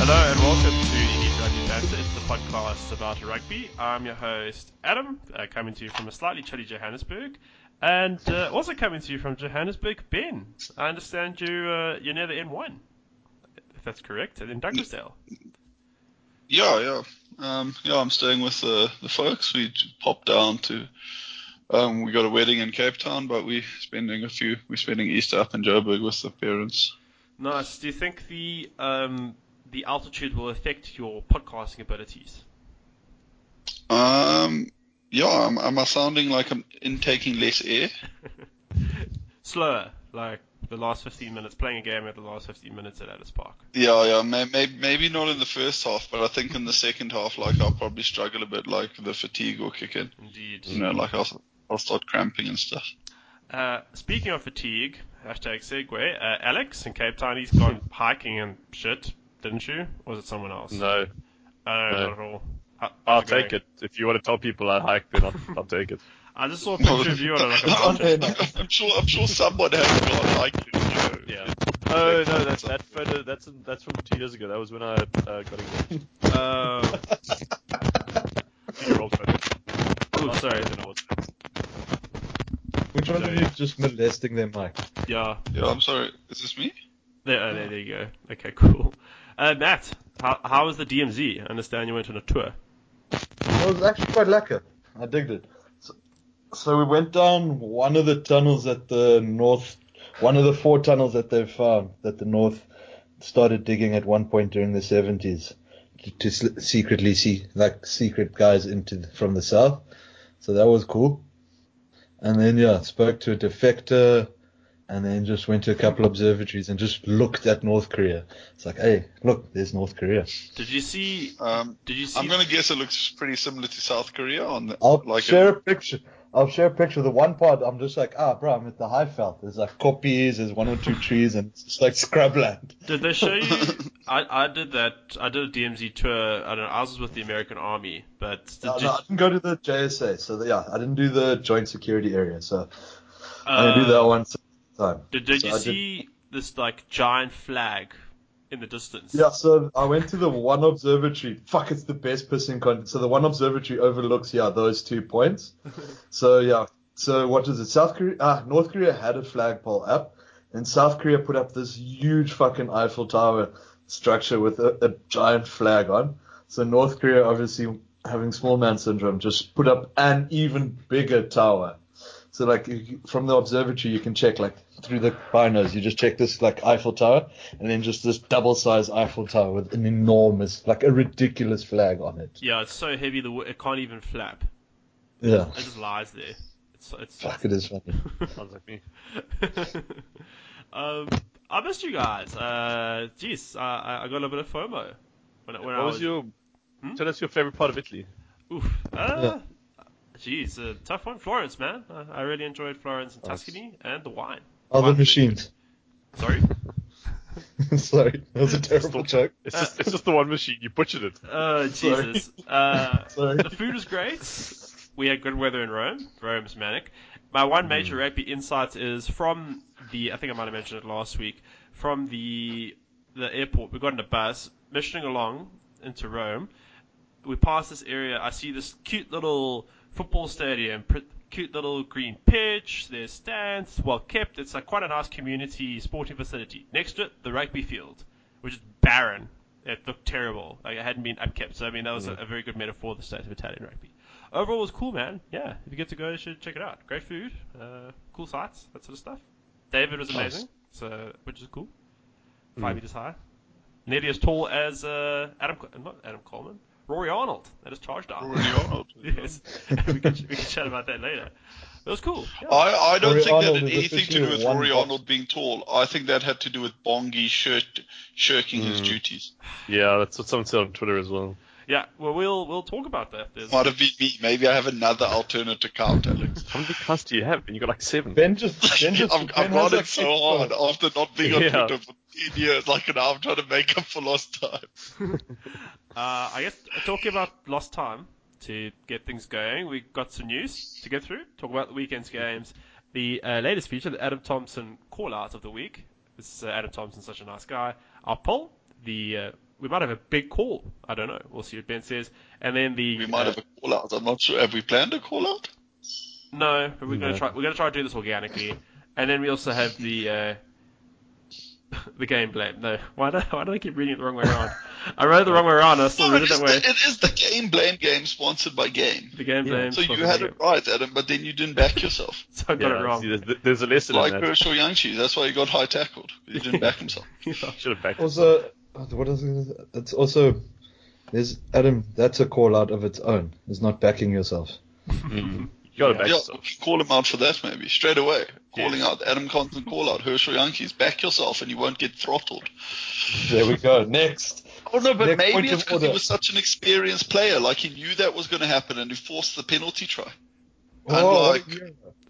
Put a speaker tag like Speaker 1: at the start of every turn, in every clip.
Speaker 1: welcome to Indies Rugby Banter. It's the podcast about rugby. I'm your host, Adam, uh, coming to you from a slightly chilly Johannesburg. And uh, also coming to you from Johannesburg, Ben. I understand you, uh, you're near the N1, if that's correct, and in Douglasdale.
Speaker 2: Yeah, yeah. Um, yeah, I'm staying with the, the folks. We j- popped down to, um, we got a wedding in Cape Town, but we're spending a few, we're spending Easter up in Joburg with the parents.
Speaker 1: Nice. Do you think the, um, the altitude will affect your podcasting abilities?
Speaker 2: Um, yeah, am, am I sounding like I'm intaking less air?
Speaker 1: Slower, like the last 15 minutes, playing a game at the last 15 minutes at Alice Park.
Speaker 2: Yeah, yeah, may, may, maybe not in the first half, but I think in the second half, like, I'll probably struggle a bit, like, the fatigue will kick in.
Speaker 1: Indeed.
Speaker 2: You know, like, I'll, I'll start cramping and stuff.
Speaker 1: Uh, speaking of fatigue, hashtag segue, uh, Alex in Cape Town, he's gone hiking and shit, didn't you? Or was it someone else?
Speaker 3: No,
Speaker 1: I don't know,
Speaker 3: no.
Speaker 1: not at all. How-
Speaker 3: I'll
Speaker 1: how's going?
Speaker 3: take it. If you want to tell people I hike, then I'll, I'll take it.
Speaker 1: I just saw a picture of you on like a mountain.
Speaker 2: I'm sure, I'm sure someone has gone like you. know.
Speaker 3: Yeah. Oh no, that that photo that's that's from two years ago. That was when I uh, got engaged.
Speaker 1: Uh,
Speaker 3: Year old photo.
Speaker 1: oh, sorry.
Speaker 3: I don't know what's that.
Speaker 4: Which one of you is just molesting them, Mike?
Speaker 1: Yeah,
Speaker 2: Yeah, I'm sorry. Is this me?
Speaker 1: there, uh, there, there you go. Okay, cool. Uh, Matt, how, how was the DMZ? I understand you went on a tour.
Speaker 4: Well, it was actually quite lekker. I digged it. So, so we went down one of the tunnels at the north, one of the four tunnels that they've found that the north started digging at one point during the 70s to, to sl- secretly see like secret guys into the, from the south. So that was cool. And then yeah, spoke to a defector. And then just went to a couple observatories and just looked at North Korea. It's like, hey, look, there's North Korea.
Speaker 1: Did you see?
Speaker 2: Um,
Speaker 1: Did you see?
Speaker 2: I'm gonna guess it looks pretty similar to South Korea on the,
Speaker 4: I'll
Speaker 2: like
Speaker 4: share
Speaker 2: a,
Speaker 4: a picture. I'll share a picture. The one part I'm just like, ah, bro, I'm at the high felt. There's like copies, there's one or two trees, and it's just like scrubland.
Speaker 1: Did they show you? I, I did that. I did a DMZ tour. I don't know. I was with the American Army, but did
Speaker 4: No,
Speaker 1: you-
Speaker 4: no, I didn't go to the JSA, so the, yeah, I didn't do the joint security area, so I
Speaker 1: uh,
Speaker 4: only do that once at a time.
Speaker 1: Did, did
Speaker 4: So
Speaker 1: you
Speaker 4: I did-
Speaker 1: see this like giant flag in the distance?
Speaker 4: Yeah, so I went to the one observatory. Fuck, it's the best pissing content. So the one observatory overlooks yeah those two points. So yeah, so what is it? South Korea, uh, North Korea had a flagpole up, and South Korea put up this huge fucking Eiffel Tower structure with a, a giant flag on. So North Korea, obviously having small man syndrome, just put up an even bigger tower. So like you- from the observatory, you can check like through the binos. You just check this like Eiffel Tower, and then just this double-sized Eiffel Tower with an enormous, like a ridiculous flag on it.
Speaker 1: Yeah, it's so heavy the w- it can't even flap.
Speaker 4: Yeah,
Speaker 1: It just lies there. It's it's.
Speaker 4: fuck, it is funny.
Speaker 3: Sounds like me.
Speaker 1: um, I missed you guys. Uh, jeez, I, I- I got a bit of FOMO when, I- when I Hmm?
Speaker 3: What was your? Tell us your favorite part of Italy.
Speaker 1: Oof. Uh, Jeez, a tough one. Florence, man. I, I really enjoyed Florence and
Speaker 3: Nice.
Speaker 1: Tuscany and the wine.
Speaker 4: Other
Speaker 1: Fuck.
Speaker 4: Oh, machines.
Speaker 1: Sorry.
Speaker 4: Sorry, that was a terrible joke.
Speaker 3: It's just it's just the one machine. You butchered it.
Speaker 1: Uh,
Speaker 4: Sorry.
Speaker 1: Jesus. Uh,
Speaker 4: Sorry.
Speaker 1: The food was great. We had good weather in Rome. Rome's manic. My one
Speaker 4: Mm.
Speaker 1: major rugby insight is from the. I think I might have mentioned it last week. From the the airport, we got in a bus, missioning along into Rome. We pass this area. I see this cute little football stadium, pr- cute little green pitch. There's stands, well kept. It's like quite a nice community sporting facility. Next to it, the rugby field, which is barren. It looked terrible. Like it hadn't been upkept. So I mean, that was a, a very good metaphor of the state of Italian rugby. Overall, it was cool, man. Yeah, if you get to go, you should check it out. Great food, uh, cool sights, that sort of stuff. David was amazing, so which is cool. Five meters high, nearly as tall as uh, Adam, Co- not Adam Coleman, Rory Arnold. That is charged up.
Speaker 2: Rory Arnold.
Speaker 1: yes, we can we can chat about that later. It was cool. yeah.
Speaker 2: I, I don't
Speaker 4: Rory
Speaker 2: think
Speaker 4: Arnold
Speaker 2: that had
Speaker 4: is
Speaker 2: anything to
Speaker 4: officially
Speaker 2: do with
Speaker 4: one
Speaker 2: Rory
Speaker 4: box.
Speaker 2: Arnold being tall. I think that had to do with Bongi shirk, shirking his
Speaker 1: Hmm.
Speaker 2: duties.
Speaker 3: Yeah, that's what someone said on Twitter as well.
Speaker 1: yeah. Well, we'll we'll talk about that. There's,
Speaker 2: Might have been me. Maybe I have another alternate account, Alex.
Speaker 3: How many cars do you have? And you got like seven.
Speaker 4: Ben just, Ben just,
Speaker 2: I'm,
Speaker 4: ben
Speaker 2: I'm
Speaker 4: has,
Speaker 2: running
Speaker 4: like,
Speaker 2: so
Speaker 4: six
Speaker 2: hard
Speaker 4: foot.
Speaker 2: after not being on
Speaker 3: Yeah.
Speaker 2: Twitter for 10 years. Like, now I'm trying to make up for lost time.
Speaker 1: Uh, I guess talking about lost time to get things going, we got some news to get through. Talk about the weekend's games. The uh, latest feature, the Adam Thompson call out of the week. This is uh, Adam Thompson, such a nice guy. Our poll, the uh, we might have a big call. I don't know. We'll see what Ben says. And then the
Speaker 2: We might
Speaker 1: uh,
Speaker 2: have a call out. I'm not sure. Have we planned a call out?
Speaker 1: No, but we're gonna
Speaker 3: No.
Speaker 1: try. We're gonna try to do this organically, and then we also have the uh, the game blame. No, why do why do I keep reading it the wrong way around? I read it the wrong way around. I still
Speaker 2: Uh, No,
Speaker 1: read it
Speaker 2: it,
Speaker 1: that
Speaker 2: is the,
Speaker 1: way.
Speaker 2: it is the game blame game sponsored by game.
Speaker 1: The game
Speaker 3: Yeah.
Speaker 1: blame.
Speaker 2: So you
Speaker 1: sponsored
Speaker 2: had
Speaker 1: by
Speaker 2: it right, Adam, but then you didn't back yourself.
Speaker 1: Game. So I got
Speaker 3: yeah,
Speaker 1: it wrong.
Speaker 3: see, there's, there's a lesson
Speaker 2: like
Speaker 3: in that.
Speaker 2: Kershaw Yangchi, that's why he got high tackled. He didn't back himself.
Speaker 3: Should have backed.
Speaker 5: Also, what is it? It's also there's Adam. That's a call out of its own. It's not backing yourself.
Speaker 3: You gotta back
Speaker 2: Yeah,
Speaker 3: yourself.
Speaker 2: call him out for that maybe straight away. Calling
Speaker 3: Yeah.
Speaker 2: out Adam Constant, call out Herschel Yankees, back yourself, and you won't get throttled.
Speaker 5: There we go. Next.
Speaker 2: Oh no, but
Speaker 5: Next point
Speaker 2: maybe
Speaker 5: of
Speaker 2: it's because he
Speaker 5: order.
Speaker 2: was such an experienced player. Like he knew that was going to happen, and he forced the penalty try.
Speaker 5: Oh,
Speaker 2: like-
Speaker 5: what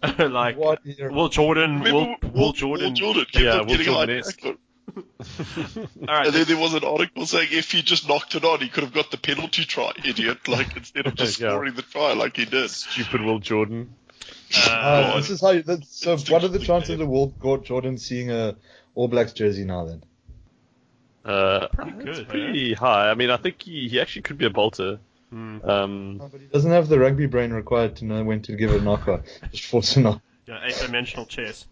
Speaker 5: a hero.
Speaker 1: like
Speaker 5: What a hero.
Speaker 1: Will Jordan, Will,
Speaker 2: Remember
Speaker 1: Will Jordan.
Speaker 2: Will Jordan kept
Speaker 3: Yeah,
Speaker 2: on
Speaker 3: Will
Speaker 2: getting high
Speaker 3: Jordan-esque.
Speaker 2: tackled.
Speaker 1: All right,
Speaker 2: And then there was an article saying if he just knocked it on, he could have got the penalty try, idiot. Like instead of just
Speaker 3: Yeah.
Speaker 2: scoring the try, like he did.
Speaker 3: Stupid Will Jordan.
Speaker 1: uh,
Speaker 5: Ah, this is how. You, that's, so,
Speaker 2: It's
Speaker 5: what are the
Speaker 2: the-
Speaker 5: chances of Will Jordan seeing a All Blacks jersey now? Then
Speaker 3: Uh,
Speaker 1: Pretty
Speaker 3: uh,
Speaker 1: good,
Speaker 3: it's
Speaker 1: huh?
Speaker 3: pretty high. I mean, I think he, he actually could be a bolter. Um,
Speaker 5: No, but he doesn't have the rugby brain required to know when to give a knockout. Just force a knock.
Speaker 1: yeah, eight-dimensional chess.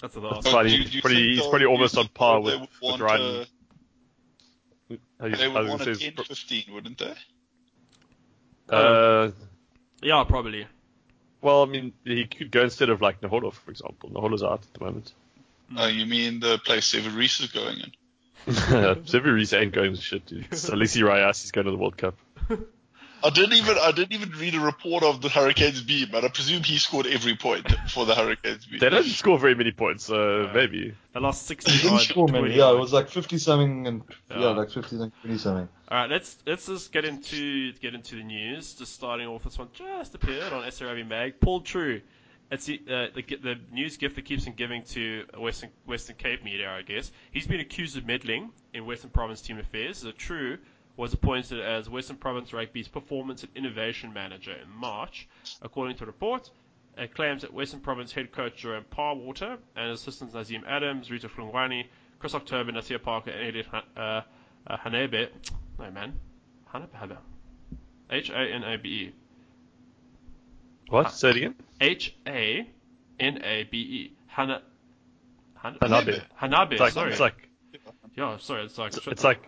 Speaker 1: That's what
Speaker 3: That's
Speaker 1: the
Speaker 3: why
Speaker 2: Do
Speaker 3: he's
Speaker 2: you- do you
Speaker 3: pretty-
Speaker 2: think
Speaker 3: he's
Speaker 2: they'll-
Speaker 3: pretty
Speaker 2: do you
Speaker 3: almost
Speaker 2: think
Speaker 3: on par
Speaker 2: they'll-
Speaker 3: with-
Speaker 2: they would
Speaker 3: with
Speaker 2: want,
Speaker 3: Ryan.
Speaker 2: uh,
Speaker 3: I was
Speaker 2: They would
Speaker 3: going
Speaker 2: want
Speaker 3: to
Speaker 2: a
Speaker 3: say,
Speaker 2: 10
Speaker 3: it's
Speaker 2: 15, wouldn't they?
Speaker 3: pro- uh,
Speaker 1: Yeah, probably.
Speaker 3: well, I mean, he could go instead of like Nahorov, for example. Nahorov's out at the moment. Hmm.
Speaker 2: Oh, you mean the place Severis is going in?
Speaker 3: Severis ain't going to shit, dude. So at least he Rayasi's going to the World Cup.
Speaker 2: I didn't even I didn't even read a report of the Hurricanes B, but I presume he scored every point for the Hurricanes B.
Speaker 3: They don't score very many points, so maybe.
Speaker 1: They lost sixty.
Speaker 5: He didn't
Speaker 1: odd,
Speaker 5: score many.
Speaker 1: 20
Speaker 5: Yeah,
Speaker 1: odd.
Speaker 5: it was like fifty something and yeah,
Speaker 1: Yeah.
Speaker 5: like fifty something, twenty something.
Speaker 1: All right, let's let's just get into get into the news. Just starting off, this one just appeared on SRB Mag. Paul True, it's the, uh, the gi- the news gift that keeps on giving to Western Western Cape media, I guess. He's been accused of meddling in Western Province team affairs. So True was appointed as Western Province Rugby's Performance and Innovation Manager in March, according to a report. It claims that Western Province head coach Jerome Parwater and assistants Nazim Adams, Rita Flungwani, Chris October, Nasir Parker, and Elliot Han- uh, uh, Hanebe. No, man. Hanabe. H A N A B E.
Speaker 3: What? Say it again?
Speaker 1: H A N A B E. Hana. Han-
Speaker 3: Hanabe.
Speaker 1: Hanabe,
Speaker 3: It's like,
Speaker 1: sorry.
Speaker 3: it's like,
Speaker 1: yeah, sorry, it's like.
Speaker 3: it's like,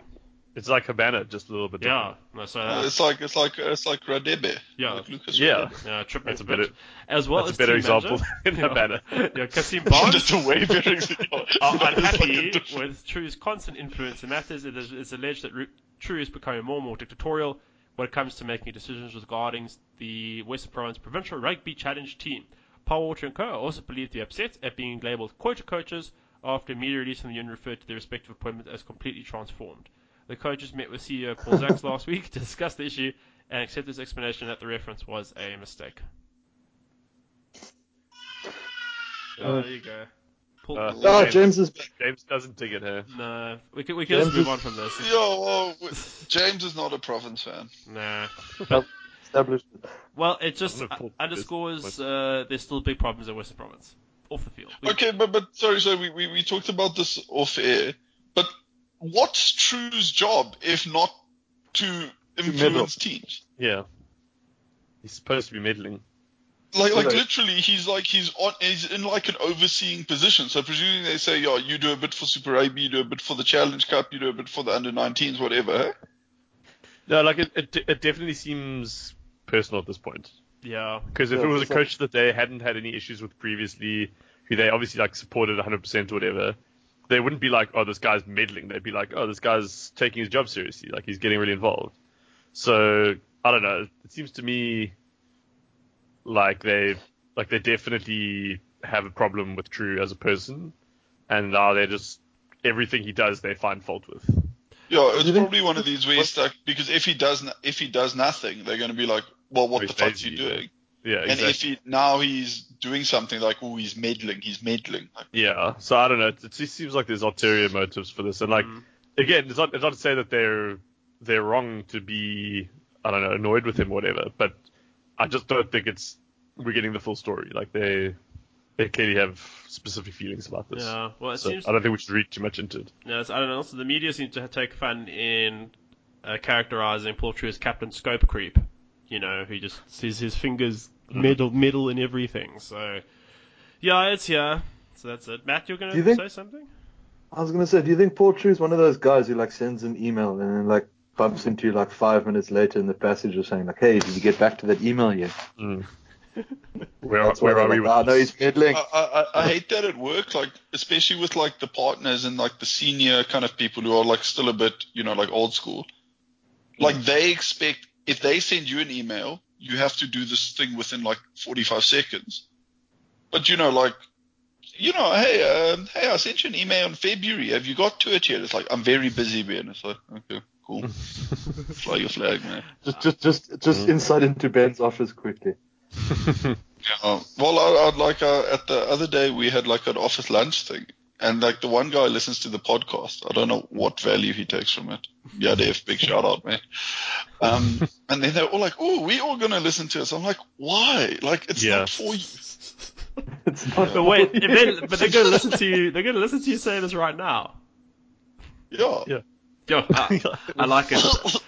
Speaker 3: it's like Habana, just a little bit
Speaker 1: yeah, no, sorry.
Speaker 2: Uh,
Speaker 1: that-
Speaker 2: it's like it's like it's like Radebe.
Speaker 1: Yeah.
Speaker 2: Like Lucas
Speaker 3: different. Yeah.
Speaker 2: Radebe.
Speaker 1: Yeah, trip
Speaker 3: That's
Speaker 1: me
Speaker 3: a
Speaker 1: bit.
Speaker 3: better-
Speaker 1: As well
Speaker 3: that's a
Speaker 1: as
Speaker 3: better
Speaker 1: team
Speaker 3: example
Speaker 1: manager.
Speaker 3: than Habana.
Speaker 1: Yeah, Kasim
Speaker 2: That's
Speaker 1: Barnes.
Speaker 2: a way better example.
Speaker 1: are
Speaker 3: Oh,
Speaker 2: That's like a
Speaker 1: unhappy
Speaker 2: different-
Speaker 1: with True's constant influence in matters. It is it's alleged that Ru- True is becoming more and more dictatorial when it comes to making decisions regarding the Western Province Provincial Rugby Challenge team. Paul Walter and co are also believed to be upset at being labelled quota coaches after a media release from the union referred to their respective appointments as completely transformed. The coaches met with CEO Paul Zaks last week to discuss the issue and accept his explanation that the reference was a mistake. Oh,
Speaker 5: Uh,
Speaker 1: there you go. Paul,
Speaker 3: Uh,
Speaker 5: Ah,
Speaker 3: James.
Speaker 5: James is back.
Speaker 3: James doesn't dig it here.
Speaker 1: no, we can, we can
Speaker 5: Yeah,
Speaker 1: just
Speaker 5: I'm
Speaker 1: move
Speaker 5: just-
Speaker 1: on from this.
Speaker 2: Yo, oh, w- James is not a province fan.
Speaker 1: Nah.
Speaker 5: Established.
Speaker 1: Well, it just
Speaker 3: I'm gonna pull-
Speaker 1: underscores uh, there's still big problems in Western Province. Off the field. We-
Speaker 2: Okay, but but sorry, so we, we, we talked about this off air. But what's True's job if not to influence teams?
Speaker 3: Yeah. He's supposed to be meddling.
Speaker 2: Like, like
Speaker 5: Right.
Speaker 2: literally, he's like he's on he's in like an overseeing position. So presuming they say, "Yeah, you do a bit for Super AB, you do a bit for the Challenge Cup, you do a bit for the Under 19s, whatever."
Speaker 3: No, like it, it, it definitely seems personal at this point.
Speaker 1: Yeah.
Speaker 3: Because if
Speaker 5: Yeah,
Speaker 3: it was a
Speaker 5: it's like-
Speaker 3: coach that they hadn't had any issues with previously, who they obviously like supported 100% or whatever, they wouldn't be like, oh, this guy's meddling. They'd be like, oh, this guy's taking his job seriously. Like he's getting really involved. So I don't know. It seems to me like they like they definitely have a problem with True as a person, and now they're just everything he does they find fault with.
Speaker 2: Yeah, it's
Speaker 5: you think-
Speaker 2: probably one of these where he's stuck because if he does n- if he does nothing, they're going to be like, "Well, what
Speaker 3: He's
Speaker 2: the fuck's he
Speaker 3: lazy,
Speaker 2: doing?"
Speaker 3: Yeah,
Speaker 2: And
Speaker 3: exactly.
Speaker 2: if he now he's doing something like, "Oh, he's meddling, he's meddling." Like,
Speaker 3: Yeah, so I don't know. It just seems like there's ulterior motives for this, and like
Speaker 1: Mm-hmm.
Speaker 3: again, it's not it's not to say that they're they're wrong to be I don't know annoyed with him, or whatever. But I just don't think it's we're getting the full story. Like they they clearly have specific feelings about this.
Speaker 1: Yeah, well, it
Speaker 3: so
Speaker 1: seems.
Speaker 3: I don't think we should read too much into it.
Speaker 1: No, it's, I don't know. Also, the media seems to take fun in uh, characterizing Paltrow as Captain Scope Creep. You know, who just sees his fingers middle middle in everything. So, yeah, it's yeah. So that's it. Matt, you're gonna
Speaker 5: Do you think-
Speaker 1: say something?
Speaker 5: I was gonna say, do you think Paul True is one of those guys who like sends an email and then like bumps into you like five minutes later in the passage or saying like, "Hey, did you get back to that email yet?"
Speaker 3: Where,
Speaker 5: That's
Speaker 3: where
Speaker 5: why
Speaker 3: are
Speaker 5: they're
Speaker 3: we with
Speaker 5: like, "Ah, no,
Speaker 3: this? Uh,
Speaker 5: he's meddling.
Speaker 2: I, I, I hate that at work, like especially with like the partners and like the senior kind of people who are like still a bit, you know, like old school. Like they expect if they send you an email, you have to do this thing within like 45 seconds. But you know, like, you know, hey, um, hey, I sent you an email in February. Have you got to it yet? It's like I'm very busy, man. It's like okay, cool, fly your flag, man.
Speaker 5: Just, just, just, just insight into Ben's office quickly.
Speaker 2: Yeah. Um, Well, I, I'd like uh, at the other day we had like an office lunch thing, and like the one guy listens to the podcast. I don't know what value he takes from it. Yeah, Dave, big shout out, man. Um, and then they're all like, "Oh, we all gonna listen to us." I'm like, "Why? Like, it's
Speaker 3: Yeah.
Speaker 2: not for you."
Speaker 5: It's not.
Speaker 1: But wait, if they, but they're gonna listen to you. They're gonna listen to you say this right now. Ah.
Speaker 2: Yeah.
Speaker 3: Yeah.
Speaker 1: Yo, I, I like it.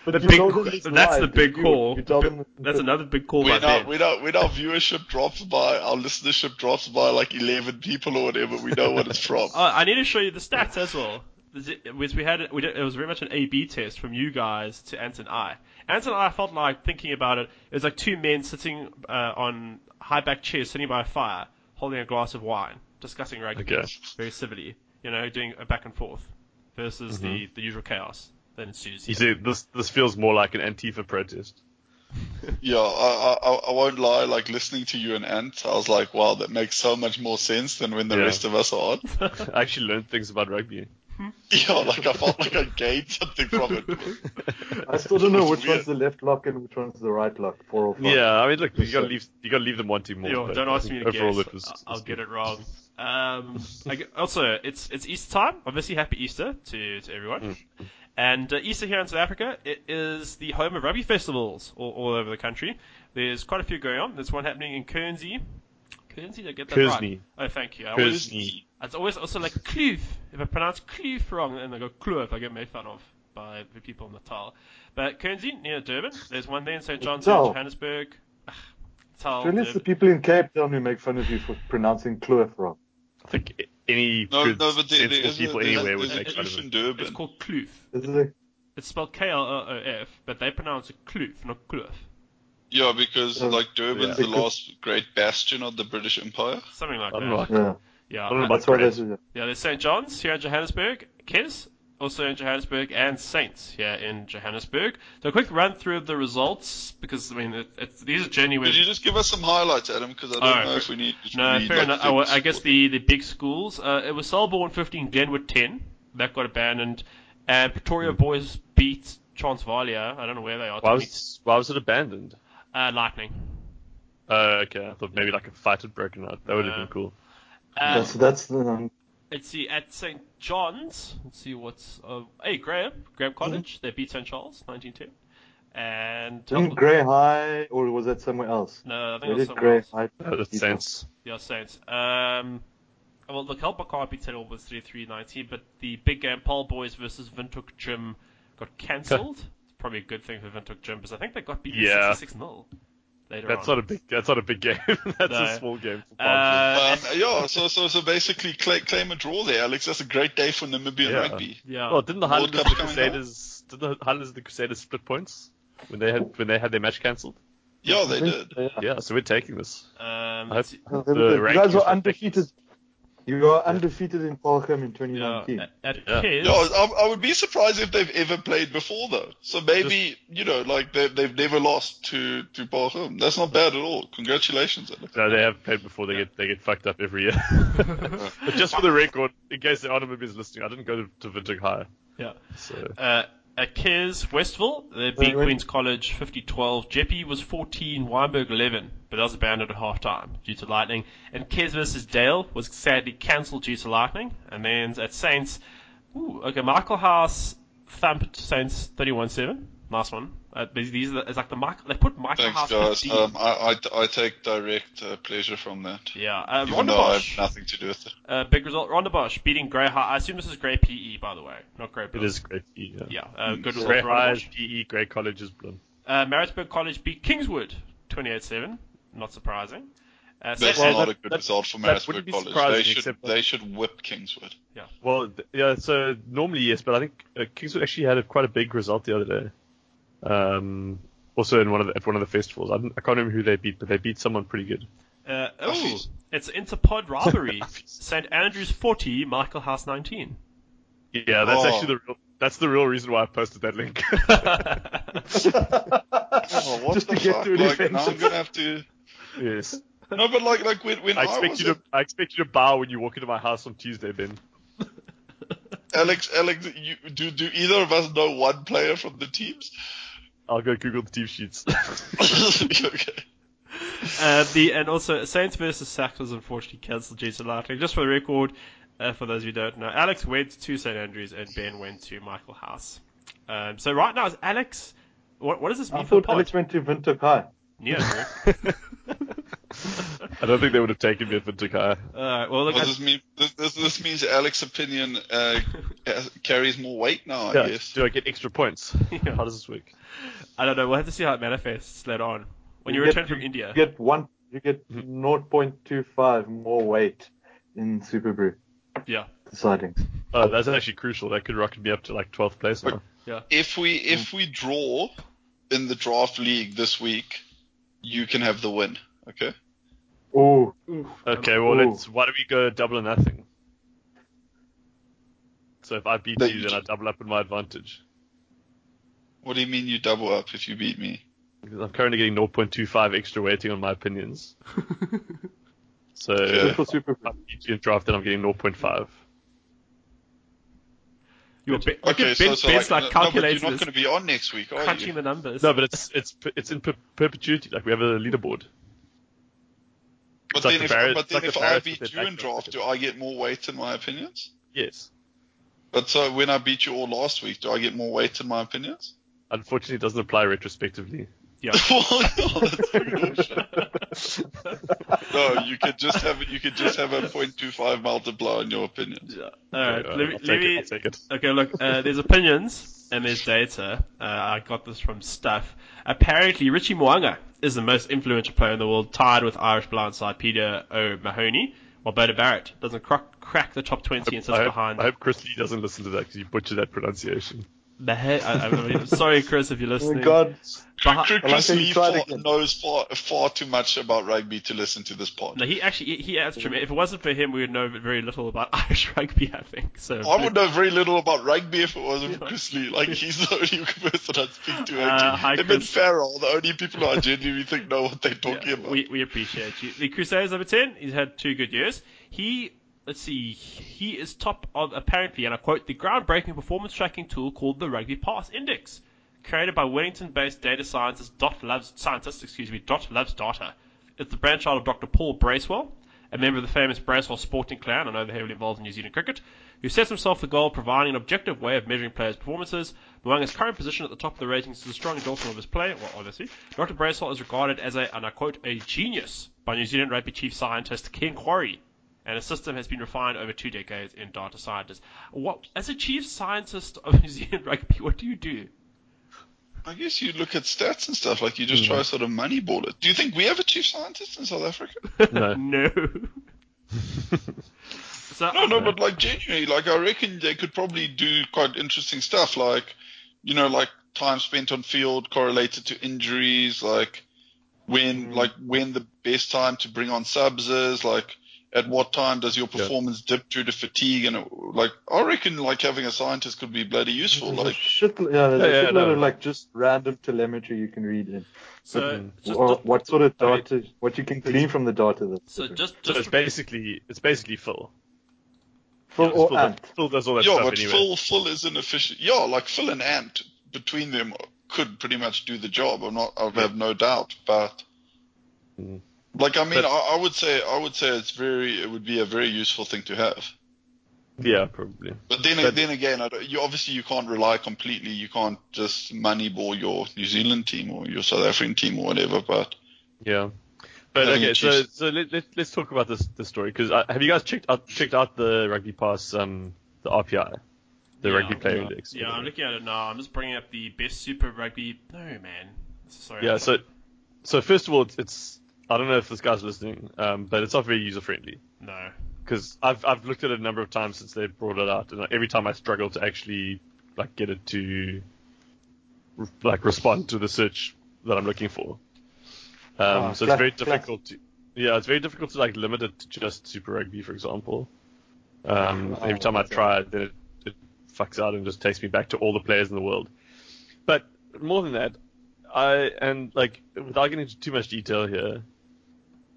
Speaker 5: But
Speaker 1: The
Speaker 5: you
Speaker 1: big,
Speaker 5: told them it's
Speaker 1: that's
Speaker 5: live,
Speaker 1: the
Speaker 5: did
Speaker 1: big
Speaker 5: you?
Speaker 1: call.
Speaker 5: You told them-
Speaker 1: That's another big call by
Speaker 2: When our,
Speaker 1: Ben.
Speaker 2: when, our, when our viewership drops by, our listenership drops by like 11 people or whatever, we know what it's from.
Speaker 3: Uh,
Speaker 1: Oh, I need to show you the stats as well. Is it- was- We had we did, it was very much an A/B test from you guys to Ant and I. Ant and I felt like thinking about it. It was like two men sitting uh, on high back chairs, sitting by a fire, holding a glass of wine, discussing rugby
Speaker 3: Okay.
Speaker 1: very civilly. You know, doing a back and forth versus the, the usual chaos that ensues.
Speaker 3: You
Speaker 1: Here.
Speaker 3: see, this this feels more like an Antifa protest.
Speaker 2: Yeah, I, I, I won't lie. Like listening to you and Ant, I was like, wow, that makes so much more sense than when the
Speaker 3: Yeah.
Speaker 2: rest of us are on.
Speaker 3: I actually learned things about rugby.
Speaker 2: Yeah, like I felt like I gained something from it.
Speaker 5: I still don't know which
Speaker 2: Weird.
Speaker 5: one's the left lock and which one's the right lock. Four or five.
Speaker 3: Yeah, I mean, look, you
Speaker 5: Yes,
Speaker 3: gotta
Speaker 5: sir.
Speaker 3: leave, you gotta leave them wanting more.
Speaker 1: uh, Yo,
Speaker 3: but
Speaker 1: don't
Speaker 3: I
Speaker 1: ask
Speaker 3: think
Speaker 1: me to
Speaker 3: overall
Speaker 1: guess.
Speaker 3: It was,
Speaker 1: I- I'll get it wrong. Um, I g also, it's it's Easter time. Obviously, happy Easter to, to everyone.
Speaker 3: Mm.
Speaker 1: And uh, Easter here in South Africa, it is the home of rugby festivals all, all over the country. There's quite a few going on. There's one happening in Guernsey. Guernsey, did I get that
Speaker 3: Kersney.
Speaker 1: right? Oh, thank you. I always,
Speaker 3: Personally,
Speaker 1: it's always also like Kloof. If I pronounce Kloof wrong, and I go Kloof, I get made fun of by the people in Natal. But Guernsey, near Durban, there's one there in St. John's,
Speaker 5: Natal.
Speaker 1: Johannesburg. Ugh, Natal,
Speaker 5: Surely it's
Speaker 1: Durban.
Speaker 5: the people in Cape Town who make fun of you for pronouncing Kloof wrong.
Speaker 3: I think any
Speaker 2: No,
Speaker 3: good,
Speaker 2: no, but there, there
Speaker 3: sensible
Speaker 2: is a,
Speaker 3: people
Speaker 2: there's a-
Speaker 3: anywhere would
Speaker 2: there's
Speaker 3: make
Speaker 2: a
Speaker 3: fun of
Speaker 2: Kloof in
Speaker 3: it.
Speaker 1: It's
Speaker 2: Durban.
Speaker 1: called Kloof.
Speaker 5: Is it?
Speaker 1: It's spelled K L O O F, but they pronounce it Kloof, not Kloof.
Speaker 2: Yeah, because
Speaker 5: Uh,
Speaker 2: like Durban's
Speaker 5: yeah.
Speaker 2: the last great bastion of the British Empire.
Speaker 1: Something like
Speaker 3: I
Speaker 1: that.
Speaker 3: don't know.
Speaker 5: Yeah.
Speaker 1: Yeah.
Speaker 3: I don't know
Speaker 1: uh,
Speaker 3: about
Speaker 5: That's why
Speaker 3: Brad.
Speaker 5: there's a
Speaker 1: yeah, there's St. John's here in Johannesburg, KES, also in Johannesburg, and Saints here in Johannesburg. So a quick run through of the results, because, I mean, it, it's, these are genuine.
Speaker 2: Could you just give us some highlights, Adam? Because I don't
Speaker 1: Alright.
Speaker 2: know if we need. To
Speaker 1: No,
Speaker 2: read,
Speaker 1: fair
Speaker 2: like,
Speaker 1: enough.
Speaker 2: the-
Speaker 1: I, well, I guess the, the big schools. Uh, it was Selborne 15, Glenwood 10. That got abandoned. And Pretoria Boys beat Transvalia. I don't know where they are.
Speaker 3: Why
Speaker 1: 20,
Speaker 3: was, why was it abandoned?
Speaker 1: uh, Lightning.
Speaker 3: Uh, okay, I thought maybe like a fight had broken out. That would have
Speaker 1: Yeah.
Speaker 3: been cool.
Speaker 1: Um,
Speaker 5: that's that's the um,
Speaker 1: Let's see, at St. John's, let's see what's. Uh, hey, Graham, Graham
Speaker 3: Mm-hmm.
Speaker 1: College, they beat St. Charles, 1910. And. oh,
Speaker 5: didn't Grey High or was that somewhere else?
Speaker 1: no, I think
Speaker 5: They
Speaker 1: it was
Speaker 5: did
Speaker 1: somewhere
Speaker 5: Grey
Speaker 1: else.
Speaker 5: High.
Speaker 3: Uh, that
Speaker 5: beat
Speaker 3: sense.
Speaker 1: Yeah, Saints. Um, well, the Kelper can't be all was 3 3 19, but the big game, Paul Boys versus Vintook Gym, got cancelled. it's probably a good thing for Vintook Gym because I think they got beaten
Speaker 3: Yeah.
Speaker 1: 66 0 later
Speaker 3: That's
Speaker 1: on.
Speaker 3: not a big. That's not a big game. that's
Speaker 1: No.
Speaker 3: a small game. For
Speaker 1: Uh,
Speaker 2: Um, yeah, so so so basically cla claim a draw there, Alex. That's a great day for Namibian
Speaker 3: Yeah.
Speaker 2: rugby.
Speaker 1: yeah. um,
Speaker 3: well, didn't the
Speaker 2: World
Speaker 3: Highlanders and
Speaker 2: Cup's
Speaker 3: the
Speaker 2: coming up.
Speaker 3: Crusaders? Did the Highlanders and the Crusaders split points when they had when they had their match cancelled?
Speaker 1: Oh,
Speaker 2: Yeah, they
Speaker 5: I think-
Speaker 2: did.
Speaker 5: yeah.
Speaker 3: Yeah, so we're taking this.
Speaker 1: um,
Speaker 3: I
Speaker 1: let's
Speaker 3: hope-
Speaker 1: see.
Speaker 5: No,
Speaker 3: The
Speaker 5: they- they- you guys
Speaker 3: rankings
Speaker 5: were
Speaker 3: were
Speaker 5: undefeated. You are undefeated in Parkham in
Speaker 1: yeah,
Speaker 5: 2019.
Speaker 1: at- at
Speaker 3: Yeah.
Speaker 1: Kes-
Speaker 2: Yeah, I, I would be surprised if they've ever played before though. So maybe you know, like they, they've never lost to to Bochum. That's not bad at all. Congratulations, Alex.
Speaker 3: No, they have played before. They get they get fucked up every year. but just for the record, in case the Onomib is listening, I didn't go to, to Vintage High.
Speaker 1: yeah.
Speaker 3: So
Speaker 1: Uh, at Cairns, Westville,
Speaker 3: Uh,
Speaker 1: they beat
Speaker 5: Wait, wait.
Speaker 1: Queen's College 50-12. Jeppy was 14, Weinberg 11, but that was abandoned at halftime due to lightning. And Cairns versus Dale was sadly cancelled due to lightning. And then at Saints, ooh, okay, Michael House thumped Saints 31-7. Nice one. Uh, these, these are the, it's like the mic. They put Michael
Speaker 2: Thanks,
Speaker 1: House
Speaker 2: guys.
Speaker 1: 15.
Speaker 2: Um, I, I, I take direct uh, pleasure from that.
Speaker 1: yeah, uh,
Speaker 2: Even
Speaker 1: Ronda
Speaker 2: though I
Speaker 1: Bosch.
Speaker 2: have nothing to do with it.
Speaker 1: Uh, big result. Ronda Bosch beating Grey High. I assume this is Grey PE, by the way, not Grey.
Speaker 3: It
Speaker 1: Blum.
Speaker 3: is great. Yeah.
Speaker 1: Yeah, uh, good result.
Speaker 3: Great
Speaker 1: for Ronda
Speaker 3: highs,
Speaker 1: Bosch.
Speaker 3: PE, great colleges, Blum.
Speaker 1: Uh, Maritzburg College beat Kingswood 28-7. Not surprising. Uh,
Speaker 2: That's
Speaker 1: Seth-
Speaker 3: well,
Speaker 2: not
Speaker 3: that-
Speaker 2: a good
Speaker 3: that-
Speaker 2: result for
Speaker 3: that
Speaker 2: Maritzburg
Speaker 3: wouldn't be
Speaker 2: College.
Speaker 3: surprising,
Speaker 2: They should,
Speaker 3: except that-
Speaker 2: they should whip Kingswood.
Speaker 3: Well, th- yeah. So normally yes, but I think uh, Kingswood actually had a, quite a big result the other day. Um, also in one of the, at one of the festivals. I, don't- I can't remember who they beat, but they beat someone pretty good.
Speaker 1: uh, oh,
Speaker 2: Office.
Speaker 1: it's interpod rivalry. St Andrews 40, Michael House 19.
Speaker 3: Yeah, that's
Speaker 2: Oh.
Speaker 3: actually the real, that's the real reason why I posted that link.
Speaker 2: Oh, what
Speaker 3: Just
Speaker 2: the
Speaker 3: to get
Speaker 2: fuck?
Speaker 3: through the
Speaker 2: Like, now I'm
Speaker 3: offensive.
Speaker 2: gonna have to.
Speaker 3: yes,
Speaker 2: No, but like, like when, when
Speaker 3: I
Speaker 2: I,
Speaker 3: expect
Speaker 2: was
Speaker 3: you to
Speaker 2: at-
Speaker 3: I expect you to bow when you walk into my house on Tuesday, Ben.
Speaker 2: Alex, Alex, you, do do either of us know one player from the teams?
Speaker 3: I'll go Google the team sheets.
Speaker 2: okay.
Speaker 1: Uh, the and also Saints versus Sacks was unfortunately cancelled due to lightning. Just for the record, uh, for those who don't know, Alex went to St Andrews and Ben went to Michael House. Um, so right now it's Alex. What, what does this mean
Speaker 4: I
Speaker 1: for the
Speaker 4: thought
Speaker 1: pod?
Speaker 4: Alex went to Vintoc High.
Speaker 1: Yeah, bro.
Speaker 3: I don't think they would have taken me if it took I.
Speaker 1: Alright, well, look,
Speaker 2: Well,
Speaker 1: I-
Speaker 2: this, mean, this, this, this means Alex's opinion uh, has- carries more weight now, I
Speaker 3: Yeah,
Speaker 2: guess.
Speaker 3: do I get extra points?
Speaker 1: Yeah.
Speaker 3: How does this work?
Speaker 1: I don't know. We'll have to see how it manifests later on when you
Speaker 4: You get-
Speaker 1: return from India.
Speaker 4: You get one. You get
Speaker 1: Mm-hmm.
Speaker 4: 0.25 more weight in Super Brew
Speaker 1: Yeah,
Speaker 4: deciding.
Speaker 3: Oh, that's actually crucial. That could rocket me up to like 12th place now.
Speaker 2: If we
Speaker 4: Hmm.
Speaker 2: if we draw in the draft league this week, you can have the win. Okay.
Speaker 4: Oh,
Speaker 3: Okay, well,
Speaker 4: Ooh.
Speaker 3: let's. Why don't we go double or nothing? So if I beat
Speaker 2: No,
Speaker 3: you,
Speaker 2: you
Speaker 3: then I
Speaker 2: just-
Speaker 3: double up in my advantage.
Speaker 2: What do you mean you double up if you beat me?
Speaker 3: Because I'm currently getting 0.25 extra weighting on my opinions. so
Speaker 2: Yeah.
Speaker 3: if
Speaker 4: for Super Brew.
Speaker 3: I beat you in draft, then I'm getting 0.5.
Speaker 1: you're be-
Speaker 2: Okay, so,
Speaker 1: Ben,
Speaker 2: so
Speaker 1: Ben's like,
Speaker 2: like, no, but you're
Speaker 1: calculating
Speaker 2: not going
Speaker 1: this,
Speaker 2: to be on next week, are
Speaker 1: crunching
Speaker 2: you?
Speaker 1: the numbers.
Speaker 3: No, but it's it's it's in per- perpetuity. Like we have a leaderboard.
Speaker 2: But
Speaker 3: it's like
Speaker 2: then,
Speaker 3: the
Speaker 2: if,
Speaker 3: Barrett-
Speaker 2: but
Speaker 3: it's
Speaker 2: then
Speaker 3: like the
Speaker 2: if I
Speaker 3: Barrett
Speaker 2: beat
Speaker 3: with
Speaker 2: you
Speaker 3: their
Speaker 2: in
Speaker 3: backdoor
Speaker 2: draft, do I get more weight in my opinions?
Speaker 3: Yes.
Speaker 2: But so when I beat you all last week, do I get more weight in my opinions?
Speaker 3: Unfortunately, it doesn't apply retrospectively.
Speaker 2: Well, yeah, that's fucking bullshit. no, you could just have you could just have a 0.25 multiplier in your opinions.
Speaker 1: Yeah. All right,
Speaker 3: Okay,
Speaker 1: let me-
Speaker 3: uh, I'll, take
Speaker 1: let
Speaker 3: it,
Speaker 1: me-
Speaker 3: I'll take it.
Speaker 1: Okay, look, uh, there's opinions and there's data. Uh, I got this from Stuff. Apparently, Richie Mwanga is the most influential player in the world, tied with Irish blindside Peter O'Mahony, while Boda Barrett doesn't cro- crack the top 20 and sits
Speaker 3: I hope,
Speaker 1: behind.
Speaker 3: I hope Chris Lee doesn't listen to that because you butchered that pronunciation.
Speaker 1: Mahe- I, am sorry, Chris, if you're
Speaker 4: Oh
Speaker 1: listening.
Speaker 4: my God.
Speaker 1: Behi-
Speaker 2: Chris
Speaker 4: Well, I say you
Speaker 2: Lee
Speaker 4: tried
Speaker 2: far,
Speaker 4: again.
Speaker 2: knows far, far too much about rugby to listen to this pod.
Speaker 1: No, he actually he, he adds trem- If it wasn't for him, we would know very little about Irish rugby. I think so.
Speaker 2: I would know very little about rugby if it wasn't for Chris Lee. Like he's the only person I speak to.
Speaker 1: Uh,
Speaker 2: actually.
Speaker 1: hi,
Speaker 2: Him and
Speaker 1: Chris.
Speaker 2: Farrell, the only people I genuinely think know what they're talking
Speaker 1: Yeah,
Speaker 2: about.
Speaker 1: we we appreciate you. The Crusaders number ten. He's had two good years. He let's see. He is top of apparently, and I quote, the groundbreaking performance tracking tool called the Rugby Pass Index, created by Wellington-based data scientist Dot Loves scientist excuse me Dot Loves Data. It's the brainchild of Dr. Paul Bracewell, a member of the famous Bracewell sporting clan, I know they're heavily involved in New Zealand cricket, who sets himself the goal of providing an objective way of measuring players' performances. Mwanga's current position at the top of the ratings is a strong endorsement of his play, well, obviously. Dr. Bracewell is regarded as a, and I quote, a genius by New Zealand rugby chief scientist Ken Quarry, and his system has been refined over two decades in data scientists. What, as a chief scientist of New Zealand rugby, what do you do?
Speaker 2: I guess you look at stats and stuff, like you just try to sort of moneyball it. Do you think we have a chief scientist in South Africa?
Speaker 3: No.
Speaker 1: No. so, uh,
Speaker 2: No, no, but like genuinely, like I reckon they could probably do quite interesting stuff, like you know, like time spent on field correlated to injuries, like when like when the best time to bring on subs is, like at what time does your performance dip due to fatigue and uh, like I reckon like having a scientist could be bloody useful.
Speaker 4: There's a
Speaker 2: Like
Speaker 4: shit, yeah, there's
Speaker 3: Yeah,
Speaker 4: a
Speaker 3: yeah,
Speaker 4: shitload
Speaker 3: no.
Speaker 4: of like just random telemetry you can read in.
Speaker 3: Mm-hmm.
Speaker 1: so, so
Speaker 4: Mm. Or
Speaker 1: Dot-
Speaker 4: what sort of
Speaker 3: I mean-
Speaker 4: data, what you can glean from the data. That's
Speaker 1: So
Speaker 4: different.
Speaker 1: just,
Speaker 3: So
Speaker 1: just
Speaker 3: it's basically it's basically Phil.
Speaker 4: Full
Speaker 3: It's
Speaker 4: or
Speaker 3: Phil,
Speaker 4: ant.
Speaker 3: that, Phil does all that
Speaker 2: yeah,
Speaker 3: stuff
Speaker 2: but
Speaker 3: anyway.
Speaker 2: Phil Phil is an efficient. Yeah, like Phil and Ant between them could pretty much do the job. I'm not. I have no doubt, but.
Speaker 3: Mm.
Speaker 2: Like I mean,
Speaker 3: But-
Speaker 2: I, I would say I would say it's very it would be a very useful thing to have.
Speaker 3: Yeah, probably.
Speaker 2: But then,
Speaker 3: But-
Speaker 2: then again, I don't, you obviously you can't rely completely. You can't just moneyball your New Zealand team or your South African team or whatever. But
Speaker 3: Yeah. But
Speaker 2: I mean,
Speaker 3: okay, so
Speaker 2: Chiefs-
Speaker 3: so let, let, let's talk about this this story because uh, have you guys checked out checked out the Rugby Pass um the RPI, the
Speaker 1: Yeah,
Speaker 3: Rugby Player
Speaker 2: yeah.
Speaker 3: Index?
Speaker 1: Yeah, I'm looking at it now. I'm just bringing up the best Super Rugby. No, man. Sorry.
Speaker 3: Yeah. So so first of all, it's, it's I don't know if this guy's listening, um, but it's not very user friendly
Speaker 1: No.
Speaker 3: because I've I've looked at it a number of times since they brought it out, and like, every time I struggle to actually like get it to re- like respond to the search that I'm looking for. Um,
Speaker 4: Ah,
Speaker 3: so
Speaker 4: class-
Speaker 3: it's very
Speaker 4: class.
Speaker 3: difficult to yeah, it's very difficult to like limit it to just Super Rugby, for example. Um,
Speaker 4: Oh,
Speaker 3: every time I
Speaker 4: okay.
Speaker 3: try it, then it, it fucks out and just takes me back to all the players in the world. But more than that, I and like without getting into too much detail here,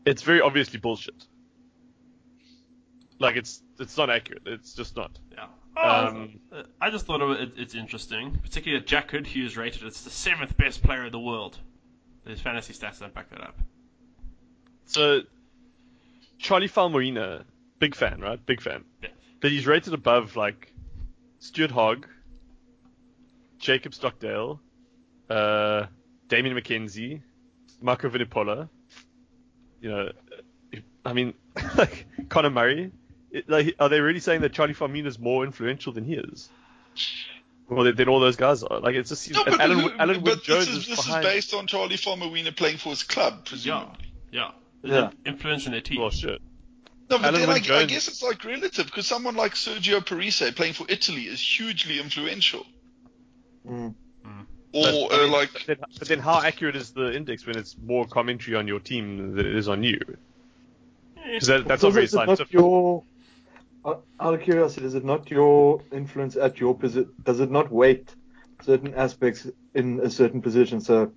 Speaker 3: it's very obviously bullshit. Like it's it's not accurate. It's just not.
Speaker 1: Yeah. Oh,
Speaker 3: Um,
Speaker 1: uh, I just thought it, wa- it, it's interesting, particularly that Jack Hood, who's rated as the seventh best player in the world. There's fantasy stats that back that up.
Speaker 3: So Charlie Falmerina, big fan, right? Big fan.
Speaker 1: Yeah.
Speaker 3: But he's rated above like Stuart Hogg, Jacob Stockdale, uh, Damien McKenzie, Marco Vinipola. You know, uh, I mean, like Connor Murray. It- like, are they really saying that Charlie Falmerina is more influential than he is? Well, then all those guys are. Like, it's just
Speaker 2: no,
Speaker 3: and
Speaker 2: but,
Speaker 3: Alan,
Speaker 2: who-
Speaker 3: Alan
Speaker 2: but
Speaker 3: Wood Jones
Speaker 2: this is this
Speaker 3: behind.
Speaker 2: is based on Charlie Farmerweener playing for his club,
Speaker 1: Yeah.
Speaker 2: presumably.
Speaker 1: Yeah.
Speaker 4: Yeah.
Speaker 1: Influence in their team.
Speaker 3: Well, shit.
Speaker 2: No, but
Speaker 3: Alan
Speaker 2: then I,
Speaker 3: Wynne
Speaker 2: I
Speaker 3: Jones.
Speaker 2: guess it's like relative because someone like Sergio Parise playing for Italy is hugely influential.
Speaker 4: Mm.
Speaker 2: Or
Speaker 3: I
Speaker 2: uh,
Speaker 3: mean,
Speaker 2: like
Speaker 3: but then, but then how accurate is the index when it's more commentary on your team than it is on you? 'Cause that- that's not
Speaker 4: Eh, Because
Speaker 3: very
Speaker 4: is it
Speaker 3: scientific.
Speaker 4: not your, out out of curiosity, is it not your influence at your position? Does it not weight certain aspects in a certain position? So,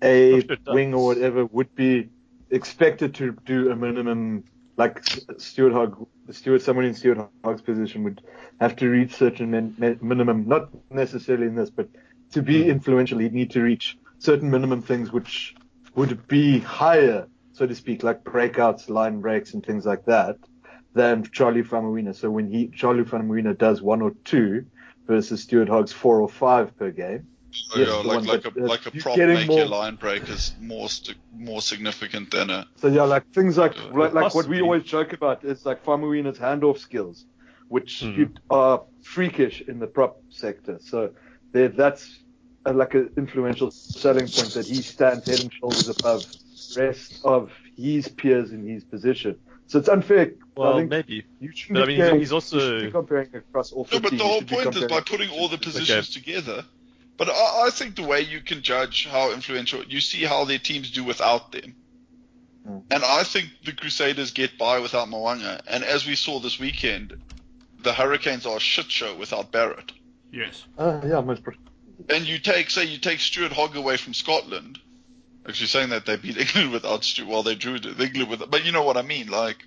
Speaker 3: Oh,
Speaker 4: a
Speaker 3: shit, that-
Speaker 4: wing or whatever would be expected to do a minimum, like Stuart Hogg, Stuart, someone in Stuart Hogg's position would have to reach certain min, min- minimum, not necessarily in this, but to be influential, he'd need to reach certain minimum things which would be higher, so to speak, like breakouts, line breaks, and things like that, than Charlie Famuina. So when he Charlie Famuina does one or two versus Stuart Hogg's four or five per game,
Speaker 2: Oh,
Speaker 4: Yes,
Speaker 2: yeah,
Speaker 4: the
Speaker 2: like
Speaker 4: one,
Speaker 2: like
Speaker 4: but,
Speaker 2: a
Speaker 4: uh,
Speaker 2: like a
Speaker 4: you're
Speaker 2: prop
Speaker 4: getting
Speaker 2: make
Speaker 4: more-
Speaker 2: your line break is more st- more significant than a
Speaker 4: So yeah, like things like
Speaker 2: Uh,
Speaker 4: like, like what
Speaker 3: possibly.
Speaker 4: we always joke about is like Famuina's handoff skills, which
Speaker 3: Hmm.
Speaker 4: you- are freakish in the prop sector. So there, that's a, like an influential selling point that he stands head and shoulders above rest of his peers in his position. So it's unfair. I
Speaker 3: Well,
Speaker 4: think
Speaker 3: maybe.
Speaker 4: you should
Speaker 3: but I
Speaker 4: be
Speaker 3: mean, he's-
Speaker 4: careful.
Speaker 3: he's also-
Speaker 4: You should be comparing across all.
Speaker 2: No, but
Speaker 4: 15.
Speaker 2: the
Speaker 4: You
Speaker 2: whole
Speaker 4: should be
Speaker 2: point is by
Speaker 4: comparing-
Speaker 2: putting all the positions together. But I, I think the way you can judge how influential, you see how their teams do without them.
Speaker 4: Mm.
Speaker 2: And I think the Crusaders get by without Mwanga. And as we saw this weekend, the Hurricanes are a shit show without Barrett.
Speaker 1: Yes.
Speaker 4: Uh, yeah, most. pro-
Speaker 2: And you take, say, you take Stuart Hogg away from Scotland. Actually, saying that they beat England without Stuart, well, they drew to England with, but you know what I mean. Like,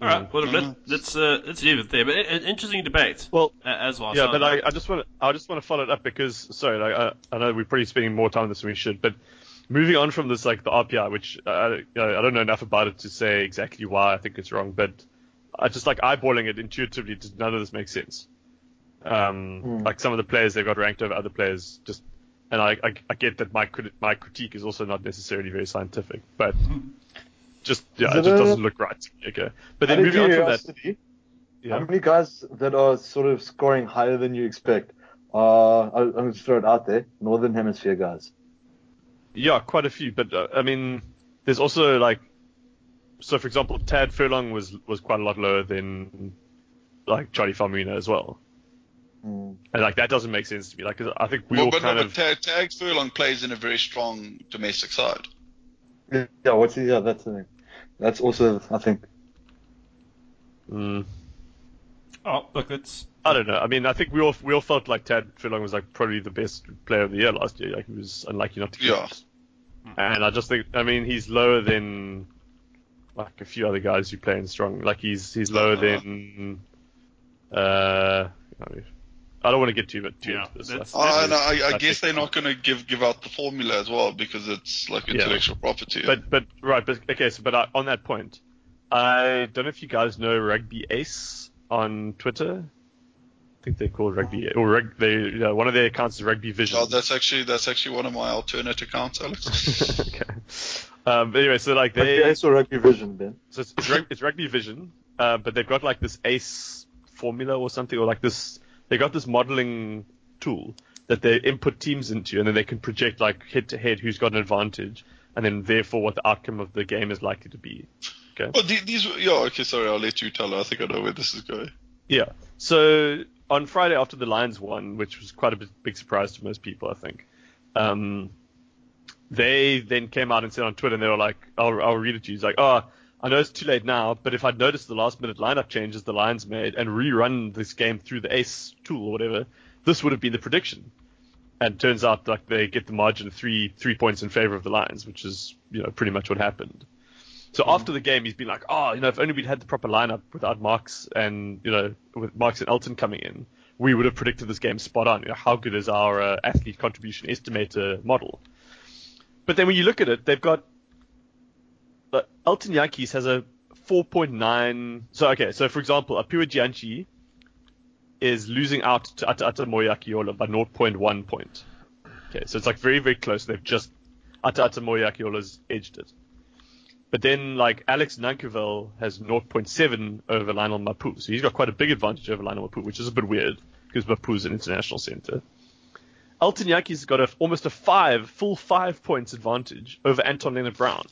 Speaker 1: All right. Well,
Speaker 2: Mm.
Speaker 1: let, let's uh, let's leave it there. But an interesting debate
Speaker 3: Well,
Speaker 1: uh, as well.
Speaker 3: yeah,
Speaker 1: so-
Speaker 3: but I, I just want to I just want to follow it up because sorry, like, I, I know we're probably spending more time on this than we should, but moving on from this like the RPI, which uh, you know, I don't know enough about it to say exactly why I think it's wrong, but I just like eyeballing it intuitively, just none of this makes sense. Um,
Speaker 4: Mm.
Speaker 3: Like some of the players they've got ranked over other players, just and I I, I get that my crit- my critique is also not necessarily very scientific, but just yeah,
Speaker 4: Hmm. Is
Speaker 3: it,
Speaker 4: it
Speaker 3: just
Speaker 4: a-
Speaker 3: doesn't look right. to me, Okay, but
Speaker 4: Out
Speaker 3: then
Speaker 4: of
Speaker 3: moving on from that,
Speaker 4: curiosity,
Speaker 3: yeah.
Speaker 4: How many guys that are sort of scoring higher than you expect? Uh, I- I'm going to throw it out there. Northern Hemisphere guys.
Speaker 3: Yeah, quite a few. But uh, I mean, there's also like, so for example, Tad Furlong was was quite a lot lower than like Charlie Falmina as well,
Speaker 4: Mm.
Speaker 3: and like that doesn't make sense to me. Like 'cause I think we
Speaker 2: well,
Speaker 3: all
Speaker 2: but,
Speaker 3: kind
Speaker 2: no,
Speaker 3: of
Speaker 2: but Tag, Tag Furlong plays in a very strong domestic side.
Speaker 4: Yeah, what's the, yeah, that's the thing. That's also, I think.
Speaker 3: Mm,
Speaker 1: oh, look, it's
Speaker 3: I don't know. I mean, I think we all we all felt like Tad Furlong was like probably the best player of the year last year. Like he was unlucky not to. get
Speaker 2: Yeah.
Speaker 3: it.
Speaker 1: Hmm.
Speaker 3: And I just think, I mean, he's lower than like a few other guys who play in strong. Like he's he's lower
Speaker 2: Uh-huh.
Speaker 3: than. Uh, I don't want to get too much too
Speaker 1: Yeah,
Speaker 3: into this.
Speaker 1: that's-
Speaker 3: like,
Speaker 2: Oh, and I, I
Speaker 3: I
Speaker 2: guess
Speaker 3: think-
Speaker 2: they're not going to give give out the formula as well because it's like
Speaker 3: Yeah.
Speaker 2: intellectual property.
Speaker 3: But but uh, right, but okay. So but I, on that point, I don't know if you guys know Rugby Ace. on Twitter. I think they're called Rugby or rug, they yeah, one of their accounts is Rugby Vision.
Speaker 2: Oh, that's actually that's actually one of my alternate accounts, Alex.
Speaker 3: okay. Um, but anyway, so like
Speaker 4: Rugby
Speaker 3: they
Speaker 4: Ace or Rugby Vision, Ben?
Speaker 3: so it's, it's, rug, it's Rugby Vision, uh, but they've got like this ACE formula or something, or like this they got this modeling tool that they input teams into, and then they can project like head to head who's got an advantage, and then therefore what the outcome of the game is likely to be. Okay.
Speaker 2: Well, the- these were- yeah okay sorry I'll let you tell. I think I know where this is going.
Speaker 3: Yeah. So on Friday after the Lions won, which was quite a bit, big surprise to most people, I think, um, they then came out and said on Twitter, and they were like, "I'll, I'll read it to you." It's like, "Oh, I know it's too late now, but if I'd noticed the last minute lineup changes the Lions made and rerun this game through the Ace tool or whatever, this would have been the prediction." And turns out like they get the margin of three three points in favor of the Lions, which is you know pretty much what happened. So after the game, he's been like, "Oh, you know, if only we'd had the proper lineup without Marks and you know, with Marks and Elton coming in, we would have predicted this game spot on. You know, how good is our uh, athlete contribution estimator model?" But then when you look at it, they've got but Elton Yankees has a 4.9. So okay, so for example, Apua Gianchi is losing out to Ata Ata Moyakiola by 0.1 point. Okay, so it's like very very close. They've just Ata Ata Moyakiola's edged it. But then, like, Alex Nankerville has 0.7 over Lionel Mapu. So he's got quite a big advantage over Lionel Mapu, which is a bit weird because Mapu's an international center. Elton Yankee's got a, almost a five, full five points advantage over Anton Leonard Brown.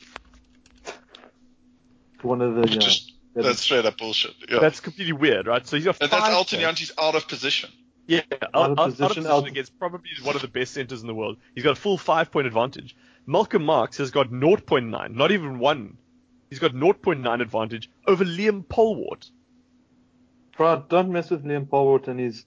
Speaker 4: One of the yeah.
Speaker 2: Just-
Speaker 4: that
Speaker 2: That's
Speaker 4: is-
Speaker 2: straight up bullshit. Yeah.
Speaker 3: That's completely weird, right? So he's got
Speaker 2: and
Speaker 3: five.
Speaker 2: that's Elton
Speaker 3: points.
Speaker 2: Yanti's out of position.
Speaker 3: Yeah, out, out, out of
Speaker 4: position,
Speaker 3: position
Speaker 4: out-
Speaker 3: against probably one of the best centers in the world. He's got a full five point advantage. Malcolm Marks has got 0.9, not even one. He's got 0.9 advantage over Liam Polwart.
Speaker 4: Bro, don't mess with Liam Polwart and his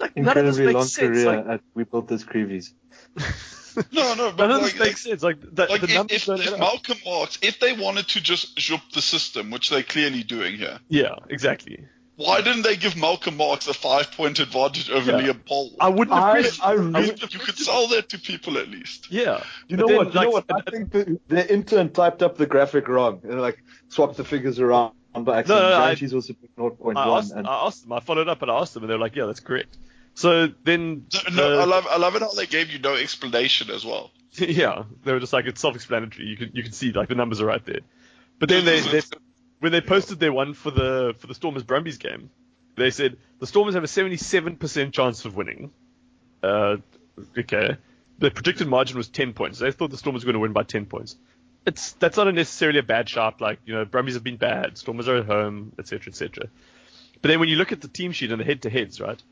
Speaker 3: Like, none of this
Speaker 4: incredibly
Speaker 3: makes
Speaker 4: long
Speaker 3: sense.
Speaker 4: career
Speaker 3: Like,
Speaker 4: at We Built This Creevies.
Speaker 2: No, no, but
Speaker 3: None of
Speaker 2: like,
Speaker 3: this makes sense. Like the,
Speaker 2: like
Speaker 3: the
Speaker 2: if,
Speaker 3: numbers
Speaker 2: if,
Speaker 3: don't add
Speaker 2: if
Speaker 3: up.
Speaker 2: Malcolm Marks, if they wanted to just jup the system, which they're clearly doing here,
Speaker 3: Yeah, exactly.
Speaker 2: why didn't they give Malcolm Marks a five point advantage over
Speaker 3: Yeah.
Speaker 2: Liam Paul?
Speaker 3: I wouldn't have
Speaker 5: I-
Speaker 3: questioned.
Speaker 5: I
Speaker 3: it.
Speaker 5: really-
Speaker 2: you, you could sell that to people at least.
Speaker 3: yeah.
Speaker 5: You know
Speaker 3: But then,
Speaker 5: what? You
Speaker 3: like,
Speaker 5: know what? I
Speaker 3: uh,
Speaker 5: think the, the intern typed up the graphic wrong and like swapped the figures around by accident.
Speaker 3: no, I-
Speaker 4: She's also been 0.1.
Speaker 3: I asked,
Speaker 4: and
Speaker 3: I asked them. I followed up and I asked them, and they were like, "Yeah, that's correct." So then,
Speaker 2: No,
Speaker 3: uh,
Speaker 2: no, I love, I love it how they gave you no explanation as well.
Speaker 3: yeah, they were just like, "It's self-explanatory. You can you can see like the numbers are right there." But then they, they when they posted their one for the for the Stormers Brumbies game, they said the Stormers have a 77% chance of winning. Uh, okay, the predicted margin was 10 points. They thought the Stormers were going to win by 10 points. It's that's not a necessarily a bad shot. Like you know, Brumbies have been bad. Stormers are at home, etc., etc. But then when you look at the team sheet and the head-to-heads, right?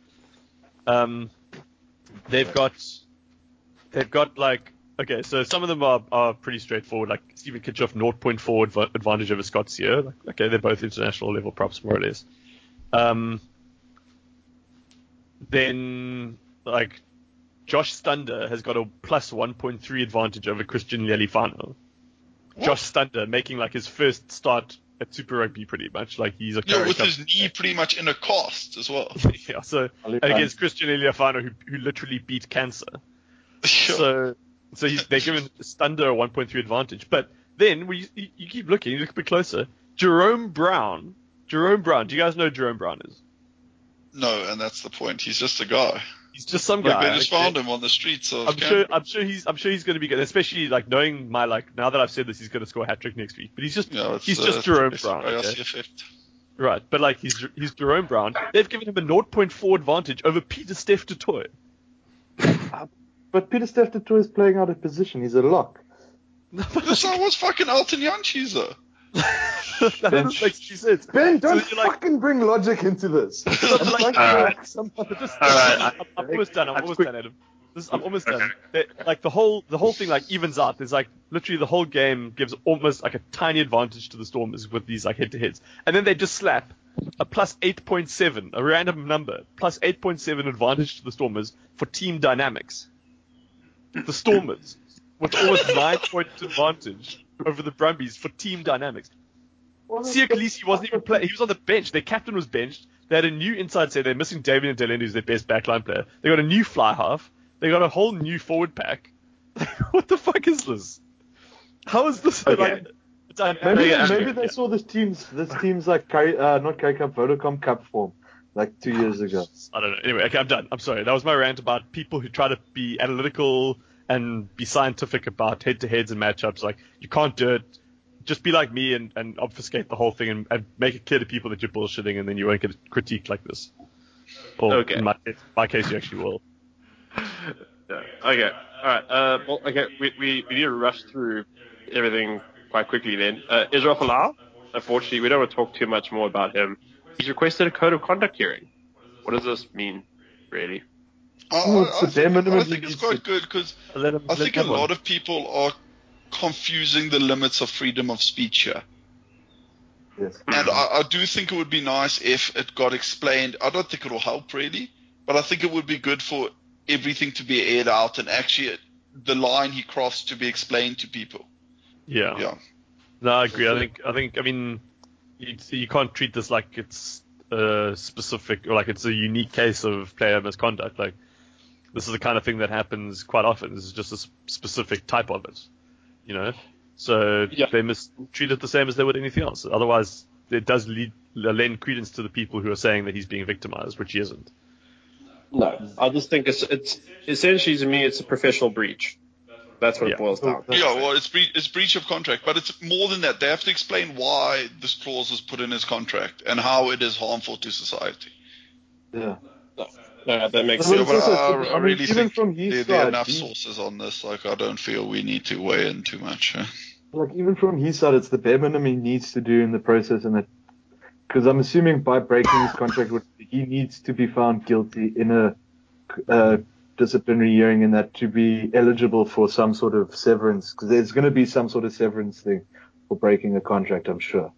Speaker 3: Um, they've got they've got like okay, so some of them are, are pretty straightforward. Like Stephen Kitchhoff, 0.4 adv- advantage over Scott Sear. Like, okay, they're both international level props more or less. Um, then like Josh Stunder has got a plus 1.3 advantage over Christian Lelifano. Josh Stunder making like his first start at Super Rugby pretty much. Like he's a
Speaker 2: Yeah,
Speaker 3: current
Speaker 2: with
Speaker 3: cup-
Speaker 2: his knee pretty much in a cast as well.
Speaker 3: yeah, so
Speaker 4: Ali
Speaker 3: and
Speaker 4: Khan.
Speaker 3: against Christian Iliafano, who, who literally beat cancer.
Speaker 2: Yeah.
Speaker 3: So, so he's, they're given Stunder a 1.3 advantage. But then we, you, you keep looking, you look a bit closer. Jerome Brown. Jerome Brown. Do you guys know who Jerome Brown is?
Speaker 2: No, and that's the point. He's just a guy.
Speaker 3: He's just some
Speaker 2: Like,
Speaker 3: guy.
Speaker 2: they just
Speaker 3: like,
Speaker 2: found him on the streets of
Speaker 3: I'm sure. I'm sure he's. I'm sure he's going to be good. Especially like knowing my like. Now that I've said this, he's going to score a hat trick next week. But he's just.
Speaker 2: Yeah, it's,
Speaker 3: he's
Speaker 2: uh,
Speaker 3: just Jerome
Speaker 2: it's
Speaker 3: Brown.
Speaker 2: Bayasi
Speaker 3: okay?
Speaker 2: effect.
Speaker 3: Right. But like he's he's Jerome Brown. They've given him a 0.4 advantage over Peter Steph Dutoy.
Speaker 4: But Peter Steph Dutour is playing out of position. He's a lock.
Speaker 2: This guy was fucking Elton Yanchis though.
Speaker 3: None of this makes any sense.
Speaker 5: Ben, don't
Speaker 3: So you're like-
Speaker 5: fucking bring logic into this.
Speaker 3: like-
Speaker 5: Like,
Speaker 3: Alright.
Speaker 5: some-
Speaker 3: All
Speaker 6: Alright,
Speaker 3: right, I'm, I'm almost done. I'm
Speaker 6: That's
Speaker 3: almost
Speaker 6: quick.
Speaker 3: done, Adam. This, I'm almost done. They- like the whole the whole thing like evens out. There's like literally the whole game gives almost like a tiny advantage to the Stormers with these like head to heads, and then they just slap a plus 8.7, a random number, plus 8.7 advantage to the Stormers for team dynamics. The Stormers with almost nine point advantage over the Brumbies for team dynamics. Sia Khaleesi wasn't even playing. He was on the bench. Their captain was benched. They had a new inside set. They're missing David Ndelen, who's their best backline player. They got a new fly half. They got a whole new forward pack. what the fuck is this? How is this
Speaker 6: Okay.
Speaker 3: like, a done.
Speaker 4: Maybe,
Speaker 3: Yeah.
Speaker 4: maybe they saw this team's this team's like Curry, uh, not Curry Cup, Vodacom Cup form, like two years ago.
Speaker 3: I don't know. Anyway, okay, I'm done. I'm sorry. That was my rant about people who try to be analytical and be scientific about head to heads and matchups. Like, you can't do it. Just be like me and, and obfuscate the whole thing and, and make it clear to people that you're bullshitting, and then you won't get critiqued like this. Or
Speaker 6: Okay.
Speaker 3: in my, in my case, you actually will.
Speaker 6: Yeah. Okay. All right. Uh, well, okay. We, we, we need to rush through everything quite quickly then. Uh, Israel Folau, unfortunately, we don't want to talk too much more about him. He's requested a code of conduct hearing. What does this mean, really?
Speaker 2: I,
Speaker 4: Oh,
Speaker 2: I,
Speaker 4: it's
Speaker 2: I
Speaker 4: a
Speaker 2: think,
Speaker 4: damn
Speaker 2: I think it's
Speaker 4: emergency.
Speaker 2: quite good because
Speaker 3: Let 'em-
Speaker 2: I
Speaker 3: let
Speaker 2: think a
Speaker 3: them on.
Speaker 2: lot of people are confusing the limits of freedom of speech here.
Speaker 4: Yes.
Speaker 2: And I, I do think it would be nice if it got explained. I don't think it'll help really, but I think it would be good for everything to be aired out and actually it, the line he crossed to be explained to people.
Speaker 3: Yeah.
Speaker 2: Yeah.
Speaker 3: No, I agree. I think I think I mean you, you can't treat this like it's a specific or like it's a unique case of player misconduct. Like this is the kind of thing that happens quite often. This is just a s- specific type of it, you know. So
Speaker 6: Yeah.
Speaker 3: they must treat it the same as they would anything else. Otherwise, it does lead, lend credence to the people who are saying that he's being victimized, which he isn't.
Speaker 6: No, I just think it's it's essentially to me it's a professional breach. That's what
Speaker 3: Yeah.
Speaker 6: it boils down. to.
Speaker 2: yeah, well, it's, bre- it's breach of contract, but it's more than that. They have to explain why this clause was put in his contract and how it is harmful to society.
Speaker 4: Yeah.
Speaker 6: No, that makes
Speaker 4: Well,
Speaker 2: Yeah,
Speaker 6: sense.
Speaker 4: it's
Speaker 2: but
Speaker 4: also-
Speaker 2: I,
Speaker 4: I
Speaker 2: I
Speaker 4: mean,
Speaker 2: really
Speaker 4: even
Speaker 2: think
Speaker 4: from his
Speaker 2: there, there are
Speaker 4: side,
Speaker 2: enough
Speaker 4: he-
Speaker 2: sources on this. Like, I don't feel we need to weigh in too much. huh?
Speaker 4: Like even from his side, it's the bare minimum he needs to do in the process, and that because I'm assuming by breaking his contract, would- he needs to be found guilty in a uh, disciplinary hearing, and that to be eligible for some sort of severance, because there's going to be some sort of severance thing for breaking a contract, I'm sure.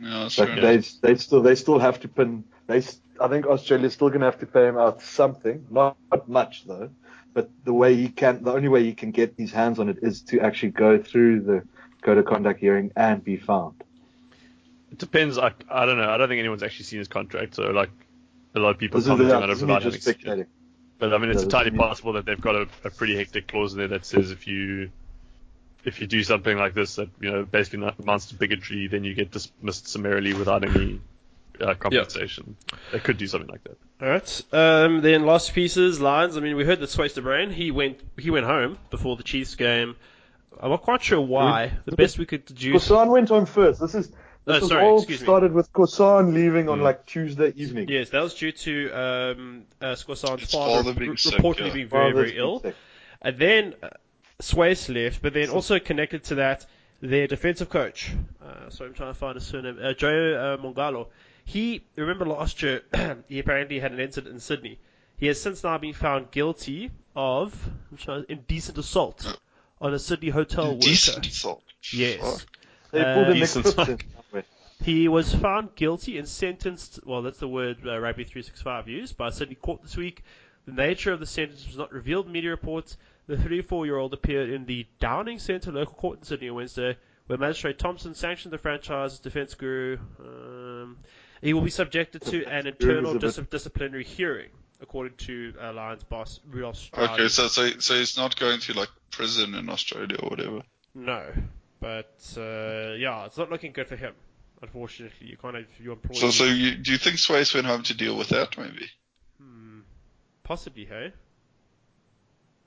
Speaker 2: Yeah, that's
Speaker 4: But
Speaker 2: fair
Speaker 4: they they still they still have to pin they s- I think Australia's still going to have to pay him out something, not, not much though. But the way he can, the only way he can get his hands on it is to actually go through the code of conduct hearing and be found.
Speaker 3: It depends. I, I don't know. I don't think anyone's actually seen his contract. So like a lot of people
Speaker 4: This is,
Speaker 3: commenting
Speaker 4: yeah,
Speaker 3: on it
Speaker 4: this is
Speaker 3: without
Speaker 4: me
Speaker 3: having
Speaker 4: just
Speaker 3: seen it.
Speaker 4: spectating.
Speaker 3: But I mean, it's
Speaker 4: Yeah,
Speaker 3: entirely
Speaker 4: that's-
Speaker 3: possible that they've got a, a pretty hectic clause in there that says if you if you do something like this that you know basically not- amounts to bigotry, then you get dismissed summarily without any uh, compensation. They could do something like that.
Speaker 1: All right. Um, then last pieces, lines. I mean, we heard that Swayster Brain. He went. He went home before the Chiefs game. I'm not quite sure why. The best we could deduce.
Speaker 4: Corsan went on first. This is
Speaker 1: No,
Speaker 4: this was
Speaker 1: sorry,
Speaker 4: all
Speaker 1: excuse me. Mm.
Speaker 4: started with Corsan leaving on like Tuesday evening.
Speaker 1: Yes, that was due to um, uh, Scorsan's
Speaker 2: His
Speaker 1: father,
Speaker 2: father being
Speaker 1: re-
Speaker 2: sick,
Speaker 1: reportedly
Speaker 2: yeah.
Speaker 1: being very,
Speaker 4: Well,
Speaker 1: very
Speaker 4: that's
Speaker 1: ill.
Speaker 4: sick.
Speaker 1: And then uh, Swayze left, but then also connected to that, their defensive coach. Uh, so I'm trying to find his surname. Uh, Joe uh, Mongalo. He, remember last year, he apparently had an incident in Sydney. He has since now been found guilty of I'm trying, indecent assault on a Sydney hotel Oh, worker.
Speaker 2: Decent salt.
Speaker 1: Yes.
Speaker 4: They pulled
Speaker 1: Uh,
Speaker 4: a Nick
Speaker 3: decent
Speaker 4: Phipps in
Speaker 3: time.
Speaker 4: somewhere.
Speaker 1: He was found guilty and sentenced. Well, that's the word uh, Rugby 365 used by Sydney Court this week. The nature of the sentence was not revealed in media reports. The 34-year-old appeared in the Downing Centre local court in Sydney on Wednesday, where Magistrate Thompson sanctioned the franchise's defence guru. Um, he will be subjected to an internal
Speaker 4: Elizabeth.
Speaker 1: dis- disciplinary hearing, according to uh, Lions boss Rudolph Stroud.
Speaker 2: Okay, so, so so he's not going to like prison in Australia or whatever.
Speaker 1: No, but uh, yeah, it's not looking good for him. Unfortunately, you can't have your employee.
Speaker 2: So so you, do you think Swayze went home to deal with that? Maybe.
Speaker 1: Hmm, possibly, hey.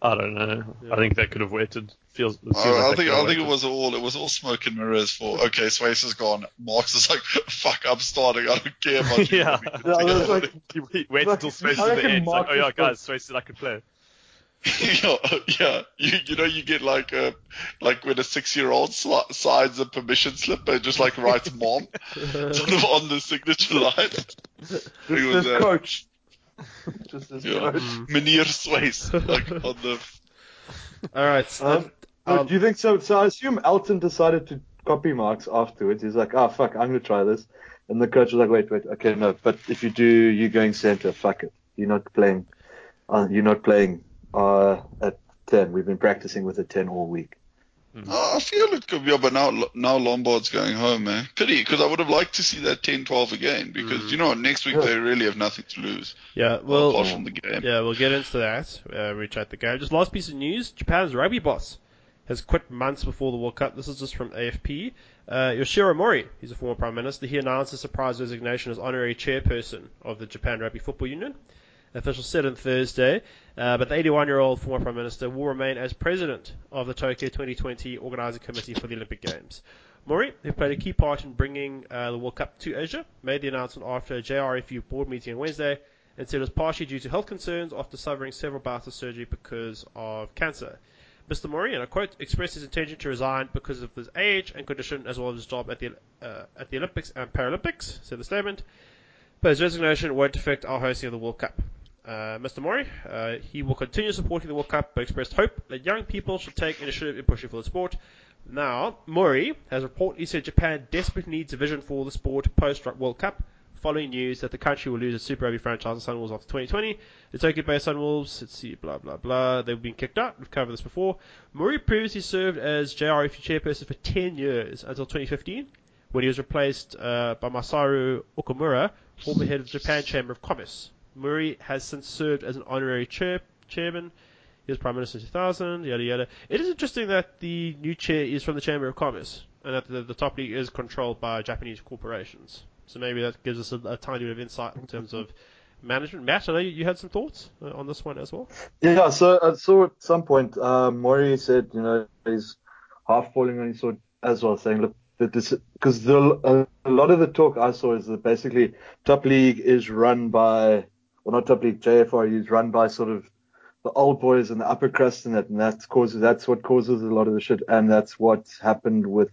Speaker 3: I don't know.
Speaker 1: Yeah.
Speaker 3: I think they could have waited. Feels. It seems
Speaker 2: I,
Speaker 3: like
Speaker 2: I
Speaker 3: they
Speaker 2: think
Speaker 3: could have
Speaker 2: I think it
Speaker 3: waited.
Speaker 2: was all it was all smoke and mirrors for. Okay, Swayze is gone. Marx is like, fuck, I'm starting. I don't care about you.
Speaker 3: Yeah.
Speaker 4: Yeah, I was like,
Speaker 3: He- he waited till Swayze
Speaker 4: I
Speaker 3: at the
Speaker 4: reckon
Speaker 3: end. It's Like,
Speaker 4: Mark
Speaker 3: oh yeah,
Speaker 4: was-
Speaker 3: guys, Swayze said I could play.
Speaker 2: yeah, yeah. You, you know, you get like a, like when a six-year-old sli- signs a permission slip and just like writes "mom" sort of on the signature line. He
Speaker 4: just
Speaker 2: was,
Speaker 4: this
Speaker 2: uh,
Speaker 4: coach. Just this
Speaker 2: Yeah.
Speaker 4: coach.
Speaker 2: Meneer Swayze, like on the.
Speaker 1: All right.
Speaker 4: Um,
Speaker 1: um,
Speaker 4: No,
Speaker 1: um,
Speaker 4: do you think so? So I assume Elton decided to copy Marx afterwards. He's like, oh, fuck, I'm going to try this. And the coach was like, wait, wait, okay, no. But if you do, you're going center. Fuck it. You're not playing. Uh, you're not playing uh, at 10. We've been practicing with a 10 all week.
Speaker 2: Oh, I feel it could be, but now now Lombard's going home, man. Pity, because I would have liked to see that 10-12 again. Because you know, next week
Speaker 4: Yeah.
Speaker 2: they really have nothing to lose
Speaker 1: yeah, well,
Speaker 2: apart from the game.
Speaker 1: yeah, we'll get into that. Uh, reach out the game. Just last piece of news: Japan's rugby boss has quit months before the World Cup. This is just from AFP. Uh, Yoshiro Mori, he's a former prime minister. He announced his surprise resignation as honorary chairperson of the Japan Rugby Football Union. Officials said on Thursday, uh, but the 81-year-old former prime minister will remain as president of the Tokyo 2020 Organizing Committee for the Olympic Games. Mori, who played a key part in bringing uh, the World Cup to Asia, made the announcement after a JRFU board meeting on Wednesday and said it was partially due to health concerns after suffering several bouts of surgery because of cancer. Mr. Mori, and I quote, expressed his intention to resign because of his age and condition as well as his job at the, uh, at the Olympics and Paralympics, said the statement. But his resignation won't affect our hosting of the World Cup. Uh, Mr. Mori, uh, he will continue supporting the World Cup, but expressed hope that young people should take initiative in pushing for the sport. Now, Mori has reportedly said Japan desperately needs a vision for the sport post World Cup, following news that the country will lose its Super Rugby franchise to Sunwolves after 2020. The Tokyo based Sunwolves, let's see, blah, blah, blah, they've been kicked out. We've covered this before. Mori previously served as JRF chairperson for 10 years until 2015, when he was replaced uh, by Masaru Okamura, former head of the Japan Chamber of Commerce. Mori has since served as an honorary chair, chairman. He was Prime Minister in 2000, yada yada. It is interesting that the new chair is from the Chamber of Commerce and that the, the top league is controlled by Japanese corporations. So maybe that gives us a, a tiny bit of insight in terms of management. Matt, I know you, you had some thoughts uh, on this one as well.
Speaker 4: Yeah, so I saw at some point uh, Mori said, you know, he's half falling on his sword as well, saying, look, because a lot of the talk I saw is that basically top league is run by, well, not top league, JFRU is run by sort of the old boys and the upper crust and that, and that's causes that's what causes a lot of the shit, and that's what happened with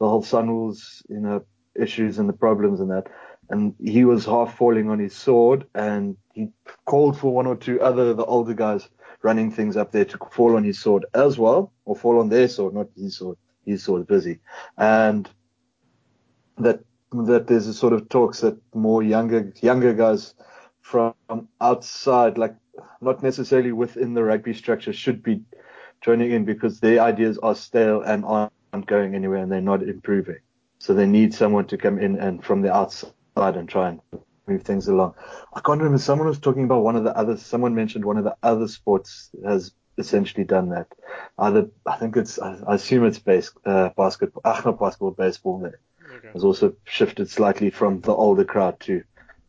Speaker 4: the whole Sunwolves, you know, issues and the problems and that. And he was half falling on his sword, and he called for one or two other of the older guys running things up there to fall on his sword as well, or fall on their sword, not his sword. His sword busy, and that that there's a sort of talks that more younger younger guys from outside, like not necessarily within the rugby structure, should be joining in because their ideas are stale and aren't going anywhere and they're not improving. So they need someone to come in and from the outside and try and move things along. I can't remember. Someone was talking about one of the other. Someone mentioned one of the other sports has essentially done that. Either I think it's. I, I assume it's base, uh, basketball. Ach, not basketball. Baseball. There
Speaker 1: Okay.
Speaker 4: has also shifted slightly from the older crowd to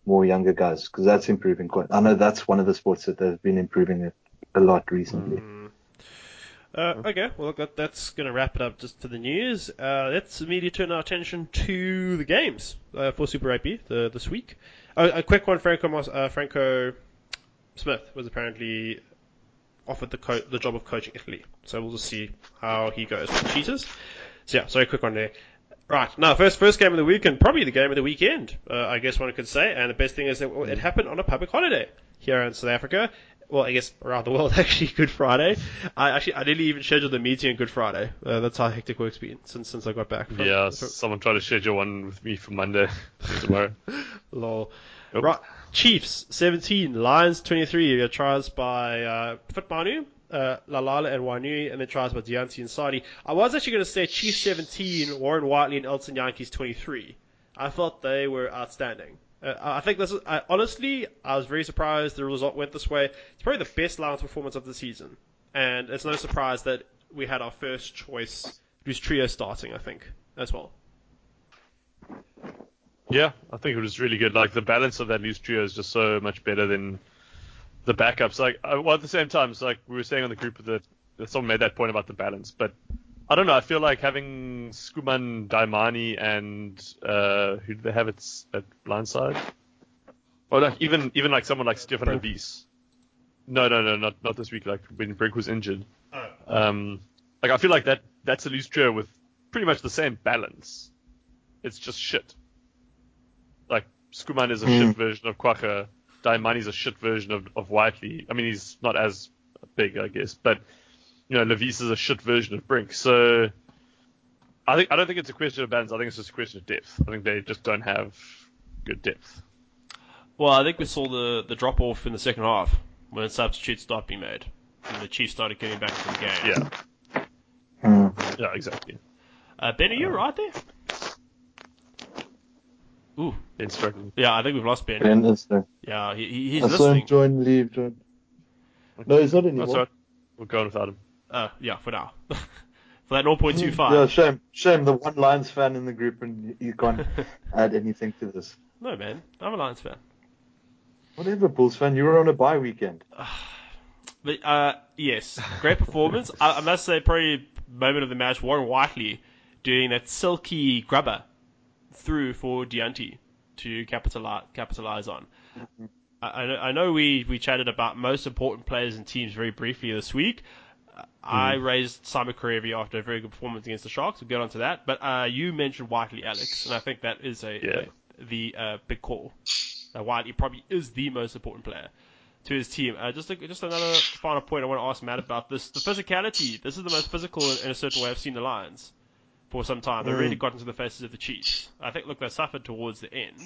Speaker 4: more younger guys because that's improving quite. I know that's one of the sports that they've been improving it a lot recently.
Speaker 1: Uh, okay, well that, that's going to wrap it up just for the news. Uh, let's immediately turn our attention to the games uh, for Super Rugby the, this week. Oh, a quick one: Franco Mos- uh, Franco Smith was apparently offered the co- the job of coaching Italy, so we'll just see how he goes with the cheaters. So yeah, sorry, quick one there. Right now, first first game of the week and probably the game of the weekend, uh, I guess one could say. And the best thing is that well, it happened on a public holiday here in South Africa. Well, I guess around the world actually. Good Friday. I actually I didn't even schedule the meeting on Good Friday. Uh, that's how hectic work's been since since I got back. From,
Speaker 3: Yeah,
Speaker 1: from-
Speaker 3: someone tried to schedule one with me for Monday tomorrow.
Speaker 1: Lol.
Speaker 3: Yep.
Speaker 1: Right. Chiefs 17, Lions 23. Your tries by uh, Fitmanu, uh, Lalala, and Wanui, and then tries by Deontay and Sadi. I was actually going to say Chiefs 17, Warren Whiteley, and Elton Yankees 23. I thought they were outstanding. Uh, I think this is I, honestly, I was very surprised the result went this way. It's probably the best Lions performance of the season, and it's no surprise that we had our first choice, who's trio starting, I think, as well.
Speaker 3: Yeah, I think it was really good. Like the balance of that loose trio is just so much better than the backups. Like, I, well, at the same time, it's like we were saying on the group that, that someone made that point about the balance, but I don't know. I feel like having Skuman, Daimani, and uh, who did they have at, s- at blindside? Or like even even like someone like Stefan Obis. No, no, no, not not this week. Like when Brink was injured. Um, like I feel like that that's a loose trio with pretty much the same balance. It's just shit like Skuman is a shit version of Quacker. Daimani's a shit version of, of Whiteley. I mean, he's not as big, I guess, but you know, Levis is a shit version of Brink. So I think I don't think it's a question of balance. I think it's just a question of depth. I think they just don't have good depth.
Speaker 1: Well, I think we saw the, the drop off in the second half when substitutes stopped being made. And the Chiefs started getting back to the game.
Speaker 3: Yeah,
Speaker 4: Hmm.
Speaker 3: yeah, exactly.
Speaker 1: Uh, ben, are you right there? Ooh.
Speaker 3: Been struggling.
Speaker 1: Yeah, I think we've lost Ben.
Speaker 4: Ben is there.
Speaker 1: Yeah, he, he, he's
Speaker 4: I saw him
Speaker 1: listening.
Speaker 4: uh, join, leave, join. No, he's not anymore.
Speaker 3: That's all right. We'll go on without him.
Speaker 1: Uh, yeah, for now. for that 0.25.
Speaker 4: Yeah, shame. Shame the one Lions fan in the group and you can't add anything to this.
Speaker 1: No, man. I'm a Lions fan.
Speaker 4: Whatever, Bulls fan, you were on a bye weekend.
Speaker 3: Uh,
Speaker 1: But, uh, yes, great performance. I, I must say, probably moment of the match, Warren Whiteley doing that silky grubber through for Deontay to capitalize, capitalize on. I, I know- I know we, we chatted about most important players and teams very briefly this week. I raised Simon Karevi after a very good performance against the Sharks. We'll get onto that. But uh, you mentioned Whiteley, Alex, and I think that is a
Speaker 3: Yeah.
Speaker 1: the uh, big call. Uh, Whiteley probably is the most important player to his team. Uh, just a, just another final point I want to ask Matt about this: the physicality. This is the most physical in, in a certain way I've seen the Lions for some time. They really got into the faces of the Chiefs. I think look they suffered towards the end,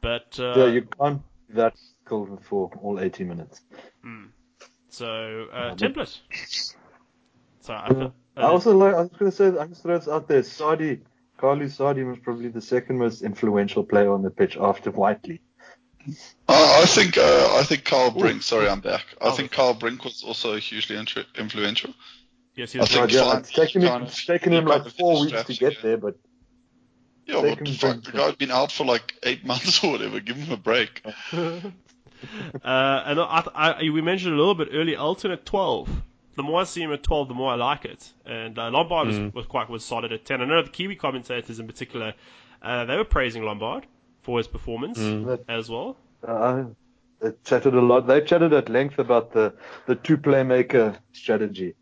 Speaker 1: but uh,
Speaker 4: yeah, you can't do that cold for all 80 minutes.
Speaker 1: so
Speaker 4: Yeah,
Speaker 1: uh,
Speaker 4: but-
Speaker 1: template. So I, uh, feel-
Speaker 3: uh,
Speaker 4: I also like, I was going to say, I'm just throw this out there. Sadi, Carly Sadi was probably the second most influential player on the pitch after Whiteley.
Speaker 2: I, I think uh, I think Carl Brink. Sorry, I'm back. I think Carl Brink was also hugely intru- influential.
Speaker 1: yes,
Speaker 2: I
Speaker 1: yes,
Speaker 2: think-
Speaker 4: Right, yeah,
Speaker 2: Fine.
Speaker 4: it's taken him,
Speaker 2: Fine.
Speaker 4: it's taken him like four weeks to get there, but
Speaker 2: Yeah,
Speaker 4: They
Speaker 2: what
Speaker 4: can
Speaker 2: the fuck?
Speaker 4: bring
Speaker 2: The
Speaker 4: some-
Speaker 2: guy's been out for like eight months or whatever. Give him a break.
Speaker 1: Uh, and I, I, we mentioned a little bit earlier, Elton at 12. The more I see him at 12, the more I like it. And uh, Lombard was, was quite was solid at 10. I know the Kiwi commentators in particular, uh, they were praising Lombard for his performance as well.
Speaker 4: Uh, they chatted a lot. They chatted at length about the, the two playmaker strategy.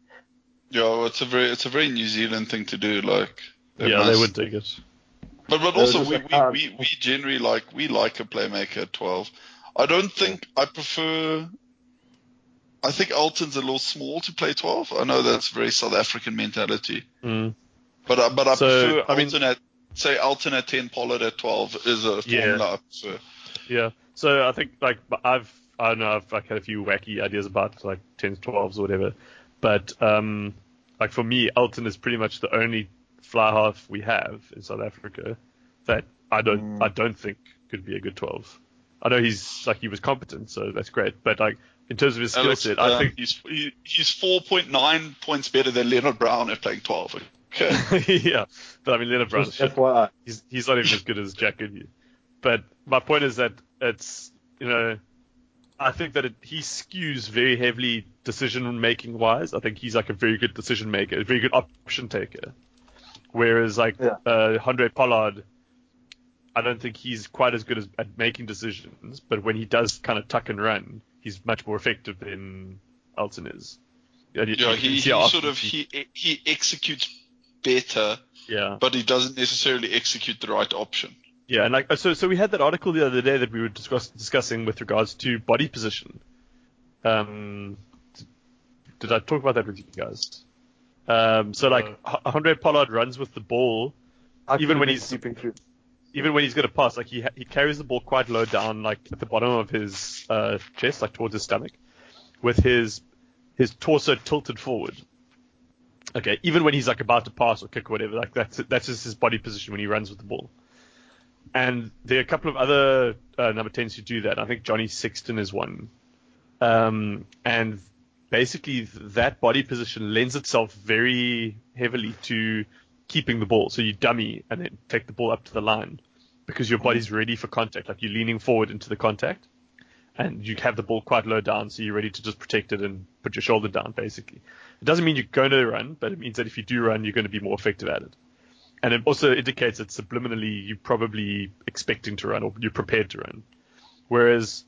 Speaker 2: Yeah, well, it's a very it's a very New Zealand thing to do. Like, they're
Speaker 3: Yeah,
Speaker 2: nice.
Speaker 3: they would take it.
Speaker 2: But but
Speaker 4: They
Speaker 2: also
Speaker 4: were
Speaker 2: we,
Speaker 4: just like, ah.
Speaker 2: we, we, we generally like we like a playmaker at twelve. I don't think I prefer. I think Alton's a little small to play twelve. I know that's very South African mentality.
Speaker 3: Mm.
Speaker 2: But I, but I
Speaker 3: So,
Speaker 2: prefer
Speaker 3: I mean-
Speaker 2: Alton at say Alton at ten, Pollard at twelve is a
Speaker 3: Yeah.
Speaker 2: formula I prefer.
Speaker 3: Yeah. So I think like I've I don't know I've like had a few wacky ideas about like 10s, 12s or whatever, but um like for me Elton is pretty much the only fly half we have in South Africa that I don't I don't think could be a good 12. I know he's like he was competent, so that's great, but like in terms of his skill
Speaker 2: Alex,
Speaker 3: set,
Speaker 2: um,
Speaker 3: I think
Speaker 2: he's he, he's four point nine points better than Leonard Brown at playing twelve. Okay.
Speaker 3: yeah, but I mean Leonard Brown.
Speaker 4: Just FYI.
Speaker 3: he's he's not even as good as Jack Goodyear. But my point is that it's you know, I think that it, he skews very heavily decision making wise. I think he's like a very good decision maker, a very good option taker. Whereas like
Speaker 4: Yeah.
Speaker 3: uh, Andre Pollard, I don't think he's quite as good as, at making decisions. But when he does kind of tuck and run, he's much more effective than Elton is. And you-
Speaker 2: Yeah,
Speaker 3: you can
Speaker 2: he,
Speaker 3: see
Speaker 2: he
Speaker 3: how
Speaker 2: sort
Speaker 3: often
Speaker 2: of he he executes better,
Speaker 3: yeah.
Speaker 2: but he doesn't necessarily execute the right option.
Speaker 3: Yeah, and like so, so we had that article the other day that we were discuss, discussing with regards to body position. Um, d- did I talk about that with you guys? Um, so like, H- Andre Pollard runs with the ball,
Speaker 4: I
Speaker 3: Even
Speaker 4: could've
Speaker 3: when
Speaker 4: been
Speaker 3: he's-
Speaker 4: sleeping through.
Speaker 3: even when he's going to pass. Like he ha- he carries the ball quite low down, like at the bottom of his uh, chest, like towards his stomach, with his his torso tilted forward. Okay, even when he's like about to pass or kick or whatever, like that's that's just his body position when he runs with the ball. And there are a couple of other uh, number tens who do that. I think Johnny Sexton is one. Um, and basically, that body position lends itself very heavily to keeping the ball. So you dummy and then take the ball up to the line because your body's ready for contact. Like you're leaning forward into the contact and you have the ball quite low down, so you're ready to just protect it and put your shoulder down, basically. It doesn't mean you're going to run, but it means that if you do run, you're going to be more effective at it. And it also indicates that subliminally you're probably expecting to run or you're prepared to run. Whereas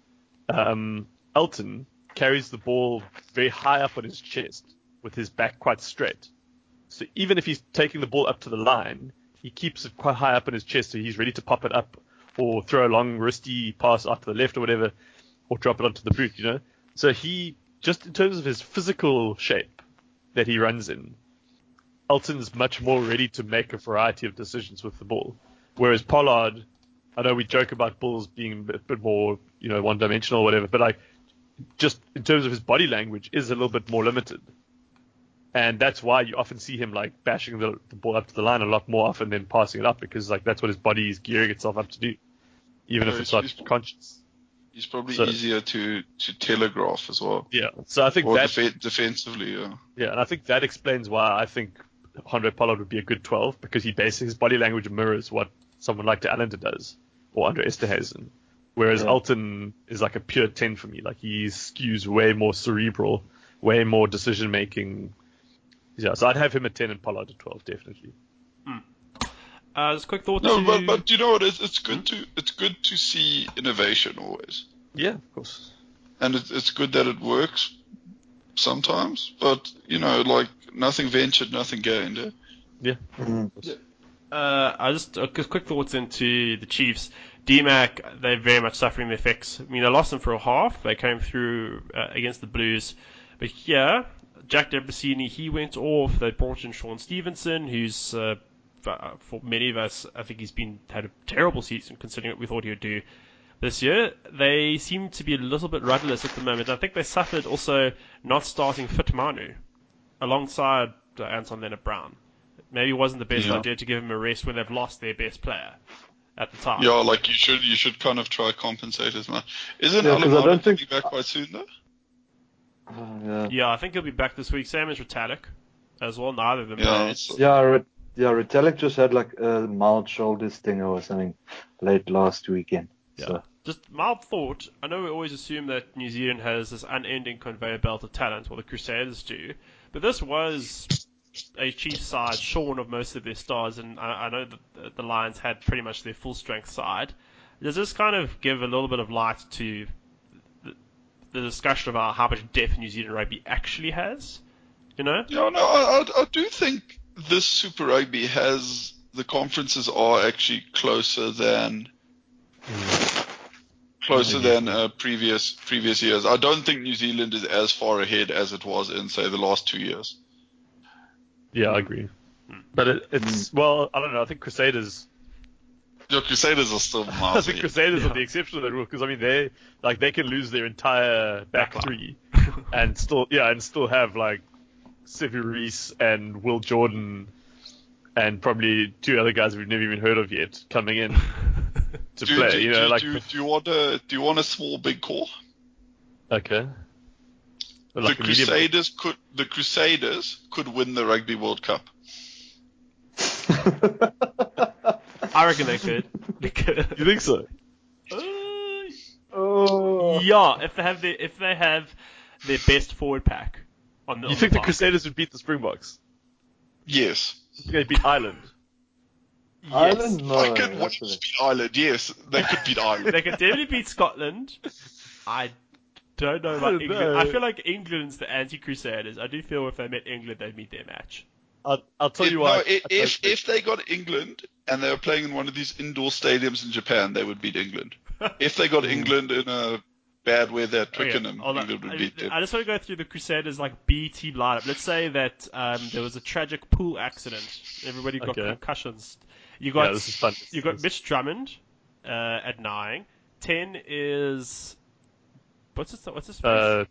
Speaker 3: um, Elton carries the ball very high up on his chest with his back quite straight. So even if he's taking the ball up to the line, he keeps it quite high up in his chest, so he's ready to pop it up or throw a long wristy pass out to the left or whatever, or drop it onto the boot, you know. So he just in terms of his physical shape that he runs in, Elton's much more ready to make a variety of decisions with the ball, whereas Pollard, I know we joke about balls being a bit, bit more you know one dimensional or whatever, but like just in terms of his body language is a little bit more limited and that's why you often see him like bashing the, the ball up to the line a lot more often than passing it up because like that's what his body is gearing itself up to do, even if
Speaker 2: Yeah,
Speaker 3: it's
Speaker 2: he's-
Speaker 3: not
Speaker 2: he's-
Speaker 3: conscious.
Speaker 2: He's probably
Speaker 3: So-
Speaker 2: easier to, to telegraph as well,
Speaker 3: Yeah. So I think
Speaker 2: or
Speaker 3: that
Speaker 2: defe- defensively. Yeah.
Speaker 3: yeah, and I think that explains why I think Andre Pollard would be a good 12 because he basically his body language mirrors what someone like De Allender does or Andre Esterhazen. Whereas
Speaker 4: Yeah.
Speaker 3: Alton is like a pure 10 for me. Like he skews way more cerebral, way more decision making. Yeah, so I'd have him at 10 and Pollard at 12, definitely.
Speaker 1: Uh, just quick thought
Speaker 2: No,
Speaker 1: to...
Speaker 2: but but you know what? It's, it's good to it's good to see innovation always.
Speaker 3: Yeah, of course.
Speaker 2: and it, it's good that it works sometimes. But you know, like nothing ventured, nothing gained. eh?
Speaker 1: Uh, I just uh, just quick thoughts into the Chiefs. DMAC, they're very much suffering the effects. I mean, they lost them for a half. They came through uh, against the Blues, but here Jack Debrasini he went off. They brought in Sean Stevenson, who's uh, for, for many of us, I think he's been had a terrible season considering what we thought he would do this year. They seem to be a little bit rudderless at the moment. I think they suffered also not starting Fitmanu alongside uh, Anton Leonard Brown. Maybe it wasn't the best
Speaker 2: Yeah.
Speaker 1: idea to give him a rest when they've lost their best player at the time.
Speaker 2: Yeah, like you should you should kind of try compensate as much. Isn't
Speaker 4: Yeah,
Speaker 2: yeah,
Speaker 4: 'cause I don't think-
Speaker 2: back quite soon though?
Speaker 4: Oh, yeah.
Speaker 1: Yeah, I think he'll be back this week. Same as Retallick as well. Neither of them.
Speaker 2: Yeah,
Speaker 1: played.
Speaker 2: it's-
Speaker 4: Yeah, Rit- yeah, Retallick just had like a mild shoulder stinger or something late last weekend.
Speaker 1: Yeah.
Speaker 4: So,
Speaker 1: Just mild thought. I know we always assume that New Zealand has this unending conveyor belt of talent, or the Crusaders do, but this was a Chiefs side shorn of most of their stars, and I, I know that the Lions had pretty much their full strength side. Does this kind of give a little bit of light to the, the discussion about how much depth New Zealand rugby actually has? You know?
Speaker 2: Yeah, no, I, I I do think this Super Rugby has the conferences are actually closer than closer than uh, previous previous years. I don't think New Zealand is as far ahead as it was in say the last two years.
Speaker 3: Yeah, I agree. But it, it's, well, I don't know. I think Crusaders
Speaker 2: Your Crusaders are still
Speaker 3: I
Speaker 2: miles
Speaker 3: think
Speaker 2: ahead.
Speaker 3: Crusaders
Speaker 1: Yeah.
Speaker 3: are the exception to that rule because I mean they like they can lose their entire back
Speaker 1: Back
Speaker 3: three and still yeah and still have like Sivu Reese and Will Jordan and probably two other guys we've never even heard of yet coming in to
Speaker 2: Do,
Speaker 3: play.
Speaker 2: do,
Speaker 3: you
Speaker 2: do,
Speaker 3: know, like
Speaker 2: do, do you want a do you want a small big call?
Speaker 3: okay, Or
Speaker 2: the
Speaker 3: like a medium-
Speaker 2: Crusaders could the Crusaders could win the Rugby World Cup.
Speaker 1: I reckon they could. They could.
Speaker 3: You think so?
Speaker 1: Uh,
Speaker 4: oh,
Speaker 1: Yeah, if they have their if they have their best forward pack on the. on
Speaker 3: You
Speaker 2: Oh
Speaker 3: think the
Speaker 1: park.
Speaker 3: Crusaders would beat the Springboks?
Speaker 2: Yes,
Speaker 3: You think They'd beat Ireland.
Speaker 1: Yes.
Speaker 4: Ireland? No.
Speaker 2: I could watch
Speaker 4: actually.
Speaker 2: them beat Ireland. Yes, they could beat Ireland.
Speaker 1: They could definitely beat Scotland. I don't know
Speaker 3: I
Speaker 1: about
Speaker 3: don't
Speaker 1: England.
Speaker 3: know.
Speaker 1: I feel like England's the anti-Crusaders. I do feel if they met England, they'd meet their match.
Speaker 3: I'll, I'll tell
Speaker 2: If-
Speaker 3: you
Speaker 2: no,
Speaker 3: why.
Speaker 2: i- if if they got England and they were playing in one of these indoor stadiums in Japan, they would beat England. If they got England in a bad weather at
Speaker 1: Okay,
Speaker 2: Twickenham,
Speaker 1: hold on.
Speaker 2: England would
Speaker 1: I,
Speaker 2: beat them.
Speaker 1: I just want to go through the Crusaders like B team lineup. Let's say that um, there was a tragic pool accident. Everybody got
Speaker 3: Okay.
Speaker 1: concussions. You
Speaker 3: yeah,
Speaker 1: got
Speaker 3: this is fun.
Speaker 1: You got Mitch Drummond uh, at nine. Ten is what's his what's his face?
Speaker 3: uh,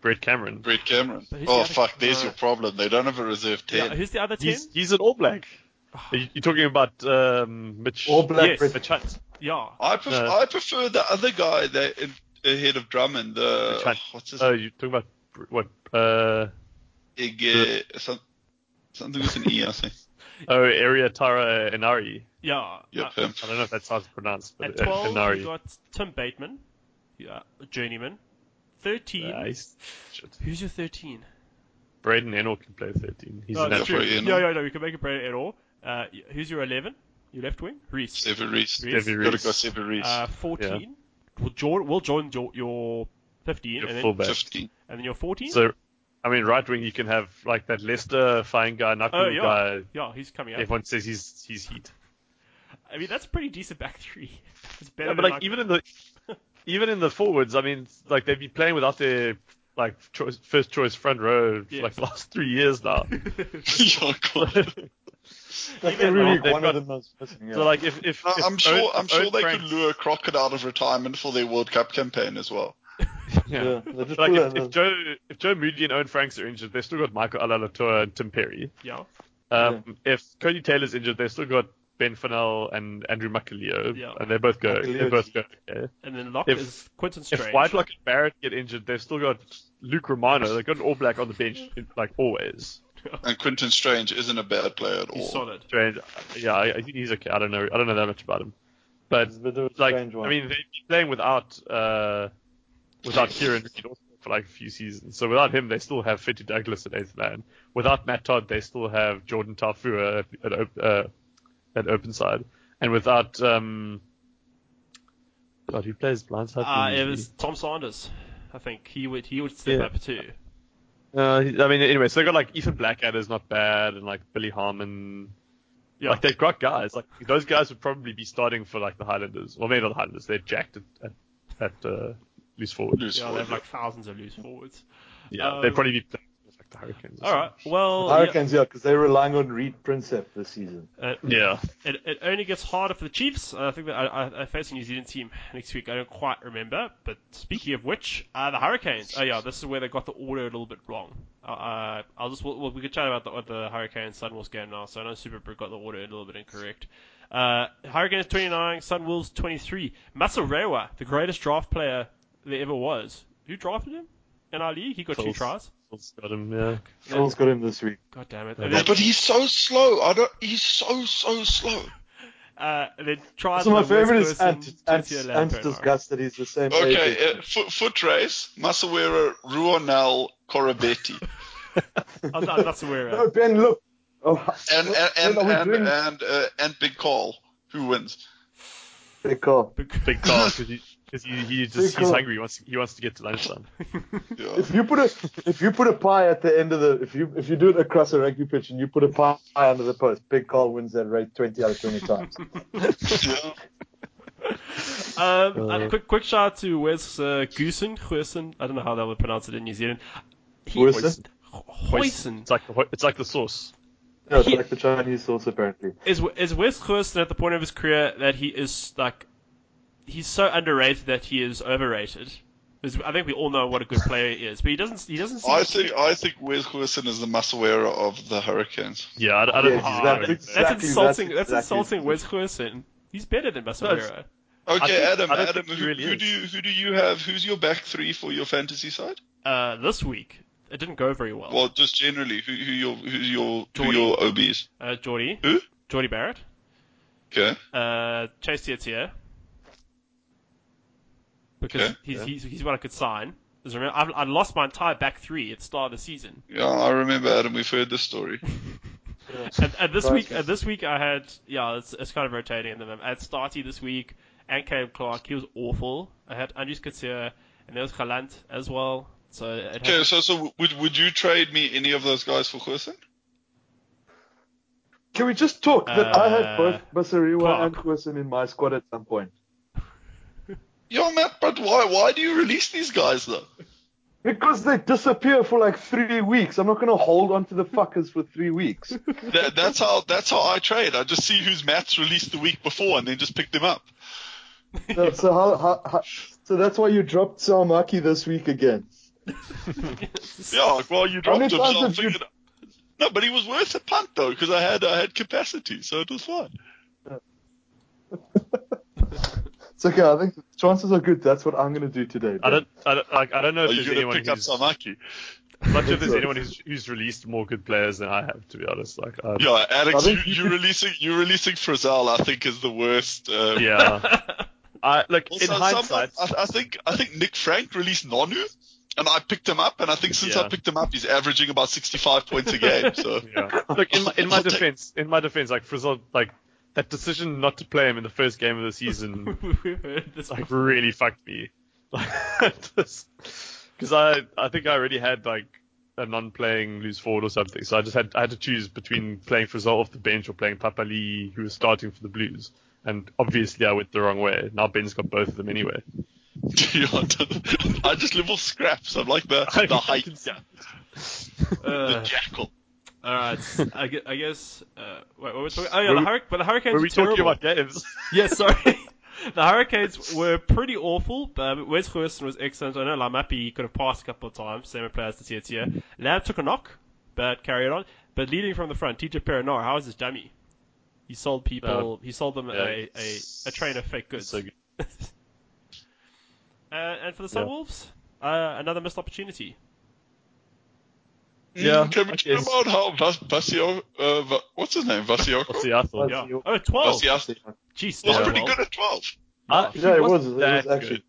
Speaker 3: Brett Cameron.
Speaker 2: Brett Cameron.
Speaker 1: But who's the
Speaker 2: Oh
Speaker 1: other-
Speaker 2: fuck, there's
Speaker 1: no.
Speaker 2: your problem. They don't have a reserve
Speaker 1: Yeah,
Speaker 2: ten.
Speaker 1: who's the other ten?
Speaker 3: He's, he's an All Black.
Speaker 1: Ah.
Speaker 3: You- You're talking about um, Mitch.
Speaker 4: All black.
Speaker 1: Yes.
Speaker 4: Brit-
Speaker 3: Mitch Hunt.
Speaker 1: Yeah,
Speaker 2: I pref-
Speaker 3: No.
Speaker 2: I prefer the other guy that in, ahead of Drummond. The
Speaker 3: Which one?
Speaker 2: what's his
Speaker 3: Oh, you're talking about Br- what? Uh,
Speaker 2: Ige, some, something with an E, I think.
Speaker 3: oh, Area Tara Enari.
Speaker 1: yeah.
Speaker 2: Yep,
Speaker 1: Uh,
Speaker 2: him.
Speaker 3: I don't know if that's how it's pronounced,
Speaker 1: at
Speaker 3: but uh,
Speaker 1: twelve, you
Speaker 3: Enari.
Speaker 1: got Tim Bateman, yeah, a journeyman. Thirteen.
Speaker 3: Nice. Shit.
Speaker 1: Who's your thirteen?
Speaker 3: Braden Enor can play 13. He's
Speaker 1: Oh,
Speaker 3: a
Speaker 1: that's
Speaker 2: not
Speaker 1: true.
Speaker 3: natural.
Speaker 2: very in.
Speaker 1: Yeah, yeah, no, we can make a break at all. Uh, y- who's your eleven? Your left wing, Reese.
Speaker 2: Severis.
Speaker 1: Reese.
Speaker 3: Severis.
Speaker 2: Gotta go Severis.
Speaker 1: Uh, fourteen. Will join. Will join your, your fifteen,
Speaker 3: Your
Speaker 1: and then
Speaker 3: fullback.
Speaker 2: 15.
Speaker 1: and then your fourteen.
Speaker 3: So, I mean, right wing, you can have like that Leicester fine guy, Knuckle
Speaker 1: oh yeah,
Speaker 3: guy.
Speaker 1: yeah, he's coming up.
Speaker 3: Everyone says he's he's heat.
Speaker 1: I mean, that's pretty decent back three. It's better
Speaker 3: Yeah, but
Speaker 1: than
Speaker 3: like even in the even in the forwards, I mean, like they've been playing without their like choice, first choice front row for
Speaker 1: Yeah.
Speaker 3: like the last three years now.
Speaker 2: Yeah, God.
Speaker 4: Like
Speaker 1: Even
Speaker 4: every
Speaker 3: now,
Speaker 4: week,
Speaker 3: they've
Speaker 4: one
Speaker 3: got-
Speaker 4: of them is missing. Yeah.
Speaker 3: So like if if,
Speaker 2: Uh,
Speaker 3: if
Speaker 2: I'm sure.
Speaker 3: Owen-
Speaker 2: I'm
Speaker 3: if
Speaker 2: sure
Speaker 3: Owen
Speaker 2: they
Speaker 3: Frank-
Speaker 2: could lure Crockett out of retirement for their World Cup campaign as well.
Speaker 3: yeah.
Speaker 4: yeah, they just
Speaker 3: Like
Speaker 4: pull
Speaker 3: if,
Speaker 4: out
Speaker 3: if
Speaker 4: the-
Speaker 3: Joe if Joe Moody and Owen Franks are injured, they've still got Michael Alalatua and Tim Perry.
Speaker 1: yeah,
Speaker 3: Um, If Cody Taylor's injured, they've still got Ben Fennell and Andrew Makaleo,
Speaker 1: Yeah.
Speaker 3: and they both go. They
Speaker 4: Makaleo.
Speaker 3: both go. Okay.
Speaker 1: and then lock
Speaker 3: If-
Speaker 1: is Quentin Strange.
Speaker 3: If Whitelock and Barrett get injured, they've still got Luke Romano. They've got an All Black on the bench, like always.
Speaker 2: And Quinton Strange isn't a bad player at all.
Speaker 1: He's solid.
Speaker 3: Strange. Yeah, I- he's okay. I don't know. I don't know that much about him, but
Speaker 4: It's a bit of a
Speaker 3: like
Speaker 4: strange one.
Speaker 3: I mean, they've been playing without uh, without Kieran Reid also for like a few seasons. So without him, they still have Fetty Douglas at eighth man. Without Matt Todd, they still have Jordan Tafua at at, op- uh, at open side, and without um, God, who plays blindside? for
Speaker 1: Uh,
Speaker 3: them
Speaker 1: it
Speaker 3: usually?
Speaker 1: was Tom Saunders. I think he would he would step
Speaker 3: Yeah.
Speaker 1: up too.
Speaker 3: Uh, he- I mean, anyway, so they got like Ethan Blackadder's not bad, and like Billy Harmon.
Speaker 1: Yeah.
Speaker 3: Like they've got guys. Like those guys would probably be starting for like the Highlanders. Well, maybe not the Highlanders. They're jacked at at, at uh, loose forward.
Speaker 2: Loose
Speaker 1: Yeah, they
Speaker 2: forward,
Speaker 1: have like thousands of loose forwards.
Speaker 3: Yeah,
Speaker 1: Um,
Speaker 3: they'd probably be playing with, like the Hurricanes. or
Speaker 1: All right. Well, yeah,
Speaker 4: Hurricanes, yeah, because they're relying on Reed Princep this season.
Speaker 1: uh,
Speaker 3: something. Yeah.
Speaker 1: it, it only gets harder for the Chiefs. I think that I, I, I face a New Zealand team next week. I don't quite remember. But speaking of which, uh, the Hurricanes. Oh yeah, this is where they got the order a little bit wrong. Uh, Uh, I'll just we'll, we'll- we could chat about the, what the Hurricanes Sunwolves game now. So I know Superbrook got the order a little bit incorrect. Uh, Hurricanes 29, Sunwolves 23. Masarewa, the greatest draft player there ever was. Who drafted him in our league? He got two
Speaker 3: Phil's-
Speaker 1: tries.
Speaker 3: Phil's got him, yeah.
Speaker 4: Phil's got him this week.
Speaker 1: God damn it.
Speaker 3: Yeah.
Speaker 1: And
Speaker 2: Yeah,
Speaker 1: then,
Speaker 2: but he's so slow. I don't. He's so so slow.
Speaker 1: uh, and then tries
Speaker 4: So my
Speaker 1: the
Speaker 4: favorite
Speaker 1: worst
Speaker 4: is
Speaker 1: person
Speaker 4: Ant.
Speaker 1: to
Speaker 4: Ant's,
Speaker 1: see a
Speaker 4: Ant's
Speaker 1: Lampard.
Speaker 4: disgusted he's the same age.
Speaker 2: Okay, uh, foot, foot race. Masawera, Ruonel, Corabetti,
Speaker 1: I'm not, I'm not aware of
Speaker 4: No, Ben, look. Oh,
Speaker 2: and and and
Speaker 4: Ben, are we
Speaker 2: and,
Speaker 4: doing-
Speaker 2: and, uh, and Big Call. Who wins?
Speaker 4: They call.
Speaker 3: Big Carl, because he, 'cause he, he just he's
Speaker 4: Carl.
Speaker 3: hungry. He wants he wants to get to lunchtime.
Speaker 2: Yeah.
Speaker 4: If you put a if you put a pie at the end of the if you if you do it across a rugby pitch and you put a pie under the post, Big Carl wins that rate twenty out of twenty times.
Speaker 2: yeah.
Speaker 1: Um, a quick, quick shout out to Wes uh, Goosen, Goosen. I don't know how they would pronounce it in New Zealand. He,
Speaker 4: Goosen?
Speaker 1: Goosen.
Speaker 3: It's like the ho- it's like the sauce.
Speaker 4: No, it's like the Chinese sauce apparently.
Speaker 1: Is is Wes Goosen at the point of his career that he is like he's so underrated that he is overrated? 'Cause I think we all know what a good player he is, but he doesn't. He doesn't. Seem
Speaker 2: I think I think Wes Wilson is the Masawera of the Hurricanes.
Speaker 3: Yeah, I, I don't
Speaker 4: Yeah,
Speaker 3: think he's
Speaker 1: Ah,
Speaker 4: exactly.
Speaker 1: that's
Speaker 4: Exactly,
Speaker 1: insulting. That's,
Speaker 4: that's exactly-
Speaker 1: insulting. Wes Goosen. He's better than Masahiro.
Speaker 2: Okay,
Speaker 3: I think-
Speaker 2: Adam.
Speaker 3: I don't
Speaker 2: Adam,
Speaker 3: think
Speaker 2: who,
Speaker 3: he really
Speaker 2: who
Speaker 3: is.
Speaker 2: do you, who do you have? Who's your back three for your fantasy side?
Speaker 1: Uh, this week it didn't go very well.
Speaker 2: Well, just generally, who, who your who's your who
Speaker 1: Jordy.
Speaker 2: your OBs?
Speaker 1: uh, Geordie,
Speaker 2: Who?
Speaker 1: Geordie Barrett,
Speaker 2: Okay.
Speaker 1: uh, Chase Tietier. Because
Speaker 2: Okay.
Speaker 1: he's, he's, he's what I could sign. 'Cause remember, I've, I lost my entire back three at the start of the season.
Speaker 2: Yeah, I remember Adam. We've heard this story.
Speaker 1: And, and this
Speaker 4: Right.
Speaker 1: week, and this week I had, yeah, it's, it's kind of rotating. And then I had Starty this week and Caleb Clark. He was awful. I had Andrews Katsir and there was Galant as well. So it
Speaker 2: Okay,
Speaker 1: had,
Speaker 2: so so would would you trade me any of those guys for Wilson?
Speaker 4: Can we just talk that I
Speaker 3: Uh,
Speaker 4: had both Basariwa and
Speaker 1: Clark.
Speaker 4: Wilson in my squad at some point?
Speaker 2: Yeah, Matt, but why why do you release these guys though?
Speaker 4: Because they disappear for like three weeks. I'm not gonna hold on to the fuckers for three weeks.
Speaker 2: That, that's how that's how I trade. I just see who's Matt's released the week before and then just pick them up.
Speaker 4: So, so how, how, how so that's why you dropped Salmaki this week again.
Speaker 2: Yeah, like, well you dropped him.
Speaker 4: many
Speaker 2: So
Speaker 4: times
Speaker 2: I
Speaker 4: have you-
Speaker 2: figured, No, but he was worth a punt though because I had I had capacity, so it was fine.
Speaker 4: It's okay. I think the chances are good. That's what I'm gonna do today.
Speaker 3: I don't, I don't, like, I don't know
Speaker 2: Are
Speaker 3: if
Speaker 2: you
Speaker 3: there's
Speaker 2: going to
Speaker 3: anyone
Speaker 2: pick up
Speaker 3: who's,
Speaker 2: Samaki?
Speaker 3: I'm not sure if there's
Speaker 4: So-
Speaker 3: anyone who's, who's released more good players than I have. To be honest, like, I,
Speaker 2: Yeah, Alex,
Speaker 4: I
Speaker 2: you,
Speaker 4: think you
Speaker 2: you releasing you releasing Frizzell, I think is the worst. Uh,
Speaker 3: yeah. I like
Speaker 2: Also,
Speaker 3: in hindsight,
Speaker 2: someone- I, I think I think Nick Frank released Nonu, and I picked him up, and I think since
Speaker 3: Yeah.
Speaker 2: I picked him up, he's averaging about sixty five points a game. So
Speaker 3: Yeah. Look, in my, in my
Speaker 2: I'll take-
Speaker 3: defense, in my defense, like Frizzle, like that decision not to play him in the first game of the season,
Speaker 1: we've heard this
Speaker 3: like really fucked me. Like, because I, I think I already had like a non-playing loose forward or something, so I just had I had to choose between playing Frizzle off the bench or playing Papali, who was starting for the Blues. And obviously, I went the wrong way. Now Ben's got both of them anyway.
Speaker 2: yeah, I just live off scraps. I'm like the
Speaker 3: I
Speaker 2: the
Speaker 3: mean, I
Speaker 2: hype,
Speaker 3: can see-
Speaker 2: the
Speaker 1: Uh,
Speaker 2: jackal.
Speaker 1: all right. I gue- I guess. Uh, wait, what were we talking? Oh yeah,
Speaker 3: Were
Speaker 1: the,
Speaker 3: we-
Speaker 1: hurric- but the Hurricanes
Speaker 3: Were
Speaker 1: are
Speaker 3: we talking
Speaker 1: terrible.
Speaker 3: about games?
Speaker 1: Yeah, sorry. the Hurricanes were pretty awful, but Wes Hurston was excellent. I know Lamapi could have passed a couple of times, same players this year. year. Lamb took a knock, but carried on. But leading from the front, TJ Perinar, how is this dummy? He sold people, he sold them
Speaker 3: Uh, yeah,
Speaker 1: a, a, a train of fake goods.
Speaker 3: So good.
Speaker 1: uh, uh, and for the Sunwolves, uh, another missed opportunity.
Speaker 3: Yeah,
Speaker 2: Can we
Speaker 3: I
Speaker 2: talk
Speaker 3: guess.
Speaker 2: about how Vas- Vasio, uh, Va- what's his name? Vasioko?
Speaker 3: Seattle.
Speaker 4: Was
Speaker 1: Yeah.
Speaker 4: your-
Speaker 1: Oh, 12.
Speaker 2: Vasias
Speaker 1: Jeez,
Speaker 2: was
Speaker 3: Yeah.
Speaker 2: pretty
Speaker 1: 12.
Speaker 2: good at 12.
Speaker 3: Uh,
Speaker 4: Yeah,
Speaker 3: wasn't
Speaker 4: it was. It was
Speaker 3: that
Speaker 4: actually.
Speaker 3: good.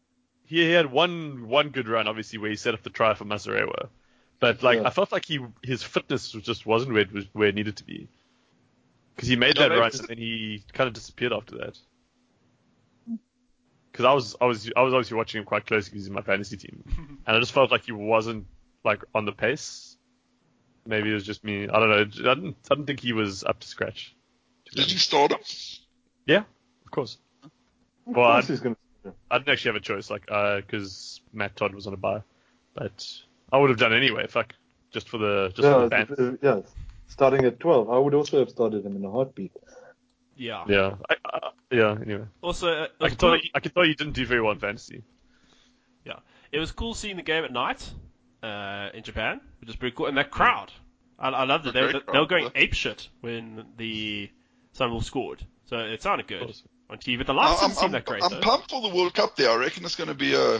Speaker 3: He he had one one good run, obviously, where he set up the try for Masarewa. But like,
Speaker 4: Yeah.
Speaker 3: I felt like he his fitness was just wasn't where it, was, where it needed to be. Because he made
Speaker 2: Yeah,
Speaker 3: that
Speaker 2: maybe
Speaker 3: run
Speaker 2: it's-
Speaker 3: and then he kind of disappeared after that. Because I was I was I was obviously watching him quite closely because he's in my fantasy team, and I just felt like he wasn't like on the pace. Maybe it was just me. I don't know. I didn't I didn't think he was up to scratch. to be
Speaker 2: Did
Speaker 3: honest.
Speaker 2: you start him?
Speaker 3: Yeah, of course.
Speaker 4: Of
Speaker 3: Well,
Speaker 4: course
Speaker 3: I-
Speaker 4: he's gonna-
Speaker 3: I didn't actually have a choice, like, because Matt Todd was on a buy, but I would have done anyway. Fuck, just for the just for
Speaker 4: Yeah,
Speaker 3: the band.
Speaker 4: uh, yeah, starting at 12. I would also have started him in a heartbeat.
Speaker 1: Yeah.
Speaker 3: Yeah, I, I, uh, yeah. Anyway,
Speaker 1: Also, uh, it
Speaker 3: I
Speaker 1: was,
Speaker 3: can tell
Speaker 1: cool,
Speaker 3: you, I can tell you didn't do very well in fantasy.
Speaker 1: yeah. it was cool seeing the game at night uh, in Japan, which is pretty cool. And that crowd. I, I loved it. They,
Speaker 2: Great
Speaker 1: they,
Speaker 2: crowd,
Speaker 1: they were going
Speaker 2: yeah.
Speaker 1: ape shit when the Sunwolves scored. So it sounded good
Speaker 3: Awesome.
Speaker 1: on TV. The lights
Speaker 2: I'm,
Speaker 1: didn't seem
Speaker 2: I'm-
Speaker 1: that great,
Speaker 2: I'm
Speaker 1: though.
Speaker 2: pumped for the World Cup there. I reckon it's going to be a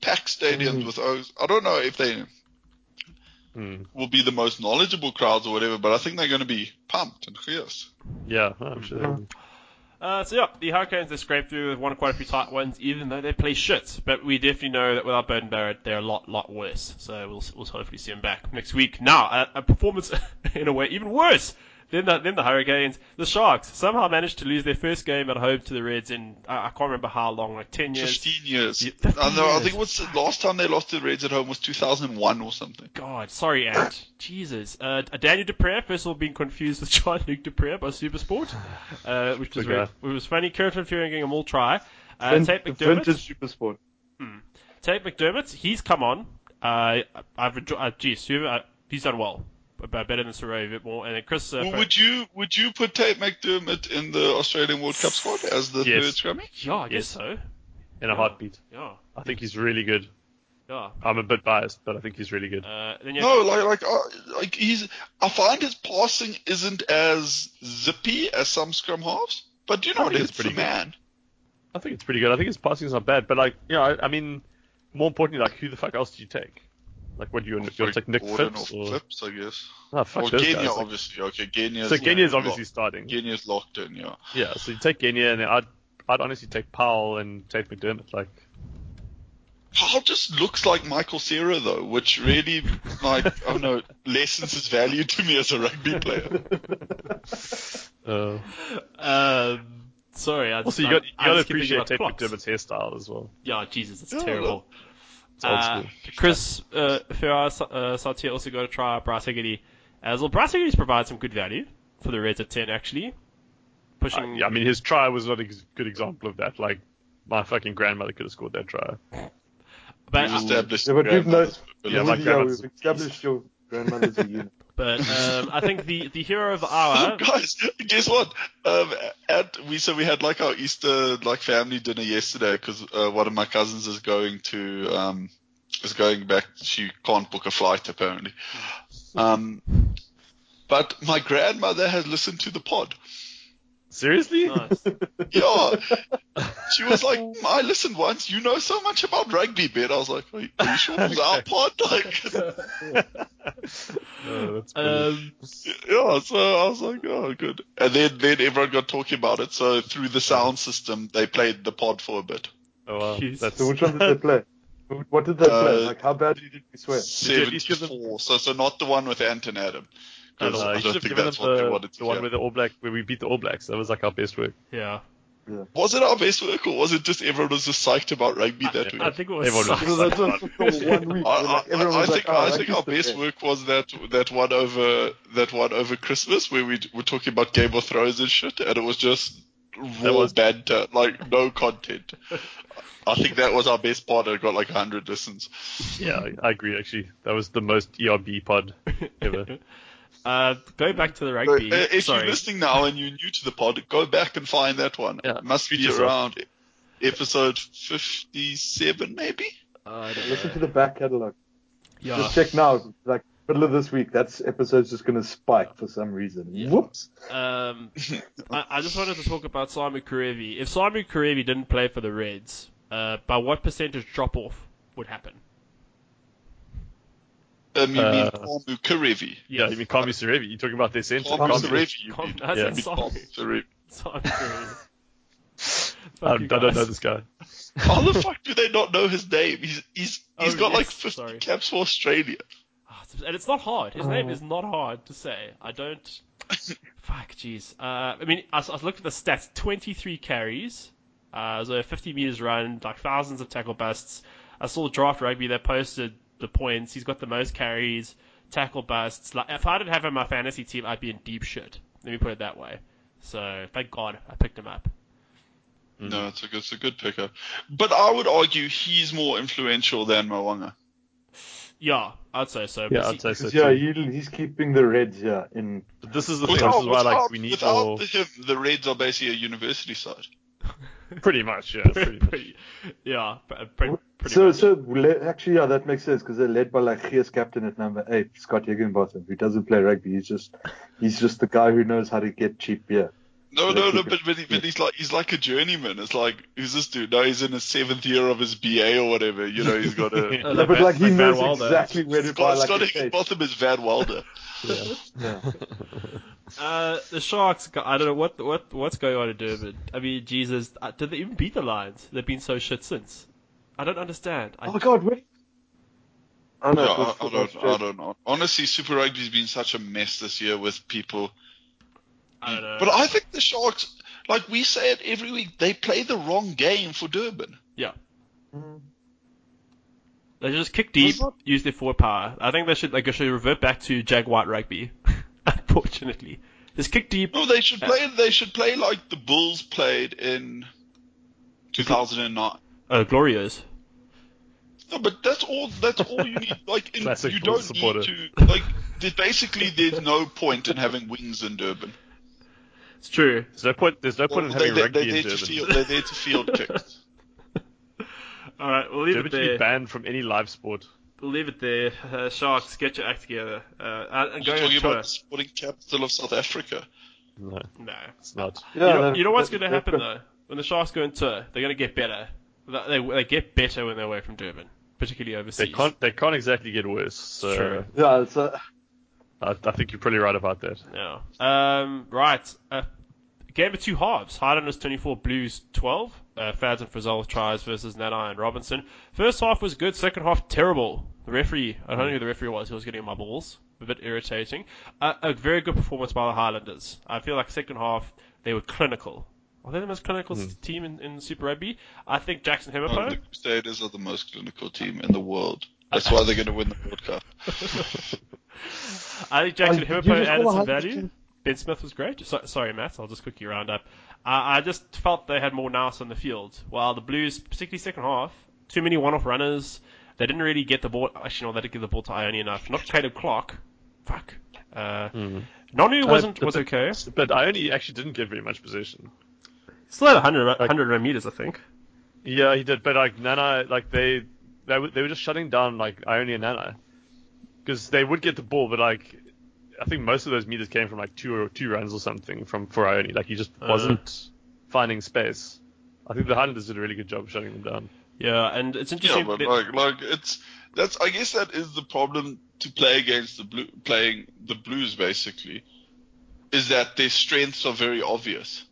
Speaker 2: packed stadiums with O's. I don't know if they
Speaker 3: Hmm.
Speaker 2: will be the most knowledgeable crowds or whatever, but I think they're going to be pumped and fierce.
Speaker 3: Yeah, I'm sure.
Speaker 1: Uh, so yeah, the Hurricanes they scraped through. They've won quite a few tight ones, even though they play shit. But we definitely know that without Burden Barrett, they're a lot, lot worse. So we'll, we'll hopefully see him back next week. Now, a, a performance in a way even worse than the, than the Hurricanes. The Sharks somehow managed to lose their first game at home to the Reds in I, I can't remember how long, like ten years.
Speaker 2: 15 years. uh,
Speaker 1: Yeah,
Speaker 2: I, know, I
Speaker 1: 15
Speaker 2: think it was the last time they lost to the Reds at home was 2001 or something.
Speaker 1: God, sorry, Ant. Jesus. Uh, Daniel Dupre, first of all, being confused with John Luke Dupre by Supersport, uh, which was
Speaker 3: Good guy.
Speaker 1: very, which was funny. Kurt Van Fury getting a all try. Uh,
Speaker 4: Vin-
Speaker 1: Tate McDermott. Hmm.
Speaker 4: Vintage super sport.
Speaker 1: Tate McDermott, he's come on. Uh, I've enjoyed. Uh, geez, who- uh, he's done well, but but better than Saray a bit more. And then Chris, uh,
Speaker 2: Well, would you would you put Tate McDermott in the Australian World Cup squad as the
Speaker 3: Yes.
Speaker 2: third scrummy?
Speaker 1: yeah, I guess
Speaker 3: Yes.
Speaker 1: so.
Speaker 3: In a heartbeat,
Speaker 1: Yeah,
Speaker 3: I think he's really good.
Speaker 1: yeah.
Speaker 3: I'm a bit biased, but I think he's really good.
Speaker 1: Uh, then you have,
Speaker 2: No, like like uh, like he's. I find his passing isn't as zippy as some scrum halves, but you know
Speaker 3: I
Speaker 2: what?
Speaker 3: think it's
Speaker 2: It's the
Speaker 3: pretty good.
Speaker 2: man.
Speaker 3: I think it's pretty good. I think his passing's not bad, but like, you know, I, I mean, more importantly, like, who the fuck else do you take? Like, what do you want to take? Nick
Speaker 2: Gordon
Speaker 3: Phipps
Speaker 2: or
Speaker 3: or,
Speaker 2: Phipps, I guess.
Speaker 3: no, fuck
Speaker 2: or
Speaker 3: those
Speaker 2: Genia,
Speaker 3: guys. Like,
Speaker 2: obviously. Okay, Genia's
Speaker 3: so Genia's
Speaker 2: yeah,
Speaker 3: obviously starting.
Speaker 2: locked- Genia's locked in. Yeah.
Speaker 3: Yeah, so you take Genya, and I'd I'd honestly take Powell and Tate McDermott. Like,
Speaker 2: Powell just looks like Michael Cera though, which really like I don't know lessens his value to me as a rugby player.
Speaker 3: uh,
Speaker 1: um, sorry. I,
Speaker 3: also you
Speaker 1: I-
Speaker 3: got you
Speaker 1: I
Speaker 3: got
Speaker 1: just keep
Speaker 3: to
Speaker 1: thinking
Speaker 3: appreciate
Speaker 1: about
Speaker 3: Tate
Speaker 1: clocks.
Speaker 3: McDermott's hairstyle as well.
Speaker 1: Yeah, Jesus, it's
Speaker 2: Yeah,
Speaker 1: terrible.
Speaker 3: old
Speaker 1: Uh,
Speaker 3: school.
Speaker 1: Chris uh, Ferrar uh, Sartier also got to try Bryce Higgity as well. Bryce Higgity provides some good value for the Reds at 10, actually.
Speaker 3: Uh,
Speaker 1: Pushing
Speaker 3: yeah, I mean his try was not a ex- good example of that. Like, my fucking grandmother could have scored that try.
Speaker 1: but,
Speaker 2: He's established.
Speaker 4: Yeah, but we've
Speaker 2: grandmother's
Speaker 4: noticed-
Speaker 2: ability.
Speaker 3: Yeah, my
Speaker 4: We've-
Speaker 3: grandmother's-
Speaker 4: we've established your grandmother's a unit.
Speaker 1: but um, I think the, the hero of the
Speaker 2: Oh,
Speaker 1: hour.
Speaker 2: guys, guess what? Um, at we so we had like our Easter like family dinner yesterday because uh, one of my cousins is going to um, is going back. She can't book a flight apparently. Um, but my grandmother has listened to the pod.
Speaker 3: Seriously?
Speaker 1: Nice.
Speaker 2: Yeah, she was like, "Mm, "I listened once. You know so much about rugby, Ben." I was like, "Are you are you sure it was our pod?" Like,
Speaker 3: No, that's brilliant.
Speaker 1: Um,
Speaker 2: Yeah, so I was like, oh, good. And then, then everyone got talking about it. So through the sound system, they played the pod for a bit.
Speaker 3: oh, wow.
Speaker 1: jeez.
Speaker 3: that's,
Speaker 4: So which one did they play? What did they play?
Speaker 2: Uh,
Speaker 4: Like how badly did we swear?
Speaker 3: you at least give them-
Speaker 2: Seventy-four. So, so not the one with Ant and Adam. 'Cause
Speaker 3: uh,
Speaker 2: I
Speaker 3: you should
Speaker 2: don't think
Speaker 3: have given them
Speaker 2: that's what they
Speaker 3: the,
Speaker 2: wanted to
Speaker 3: the one
Speaker 2: hear.
Speaker 3: with the All Black where we beat the All Blacks. That was like our best work.
Speaker 1: yeah.
Speaker 2: Was it our best work, or was it just everyone was just psyched about rugby that week?
Speaker 1: I think it was.
Speaker 3: Everyone was
Speaker 4: Because that's just the one week.
Speaker 2: I,
Speaker 4: where, like,
Speaker 2: I,
Speaker 4: everyone
Speaker 2: I
Speaker 4: was
Speaker 2: think,
Speaker 4: like, oh,
Speaker 2: I
Speaker 4: like,
Speaker 2: think
Speaker 4: it's
Speaker 2: our
Speaker 4: the
Speaker 2: best work was that that one over that one over Christmas where we d- were talking about Game of Thrones and shit, and it was just raw
Speaker 3: was-
Speaker 2: banter, like no content. I think that was our best part. It got like hundred listens.
Speaker 3: Yeah, I, I agree. Actually, that was the most ERB pod ever.
Speaker 1: uh, going back to the
Speaker 2: So, uh,
Speaker 1: rugby.
Speaker 2: if
Speaker 1: sorry.
Speaker 2: you're listening now and you're new to the pod, go back and find that one.
Speaker 3: Yeah,
Speaker 2: It must
Speaker 3: treat
Speaker 2: be
Speaker 3: yourself.
Speaker 2: around episode fifty-seven, maybe.
Speaker 1: I
Speaker 4: best.
Speaker 1: don't
Speaker 4: Listen
Speaker 1: know.
Speaker 4: to the back catalog.
Speaker 1: Yeah.
Speaker 4: Just check now. Like middle of this week, that episode's just gonna spike for some reason. Whoops.
Speaker 1: Um, I, I just wanted to talk about Simon Karevi. If Simon Karevi didn't play for the Reds, uh, by what percentage drop off would happen?
Speaker 2: Um, you mean
Speaker 3: Uh,
Speaker 2: Palmu Karevi?
Speaker 3: Yeah, you mean Kami Serevi? You're talking about their center.
Speaker 2: Palmu
Speaker 3: Kami-
Speaker 2: Karevi. You
Speaker 1: Palmu-
Speaker 2: mean,
Speaker 1: I
Speaker 2: you
Speaker 3: said
Speaker 2: mean
Speaker 1: sorry.
Speaker 2: Palmu Karevi.
Speaker 1: Sorry. Fuck
Speaker 3: Um, I, I
Speaker 1: you
Speaker 3: don't know
Speaker 1: guys.
Speaker 3: this guy.
Speaker 2: How the fuck do they not know his name? He's he's he's
Speaker 1: Oh,
Speaker 2: got
Speaker 1: yes,
Speaker 2: like 50
Speaker 1: sorry.
Speaker 2: caps for Australia.
Speaker 1: Ah, it's- And it's not hard. His name is not hard to say. I don't. Fuck, jeez. Uh, I mean, I, s- I looked at the stats 23 carries, uh, so 50 meters run, like thousands of tackle busts. I saw Draft Rugby, they posted the points. He's got the most carries, tackle busts. Like, if I didn't have him on my fantasy team, I'd be in deep shit. Let me put it that way. So, thank God I picked him up.
Speaker 3: Mm-hmm.
Speaker 2: No, it's a good, it's a good pickup. But I would argue he's more influential than Mwanga.
Speaker 1: Yeah, I'd say so.
Speaker 3: Yeah,
Speaker 1: But
Speaker 3: I'd
Speaker 1: see-
Speaker 3: say so.
Speaker 4: yeah,
Speaker 3: too.
Speaker 4: he, he's keeping the Reds yeah in.
Speaker 3: But this is the thing. This is why like we need
Speaker 2: without
Speaker 3: more.
Speaker 2: him, the Reds are basically a university side.
Speaker 3: Pretty much, yeah. Pretty much.
Speaker 1: pretty, yeah, pre- pre- pretty
Speaker 4: so
Speaker 1: much.
Speaker 4: so le- actually yeah that makes sense because they're led by like Geer's captain at number eight Scott Higginbotham who doesn't play rugby he's just he's just the guy who knows how to get cheap beer.
Speaker 2: No,
Speaker 4: Yeah,
Speaker 2: no,
Speaker 4: keep
Speaker 2: no,
Speaker 4: it.
Speaker 2: but, but, he- but he's like he's like a journeyman. It's like who's this dude? No, he's in his seventh year of his BA or whatever. You know, he's got a
Speaker 1: Uh,
Speaker 4: No, but like he
Speaker 1: Van
Speaker 4: knows
Speaker 1: Wilder.
Speaker 4: exactly where to buy
Speaker 2: Scott,
Speaker 4: like
Speaker 2: Scott
Speaker 4: a safe.
Speaker 2: Higginbotham is Van Wilder.
Speaker 4: Yeah.
Speaker 1: Uh, the Sharks. go- I don't know what what what's going on in Durban. I mean, Jesus, uh, did they even beat the Lions? They've been so shit since. I don't understand. I,
Speaker 4: Oh God, what? I
Speaker 2: No,
Speaker 4: know.
Speaker 2: I, I don't, I don't know. Honestly, Super Rugby's been such a mess this year with people.
Speaker 1: I don't know.
Speaker 2: But I think the Sharks, like we say it every week, they play the wrong game for Durban.
Speaker 1: yeah,
Speaker 4: Mm-hmm.
Speaker 1: they just kick deep, use their forward power. I think they should like they should revert back to Jag White rugby. Unfortunately, just kick deep.
Speaker 2: No, they should play. They should play like the Bulls played in 2009.
Speaker 1: Uh, Glorious.
Speaker 2: No, but that's all. That's all you need. Like in,
Speaker 3: Classic
Speaker 2: you
Speaker 3: Bulls
Speaker 2: don't
Speaker 3: supporter.
Speaker 2: need to. Like there- basically, there's no point in having wings in Durban.
Speaker 1: It's true.
Speaker 3: There's no point. There's no point in having
Speaker 2: they,
Speaker 3: rugby
Speaker 2: are
Speaker 3: in
Speaker 2: there to
Speaker 3: Durban.
Speaker 2: field. They're there to field kicks.
Speaker 1: All right, we'll leave
Speaker 3: Durban should be banned from any live sport.
Speaker 1: We'll leave it there. Uh, Sharks, get your act together. Uh, I'm
Speaker 2: You're talking about the sporting capital of South Africa.
Speaker 3: No,
Speaker 1: No.
Speaker 3: it's not.
Speaker 1: you know, you know what's going to happen though? When the Sharks go into tour, they're going to get better. They, they, they get better when they're away from Durban, particularly
Speaker 3: They
Speaker 1: overseas.
Speaker 3: can't. They can't exactly get worse. So
Speaker 1: True.
Speaker 4: Yeah, it's a,
Speaker 3: I, I think you're probably right about that.
Speaker 1: No. Um, right. Uh, game of two halves. Highlanders 24, Blues 12. Uh, Fads and Frizzell with tries versus Nanai and Robinson. First half was good. Second half, terrible. The referee, I don't know who the referee was. He was getting on my balls. A bit irritating. Uh, a very good performance by the Highlanders. I feel like second half, they were clinical. Are they the most clinical
Speaker 3: Hmm.
Speaker 1: s- team in, in Super Rugby? I think Jackson Hemipo.
Speaker 2: Oh, the Crusaders are the most clinical team in the world. That's why they're going to win the World Cup.
Speaker 1: I think Jackson
Speaker 4: Like, you
Speaker 1: Himmipo
Speaker 4: just
Speaker 1: added
Speaker 4: all
Speaker 1: some
Speaker 4: had-
Speaker 1: value. Ben Smith was great. So, sorry, Matt, I'll just quickly round up. Uh, I I just felt they had more nous on the field. While the Blues, particularly second half, too many one-off runners. They didn't really get the ball. Actually, no, they did give the ball to Ione enough. Not Caleb Clark. Fuck. Uh, Nonu wasn't
Speaker 3: Uh,
Speaker 1: was
Speaker 3: but-
Speaker 1: okay.
Speaker 3: But I only actually didn't get very much possession.
Speaker 1: Still had 100, 100 meters, I think.
Speaker 3: Yeah, he did. But like Nana, like they they were, they were just shutting down like Ione and Nana because they would get the ball, but like I think most of those meters came from like two or two runs or something from for Ione. Like he just wasn't finding space. I think the Highlanders did a really good job shutting them down.
Speaker 1: Yeah, and it's
Speaker 2: Yeah,
Speaker 1: interesting.
Speaker 2: but
Speaker 1: that-
Speaker 2: like, like it's that's. I guess that is the problem to play against the blue, playing the Blues basically, is that their strengths are very obvious.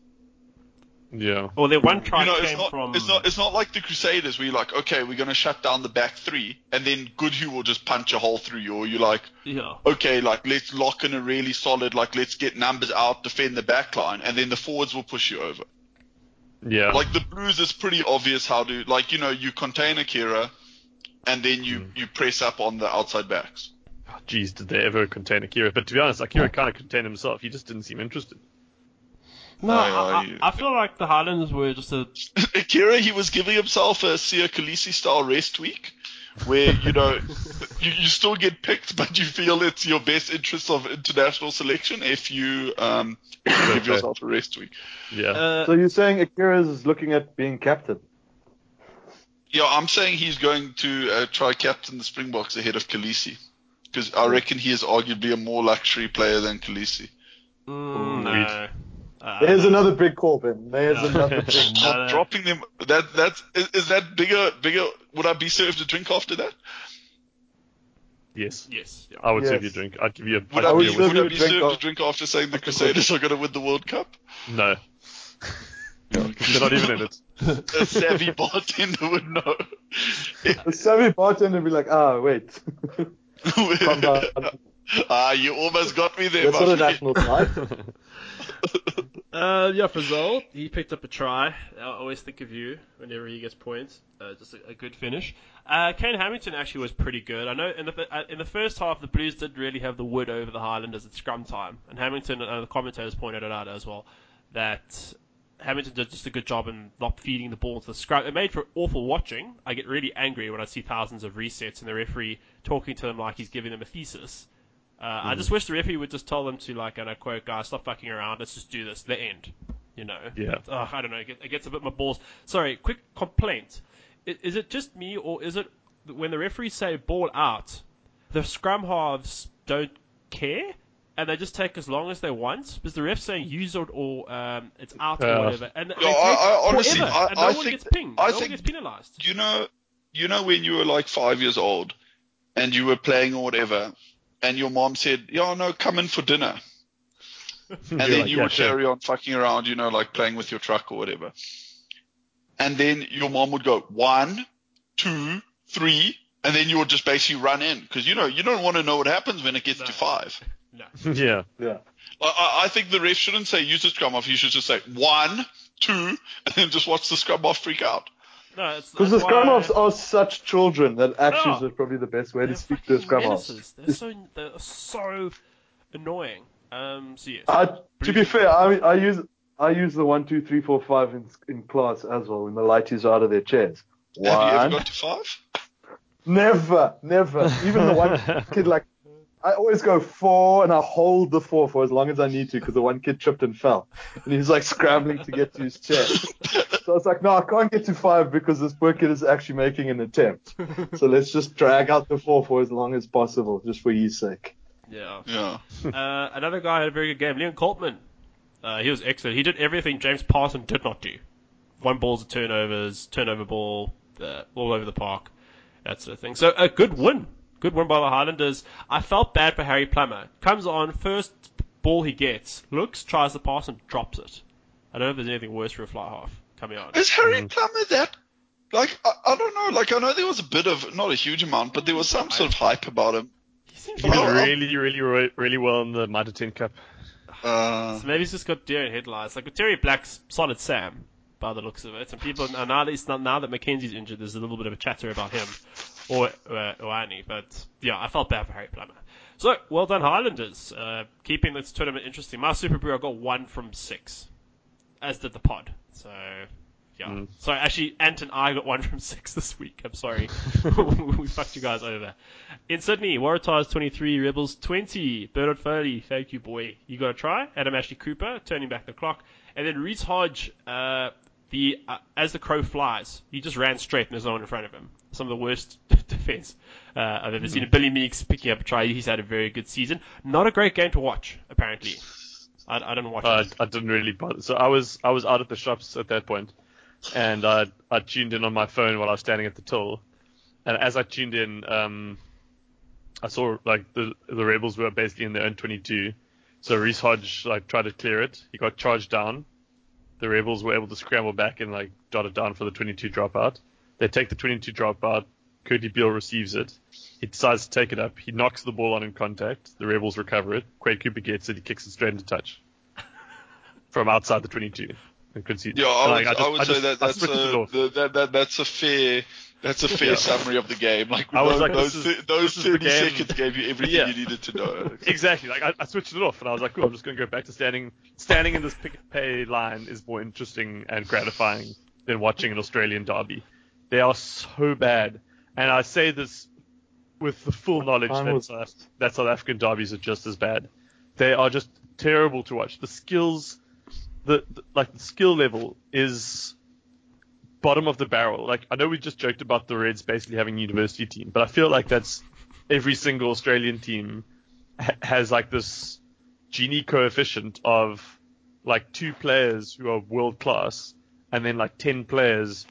Speaker 3: Yeah.
Speaker 1: well, their one try
Speaker 2: You know,
Speaker 1: came
Speaker 2: it's not,
Speaker 1: from.
Speaker 2: it's not it's not like the Crusaders where you're like, okay, we're going to shut down the back three, and then Goodhue will just punch a hole through you, or you're like,
Speaker 1: yeah.
Speaker 2: okay, like let's lock in a really solid, like let's get numbers out, defend the back line, and then the forwards will push you over.
Speaker 3: Yeah.
Speaker 2: Like the Blues is pretty obvious how to, like you know, you contain Akira, and then you you press up on the outside backs.
Speaker 3: Jeez, did they ever contain Akira? But to be honest, Akira kind of contained himself. He just didn't seem interested.
Speaker 1: No,
Speaker 2: Oh,
Speaker 1: I,
Speaker 2: yeah,
Speaker 1: I, I feel like the Highlanders were just a
Speaker 2: Akira, he was giving himself a Sia Khaleesi style rest week, where you know you, you still get picked, but you feel it's your best interest of international selection if you um, give yourself a rest week.
Speaker 3: Yeah.
Speaker 1: uh,
Speaker 4: so you're saying Akira is looking at being captain?
Speaker 2: Yeah, I'm saying he's going to uh, try captain the Springboks ahead of Khaleesi. Because I reckon he is arguably a more luxury player than Khaleesi.
Speaker 1: mm, no.
Speaker 3: Agreed.
Speaker 1: Uh,
Speaker 4: There's another big call, Ben. There's
Speaker 1: Yeah.
Speaker 4: another big.
Speaker 1: No, no.
Speaker 2: Dropping them that that's is, is that bigger bigger would I be served a drink after that?
Speaker 3: Yes.
Speaker 1: Yes. Yeah.
Speaker 3: I would serve you a
Speaker 4: Yes.
Speaker 3: drink. I'd give you a.
Speaker 2: Would
Speaker 3: I'd
Speaker 2: I,
Speaker 3: give
Speaker 2: be,
Speaker 3: you a
Speaker 4: serve
Speaker 2: would
Speaker 4: you
Speaker 2: I
Speaker 4: a
Speaker 2: be
Speaker 4: drink
Speaker 2: served a
Speaker 4: of-
Speaker 2: drink after saying the Crusaders are going to win the World Cup?
Speaker 3: whiskey. No. They're not even in it.
Speaker 2: A savvy bartender would know.
Speaker 4: The savvy bartender be like, ah, wait. Calm down.
Speaker 2: ah, you almost got me there,
Speaker 4: That's not a
Speaker 2: buddy.
Speaker 4: national side.
Speaker 1: Uh, yeah, Frizell, he picked up a try. I always think of you whenever he gets points. Uh, just a, a good finish. Uh, Kane Hamilton actually was pretty good. I know in the fir- uh, in the first half the Blues did really have the wood over the Highlanders at scrum time, and Hamilton, uh, the commentators pointed it out as well that Hamilton did just a good job in not feeding the ball to the scrum. It made for awful watching. I get really angry when I see thousands of resets and the referee talking to them like he's giving them a thesis. Uh, I just wish the referee would just tell them to, like, and I quote, guys, stop fucking around. Let's just do this. The end. You know?
Speaker 3: Yeah.
Speaker 1: Ugh, I don't know. It gets, it gets a bit my balls. Sorry, quick complaint. I- Is it just me, or is it that when the referees say ball out, the scrum halves don't care? And they just take as long as they want because the ref's saying use it or um, it's out
Speaker 3: Yeah.
Speaker 1: or whatever. And
Speaker 2: Yeah, I- I honestly-
Speaker 1: forever,
Speaker 2: I-
Speaker 1: and no
Speaker 2: I
Speaker 1: one
Speaker 2: think-
Speaker 1: gets pinged.
Speaker 2: I
Speaker 1: no one
Speaker 2: think-
Speaker 1: gets penalised.
Speaker 2: you know, you know when you were like five years old and you were playing or whatever, and your mom said, "Yeah, no, come in for dinner," and
Speaker 3: You're
Speaker 2: then
Speaker 3: like,
Speaker 2: you
Speaker 3: "Yeah,
Speaker 2: would
Speaker 3: sure."
Speaker 2: carry on fucking around, you know, like playing with your truck or whatever. And then your mom would go one, two, three, and then you would just basically run in because you know you don't want to know what happens when it gets
Speaker 1: No.
Speaker 2: to five.
Speaker 1: No.
Speaker 3: yeah.
Speaker 4: Yeah.
Speaker 2: I- I, I think the ref shouldn't say use the scrum off. You should just say one, two, and then just watch the scrum off freak out.
Speaker 1: No, it's
Speaker 4: Because the
Speaker 1: that's
Speaker 4: scrum
Speaker 1: why-
Speaker 4: offs are such children that actions
Speaker 1: Yeah.
Speaker 4: are probably the best way to
Speaker 1: They're
Speaker 4: speak to a
Speaker 1: fucking
Speaker 4: scrum
Speaker 1: menaces.
Speaker 4: offs.
Speaker 1: They're so they're so annoying. Um, so yes.
Speaker 4: I, to be fair, I, I use I use the one, two, three, four, five in, in class as well when the lighties are out of their chairs.
Speaker 2: Have you
Speaker 4: One,
Speaker 2: ever got to five?
Speaker 4: never, never. Even the one kid like I always go four and I hold the four for as long as I need to because the one kid tripped and fell and he's like scrambling to get to his chair. So I was like, no, I can't get to five because this poor kid is actually making an attempt. So let's just drag out the four for as long as possible, just for his sake.
Speaker 1: yeah.
Speaker 2: Yeah.
Speaker 1: Uh, another guy had a very good game. Leon Coltman. Uh, he was excellent. He did everything James Parson did not do. One balls of turnovers, turnover ball, uh, all over the park, that sort of thing. So a good win. Good win by the Highlanders. I felt bad for Harry Plummer. Comes on, first ball he gets, looks, tries the pass and drops it. I don't know if there's anything worse for a fly half coming on.
Speaker 2: Is Harry Plummer that? Like I, I don't know. Like I know there was a bit of not a huge amount, but there was some sort of hype about him.
Speaker 1: He seems
Speaker 3: He did
Speaker 2: Oh,
Speaker 3: really, really, really, really well in the Mitre 10 Cup.
Speaker 2: Uh,
Speaker 1: So maybe he's just got deer in headlights. Like with Terry Black's solid Sam, by the looks of it, and people and now that it's not, now that Mackenzie's injured, there's a little bit of a chatter about him or uh, or Annie. But yeah, I felt bad for Harry Plummer. So well done Highlanders, uh, keeping this tournament interesting. My Super Brew, I got one from six, as did the pod. So. Yeah.
Speaker 3: Mm.
Speaker 1: Sorry, actually, Ant and I got one from six this week. I'm sorry. we fucked you guys over. In Sydney, Waratahs 23, Rebels 20. Bernard Foley, thank you, boy. You got a try. Adam Ashley Cooper, turning back the clock. And then Reese Hodge, uh, the, uh, as the crow flies, he just ran straight and there's no one in front of him. Some of the worst defense uh, I've ever seen. Billy Meeks picking up a try. He's had a very good season. Not a great game to watch, apparently. I, I don't watch
Speaker 3: Uh,
Speaker 1: it.
Speaker 3: I didn't really bother. So I was I was out at the shops at that point, and I I tuned in on my phone while I was standing at the till, and as I tuned in, um, I saw like the the rebels were basically in their own 22, so Reese Hodge like tried to clear it. He got charged down. The rebels were able to scramble back and like jot it down for the 22 dropout. They take the 22 dropout. Cody Beale receives it. He decides to take it up. He knocks the ball on in contact. The Rebels recover it. Quade Cooper gets it. He kicks it straight into touch from outside the 22 and concede.
Speaker 2: yeah, I would,
Speaker 3: Like,
Speaker 2: I
Speaker 3: just-
Speaker 2: would
Speaker 3: I
Speaker 2: say
Speaker 3: just-
Speaker 2: that
Speaker 3: I
Speaker 2: that's a
Speaker 3: switched it off.
Speaker 2: the, that, that that's a fair that's a fair summary of the game. Like
Speaker 3: I was
Speaker 2: those
Speaker 3: like,
Speaker 2: those,
Speaker 3: this is-
Speaker 2: thi- those
Speaker 3: this is the
Speaker 2: thirty
Speaker 3: game.
Speaker 2: seconds gave you everything
Speaker 3: Yeah.
Speaker 2: you needed to know.
Speaker 3: Exactly. Like I, I switched it off, and I was like, "Cool, I'm just going to go back to standing. Standing in this pick and pay line is more interesting and gratifying than watching an Australian derby. They are so bad, and I say this with the full knowledge
Speaker 4: time
Speaker 3: that,
Speaker 4: was-
Speaker 3: South, that South African derbies are just as bad. They are just terrible to watch. The skills, the, the like the skill level is bottom of the barrel. Like I know we just joked about the Reds basically having a university team, but I feel like that's every single Australian team ha- has like this Gini coefficient of like two players who are world class, and then like ten players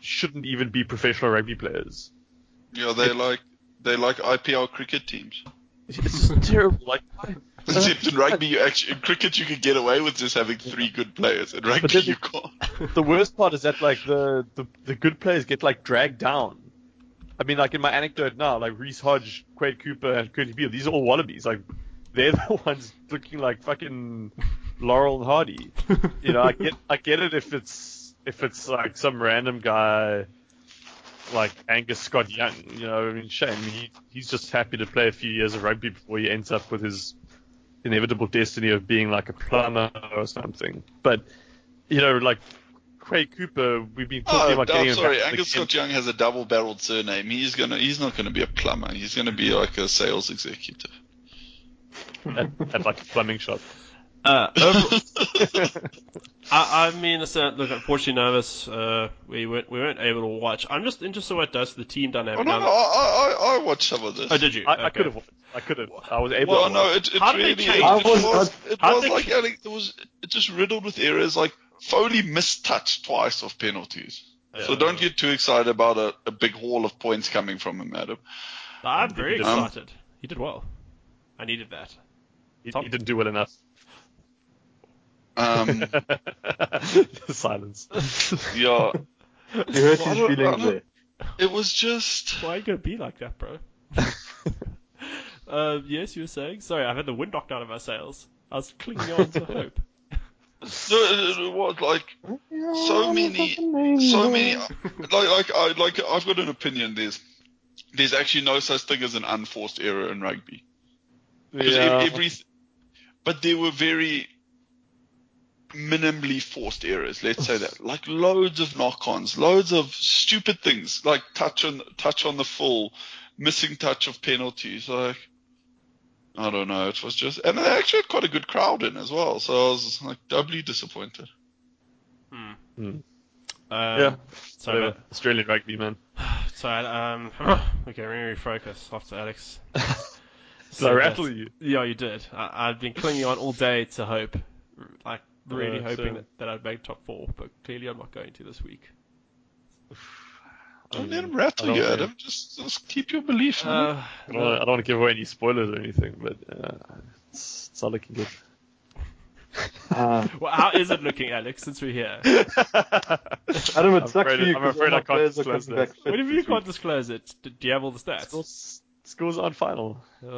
Speaker 3: shouldn't even be professional rugby players.
Speaker 2: Yeah, they like They like IPL cricket teams.
Speaker 3: It's just terrible. Like,
Speaker 2: Except in rugby, you actually in cricket you can get away with just having three good players. In
Speaker 3: But
Speaker 2: rugby,
Speaker 3: then-
Speaker 2: you can't.
Speaker 3: the worst part is that like the, the the good players get like dragged down. I mean, like in my anecdote now, like Reese Hodge, Quade Cooper, and Curly Beale, these are all wallabies. Like they're the ones looking like fucking Laurel and Hardy. You know, I get I get it if it's if it's like some random guy like Angus Scott Young. You know, I mean, shame he he's just happy to play a few years of rugby before he ends up with his inevitable destiny of being like a plumber or something. But you know, like Craig Cooper, we've been talking
Speaker 2: Oh,
Speaker 3: about getting
Speaker 2: I'm
Speaker 3: him
Speaker 2: sorry.
Speaker 3: back to the
Speaker 2: Angus
Speaker 3: game.
Speaker 2: Scott Young has a double-barreled surname. He's gonna. He's not gonna be a plumber. He's gonna be like a sales executive.
Speaker 3: at, at like a plumbing shop.
Speaker 1: Uh, overall, I, I mean, it's not, look, unfortunately, none of us uh, we weren't we weren't able to watch. I'm just interested what it does to the team dynamic.
Speaker 2: Oh, no,
Speaker 1: now
Speaker 2: no,
Speaker 1: that-
Speaker 2: I, I, I watched some of this.
Speaker 1: oh, did you?
Speaker 3: I, I
Speaker 1: Okay.
Speaker 3: could have, I could have, I was able.
Speaker 2: Well,
Speaker 3: to
Speaker 2: no,
Speaker 3: watch.
Speaker 2: it, it
Speaker 1: How did they
Speaker 2: really. It,
Speaker 1: change?
Speaker 2: it
Speaker 4: I was-
Speaker 2: was, it
Speaker 1: how
Speaker 2: was
Speaker 1: did they
Speaker 2: like
Speaker 1: change?
Speaker 2: Alex, it was. It just riddled with errors. Like Foley mistouched twice off penalties. So
Speaker 1: Yeah.
Speaker 2: don't get too excited about a, a big haul of points coming from him, Adam.
Speaker 1: I'm very
Speaker 3: Um,
Speaker 1: excited. He did well. I needed that.
Speaker 3: He,
Speaker 1: Tom-
Speaker 3: he didn't do well enough.
Speaker 2: Um,
Speaker 3: Silence.
Speaker 2: yeah,
Speaker 4: You
Speaker 2: Well,
Speaker 4: hurt
Speaker 2: I
Speaker 4: his
Speaker 2: don't- I
Speaker 4: feelings
Speaker 2: don't-
Speaker 4: there.
Speaker 2: it was just.
Speaker 1: Why are you gonna be like that, bro? uh, yes, you were saying. Sorry, I've had the wind knocked out of my sails. I was clinging on to hope.
Speaker 2: No, it it was like so many, so many. Like, like I, like I've got an opinion. There's, there's actually no such thing as an unforced error in rugby. Because
Speaker 3: Yeah.
Speaker 2: e-, every, but there were very minimally forced errors. Let's say that, like loads of knock-ons, loads of stupid things, like touch on touch on the full, missing touch of penalties. Like, I don't know. It was just, and they actually had quite a good crowd in as well. So I was like doubly disappointed.
Speaker 1: Um,
Speaker 3: yeah,
Speaker 1: Sorry.
Speaker 3: whatever. Australian rugby, man.
Speaker 1: about- Sorry. Um. okay, let me refocus. After Alex.
Speaker 3: Did I rattle you?
Speaker 1: Yeah, you did. I, I've been clinging on all day to hope, like really
Speaker 3: Uh,
Speaker 1: hoping
Speaker 3: so-
Speaker 1: that, that I'd make top four, but clearly I'm not going to this week.
Speaker 2: Don't
Speaker 3: Um,
Speaker 2: let him
Speaker 3: I
Speaker 2: rattle you,
Speaker 3: don't
Speaker 2: Adam. Just, just keep your belief. man.
Speaker 1: Uh,
Speaker 3: I don't, want to give away any spoilers or anything, but uh, it's, it's not looking good.
Speaker 4: Ah,
Speaker 1: well, how is it looking, Alex? Since we're here,
Speaker 4: Adam, it
Speaker 3: I'm
Speaker 4: sucks
Speaker 3: afraid-
Speaker 4: for you
Speaker 3: I'm
Speaker 4: 'cause
Speaker 3: afraid
Speaker 4: all
Speaker 3: I
Speaker 4: my
Speaker 3: can't
Speaker 4: players are
Speaker 3: disclose
Speaker 4: coming back
Speaker 3: this.
Speaker 4: fit
Speaker 1: what if
Speaker 4: this
Speaker 1: you can't
Speaker 4: week.
Speaker 1: disclose it? Do, do you have all the stats?
Speaker 3: Schools, schools aren't final.
Speaker 1: Ugh,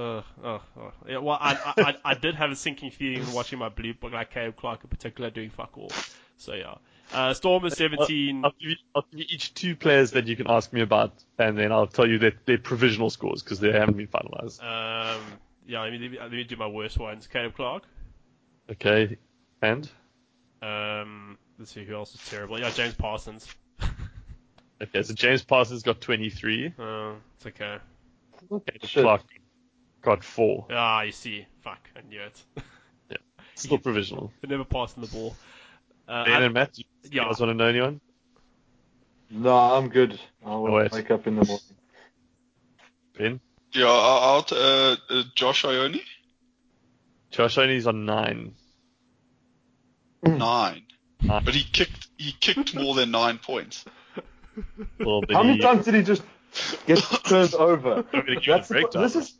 Speaker 1: oh, oh. Yeah, well, I, I, I, I did have a sinking feeling watching my blue book, like Caleb Clark in particular, doing fuck all. So yeah, uh, Storm is seventeen.
Speaker 3: I'll give, you, I'll give you each two players that you can ask me about, and then I'll tell you their, their provisional scores because they haven't been finalized.
Speaker 1: Um, yeah, let me, let me let me do my worst ones. Caleb Clark.
Speaker 3: Okay, and
Speaker 1: Um, let's see who else is terrible. Yeah, James Parsons.
Speaker 3: okay, so James Parsons got 23,
Speaker 1: Uh, it's okay.
Speaker 3: Caleb
Speaker 4: Shit.
Speaker 3: Clark got four.
Speaker 1: Ah, you see. Fuck, I knew it.
Speaker 3: Still provisional.
Speaker 1: They're never passing the ball. Uh,
Speaker 3: Dan
Speaker 1: I-
Speaker 3: and Matt, do you
Speaker 1: yeah.
Speaker 3: guys want to know anyone?
Speaker 4: No, I'm good. I will
Speaker 3: Wait.
Speaker 4: wake up in the morning.
Speaker 3: Ben,
Speaker 2: Yeah, I- I'll t- uh, uh, Josh Ione
Speaker 3: Josh Oney's on nine. Mm.
Speaker 2: nine,
Speaker 3: Nine.
Speaker 2: but he kicked he kicked more than nine points.
Speaker 3: Well, but
Speaker 4: How many
Speaker 3: he-
Speaker 4: times did he just get turned over?
Speaker 3: I'm gonna give you a
Speaker 4: That's the,
Speaker 3: breakdown.
Speaker 4: this is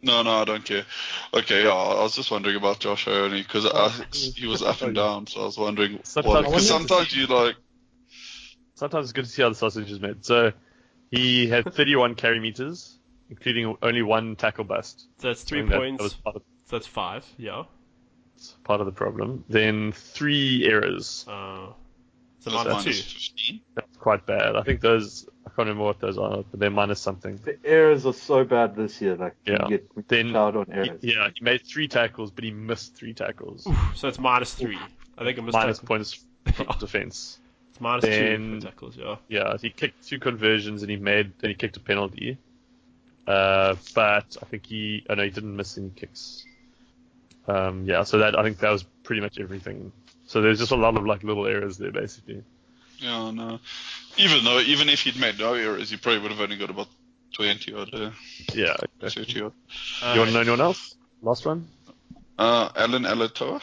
Speaker 2: No, no, I don't care. Okay, yeah, I was just wondering about Josh Ione because he was up and down, so I was wondering.
Speaker 3: Sometimes-
Speaker 2: Because sometimes you like,
Speaker 3: sometimes it's good to see how the sausage is made. So he had 31 carry meters, including only one tackle bust.
Speaker 1: so that's three
Speaker 3: Knowing
Speaker 1: points.
Speaker 3: that That was part of,
Speaker 1: so that's five. Yeah.
Speaker 3: part of the problem. Then three errors.
Speaker 1: Uh, so
Speaker 2: that's
Speaker 1: minus
Speaker 2: minus
Speaker 1: two.
Speaker 2: fifteen.
Speaker 3: That's quite bad. I think those. I can't remember what those are, but they're minus something.
Speaker 4: the errors are so bad this year. Like
Speaker 3: Yeah.
Speaker 4: we get we
Speaker 3: Then-
Speaker 4: cloud on
Speaker 3: He-
Speaker 4: errors.
Speaker 3: yeah, he made three tackles, but he missed three tackles.
Speaker 1: So it's minus three. I think I missed
Speaker 3: minus
Speaker 1: tackle.
Speaker 3: points from defense.
Speaker 1: It's minus two
Speaker 3: Then-
Speaker 1: for tackles. Yeah.
Speaker 3: Yeah, he kicked two conversions and he made and he kicked a penalty. Uh, but I think he oh no he didn't miss any kicks. Um, yeah, so that I think that was pretty much everything. So there's just a lot of like little errors there basically.
Speaker 2: Yeah, no. Even though, even if he'd made no errors, he probably would have only got about twenty or uh,
Speaker 3: Yeah. okay.
Speaker 2: thirty odd.
Speaker 1: Uh,
Speaker 3: You want to know anyone else? Last one.
Speaker 2: Uh, Alan Alatoa.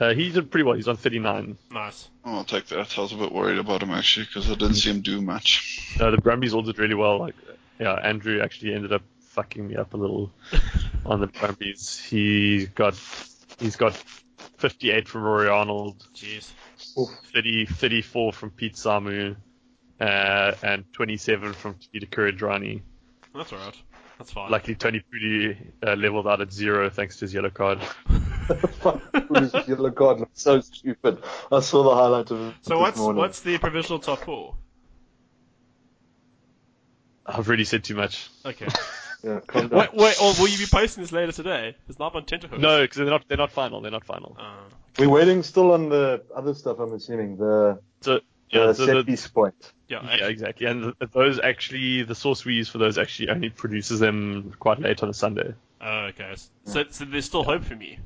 Speaker 3: Uh, he did pretty well. He's on 39.
Speaker 1: Nice.
Speaker 2: Oh, I'll take that. I was a bit worried about him actually because I didn't see him do much.
Speaker 3: No, the Brumbies all did really well. Like yeah, Andrew actually ended up fucking me up a little on the Brumbies. He got he's got 58 from Rory Arnold,
Speaker 1: Jeez.
Speaker 3: 30, 34 from Pete Samu, uh, and 27 from Peter Kuradrani.
Speaker 1: That's alright. That's fine.
Speaker 3: Luckily, Tony Pudi uh, leveled out at zero thanks to his yellow card.
Speaker 5: Fuck,
Speaker 4: Who's yellow card looks so stupid.
Speaker 5: I saw the highlight of it.
Speaker 1: so
Speaker 5: this
Speaker 1: what's
Speaker 5: morning.
Speaker 1: what's the provisional top four?
Speaker 3: I've really said too much.
Speaker 1: Okay.
Speaker 4: Yeah, calm down.
Speaker 1: wait, wait. Or will you be posting this later today? It's live on Tenterhooks.
Speaker 3: No, because they're not they're not final. They're not final.
Speaker 1: Uh,
Speaker 4: We're waiting still on the other stuff. I'm assuming the,
Speaker 3: So
Speaker 4: the
Speaker 3: yeah, so
Speaker 4: set
Speaker 3: the-
Speaker 4: piece point.
Speaker 1: yeah.
Speaker 3: yeah,
Speaker 1: actually-
Speaker 3: exactly. And th- those actually, the source we use for those actually only produces them quite late on a Sunday.
Speaker 1: Oh, okay. So, so there's still hope for me.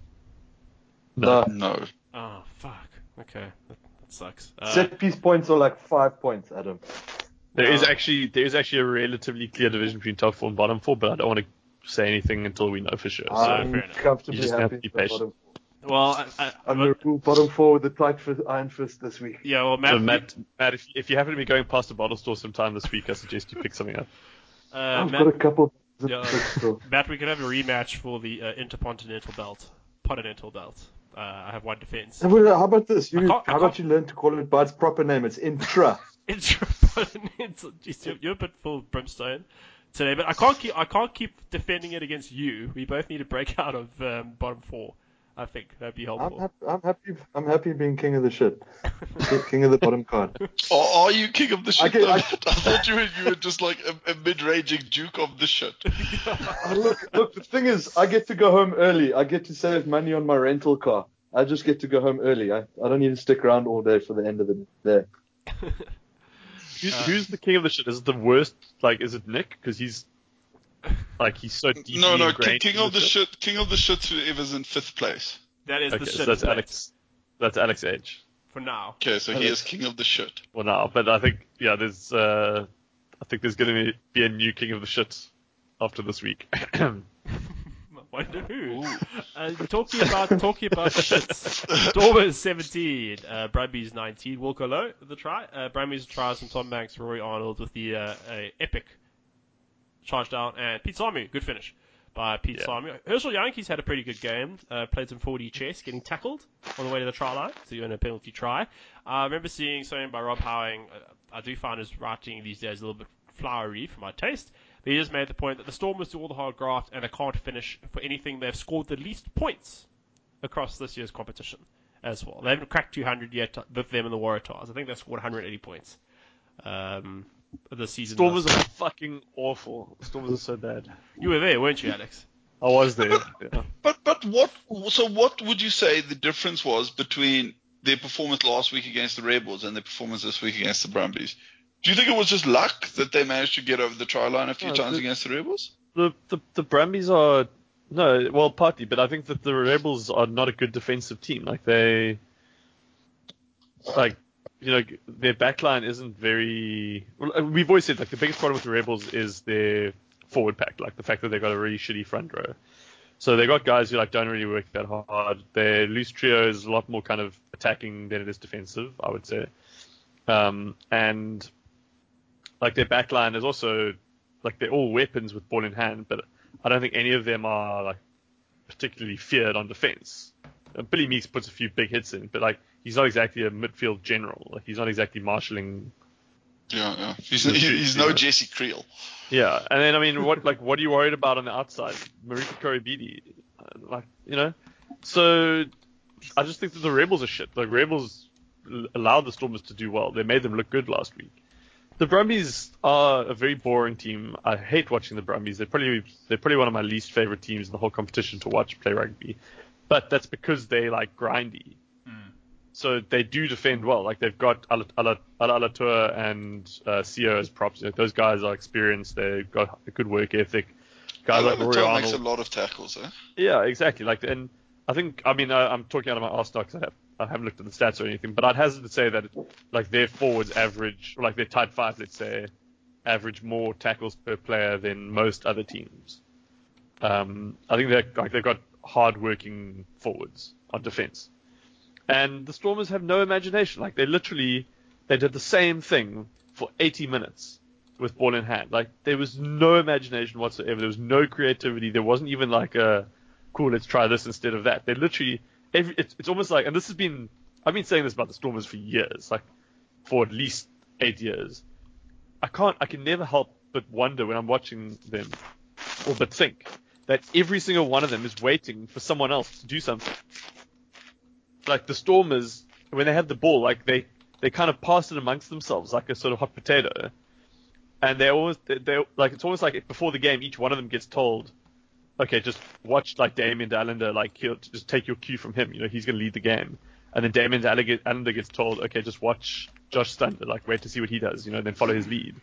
Speaker 4: No,
Speaker 2: No.
Speaker 1: Oh fuck. Okay. That, that sucks. Uh,
Speaker 4: set piece points are like five points, Adam.
Speaker 3: There is
Speaker 1: No.
Speaker 3: actually there is actually a relatively clear division between top four and bottom four, but I don't want to say anything until we know for sure. So
Speaker 4: I'm
Speaker 1: fair enough.
Speaker 4: comfortably
Speaker 3: You just have
Speaker 4: happy.
Speaker 3: to be
Speaker 4: with the
Speaker 3: patient.
Speaker 4: bottom,
Speaker 1: well, I, I,
Speaker 4: I'm the cool bottom four with the tight fist, iron fist this week.
Speaker 1: yeah. Well, Matt.
Speaker 3: So Matt, Matt, if, if you happen to be going past a bottle store sometime this week, I suggest you pick something up.
Speaker 1: Uh,
Speaker 4: I've
Speaker 1: Matt,
Speaker 4: got a couple. Of
Speaker 1: Yeah.
Speaker 4: yeah.
Speaker 1: Matt, we could have a rematch for the uh, intercontinental belt, continental belt. Uh, I have one defense.
Speaker 4: How about this? You,
Speaker 1: I
Speaker 4: how
Speaker 1: can't- I
Speaker 4: about
Speaker 1: can't-
Speaker 4: you learn to call it by its proper name? It's intra.
Speaker 1: Intercontinental. Jeez, you're, you're a bit full of brimstone today, but I can't keep I can't keep defending it against you. We both need to break out of um, bottom four. I think that'd be
Speaker 4: I'm
Speaker 1: helpful.
Speaker 4: happy. I'm happy. I'm happy being king of the shit. king of the bottom card.
Speaker 2: Are, are you king of the shit?
Speaker 4: I get-
Speaker 2: though?
Speaker 4: I-
Speaker 2: I, thought you were, you were just like a, a mid-ranging duke of the shit.
Speaker 4: Oh,
Speaker 5: look, look, the thing is, I get to go home early. I get to save money on my rental car. I just get to go home early. I, I don't need to stick around all day for the end of the day.
Speaker 3: Who's,
Speaker 2: Uh.
Speaker 3: who's the king of the shit? Is it the worst? Like, is it Nick? Because he's like he's so deeply
Speaker 2: No, no, king,
Speaker 3: ingrained
Speaker 2: king
Speaker 3: in
Speaker 2: of the shit, king of the shit's whoever's in fifth place.
Speaker 1: that is
Speaker 3: Okay,
Speaker 1: the
Speaker 3: so
Speaker 1: shit
Speaker 3: that's
Speaker 1: plate
Speaker 3: Alex. That's Alex Edge.
Speaker 1: for now.
Speaker 2: Okay, so he is king of the shit.
Speaker 3: Well, now, but I think yeah, there's uh, I think there's going to be a new king of the shit after this week.
Speaker 1: Wonder who? Uh, talking about talking about shits. Dormer's 17, uh, Brumby's 19. Walker Low, the try. Uh, Brumby's tries from Tom Banks, Rory Arnold with the uh, a epic charge down, and Pete Samu, good finish by Pete
Speaker 3: Yeah.
Speaker 1: Samu. Herschel Yankees had a pretty good game. Uh, played some 4D chess, getting tackled on the way to the try line, so you earn a penalty try. Uh, I remember seeing something by Rob Howing. Uh, I do find his writing these days a little bit flowery for my taste. But he just made the point that the Stormers do all the hard graft and they can't finish for anything. They've scored the least points across this year's competition as well. They haven't cracked 200 yet with them and the Waratahs. I think they've scored 180 points um, this season.
Speaker 3: Stormers are fucking awful. Stormers are so bad.
Speaker 1: You were there, weren't you, Alex?
Speaker 3: I was there. Yeah.
Speaker 2: But but what? So what would you say the difference was between their performance last week against the Rebels and their performance this week against the Brumbies? Do you think it was just luck that they managed to get over the try line a few
Speaker 3: No,
Speaker 2: times
Speaker 3: the-
Speaker 2: against the Rebels?
Speaker 3: The, the the Brumbies are no, well partly, but I think that the Rebels are not a good defensive team. Like they, like you know, their backline isn't very. Well, uh, we've always said like the biggest problem with the Rebels is their forward pack, like the fact that they've got a really shitty front row. So they got guys who like don't really work that hard. Their loose trio is a lot more kind of attacking than it is defensive, I would say. Um, and like their back line is also like they're all weapons with ball in hand, but I don't think any of them are like particularly feared on defense. Uh, Billy Meeks puts a few big hits in, but like he's not exactly a midfield general. Like he's not exactly marshalling.
Speaker 2: Yeah, yeah. He's, he's no Jesse Creel.
Speaker 3: Yeah, and then I mean, what like what are you worried about on the outside? Marika Korobidi, uh, like you know, so I just think that the Rebels are shit. Like Rebels l- allowed the Stormers to do well. They made them look good last week. The Brumbies are a very boring team. I hate watching the Brumbies. They're probably they're probably one of my least favorite teams in the whole competition to watch play rugby. But that's because they like grindy. So they do defend well. Like they've got Ala- Ala- Ala- Alatua and uh, Sio as props. Like, those guys are experienced. They've got a good work ethic. Guys like Rory
Speaker 2: Tom Uh, makes
Speaker 3: Arnold.
Speaker 2: a lot of tackles, eh?
Speaker 3: Yeah, exactly. Like, and I think I mean I, I'm talking out of my arse now because I, have, I haven't looked at the stats or anything, but I'd hazard to say that like their forwards average, or like their tight five, let's say, average more tackles per player than most other teams. Um, I think they're like they've got hard-working forwards on defense, and the Stormers have no imagination. Like they literally they did the same thing for 80 minutes with ball in hand. Like there was no imagination whatsoever. There was no creativity. There wasn't even like a cool. Let's try this instead of that. They literally every. It's, it's almost like, and this has been. I've been saying this about the Stormers for years, like for at least eight years. I can't. I can never help but wonder when I'm watching them, or but think that every single one of them is waiting for someone else to do something. Like the Stormers, when they have the ball, like they they kind of pass it amongst themselves like a sort of hot potato, and they always they, they like it's almost like before the game, each one of them gets told, okay, just watch like Damien Allender, like he'll just take your cue from him. You know, he's going to lead the game, and then Damien Allender gets told, okay, just watch Josh Thunder, like wait to see what he does. You know, and then follow his lead.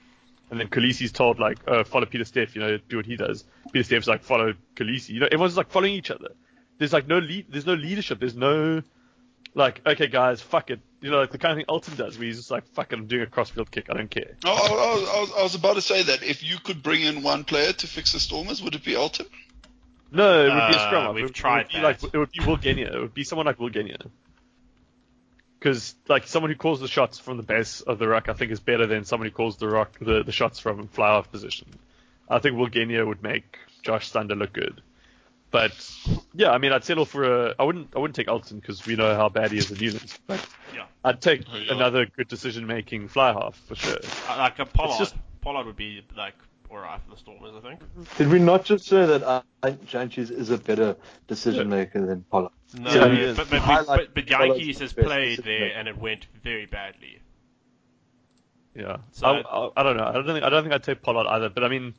Speaker 3: And then Khaleesi's told like, uh, follow Peter Steph, you know, do what he does. Peter Steph's like, follow Khaleesi. You know, everyone's like following each other. There's like no lead, there's no leadership. There's no like, okay guys, fuck it. You know, like the kind of thing Elton does where he's just like, fuck it, I'm doing a crossfield kick. I don't care.
Speaker 2: Oh, I, was, I, was, I was about to say that if you could bring in one player to fix the Stormers, would it be Elton?
Speaker 3: No, it would be a
Speaker 1: Uh,
Speaker 3: scrum up.
Speaker 1: we've
Speaker 3: it would,
Speaker 1: tried
Speaker 3: it would be
Speaker 1: that.
Speaker 3: like it would be Will Genia. It would be someone like Will Genia. Because like someone who calls the shots from the base of the rock, I think is better than someone who calls the rock the, the shots from fly off position. I think Will Genia would make Josh Thunder look good. But yeah, I mean, I'd settle for a. I wouldn't. I wouldn't take Alton because we know how bad he is at units. But
Speaker 1: Yeah.
Speaker 3: I'd take
Speaker 2: Oh, yeah.
Speaker 3: another good decision-making fly half for sure.
Speaker 1: Uh, Like a Pollard.
Speaker 3: just-
Speaker 1: Pollard would be like alright for the Stormers, I think.
Speaker 4: Did we not just say that uh, Janchis is a better decision maker than Pollard?
Speaker 1: No,
Speaker 3: Yeah, he is.
Speaker 1: but but, but, but,
Speaker 4: Highlight
Speaker 1: but
Speaker 4: Pollard's
Speaker 1: Yankees has
Speaker 4: best
Speaker 1: played
Speaker 4: decision
Speaker 1: there
Speaker 4: maker.
Speaker 1: and it went very badly.
Speaker 3: Yeah,
Speaker 1: So-
Speaker 3: I, I, I don't know. I don't think I don't think I'd take Pollard either. But I mean,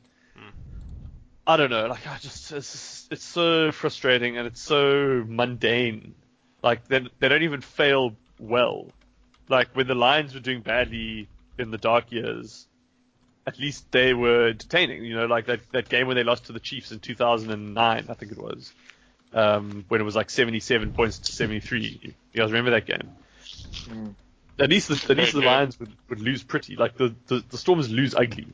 Speaker 3: I don't know. Like I just it's, just- it's so frustrating and it's so mundane. Like they they don't even fail well. Like when the Lions were doing badly in the dark years, at least they were entertaining. You know, like that that game when they lost to the Chiefs in 2009, I think it was, um, when it was like 77 points to 73. You guys remember that game? At least the, at least the
Speaker 6: Okay.
Speaker 3: Lions would, would lose pretty. Like the, the the Stormers lose ugly,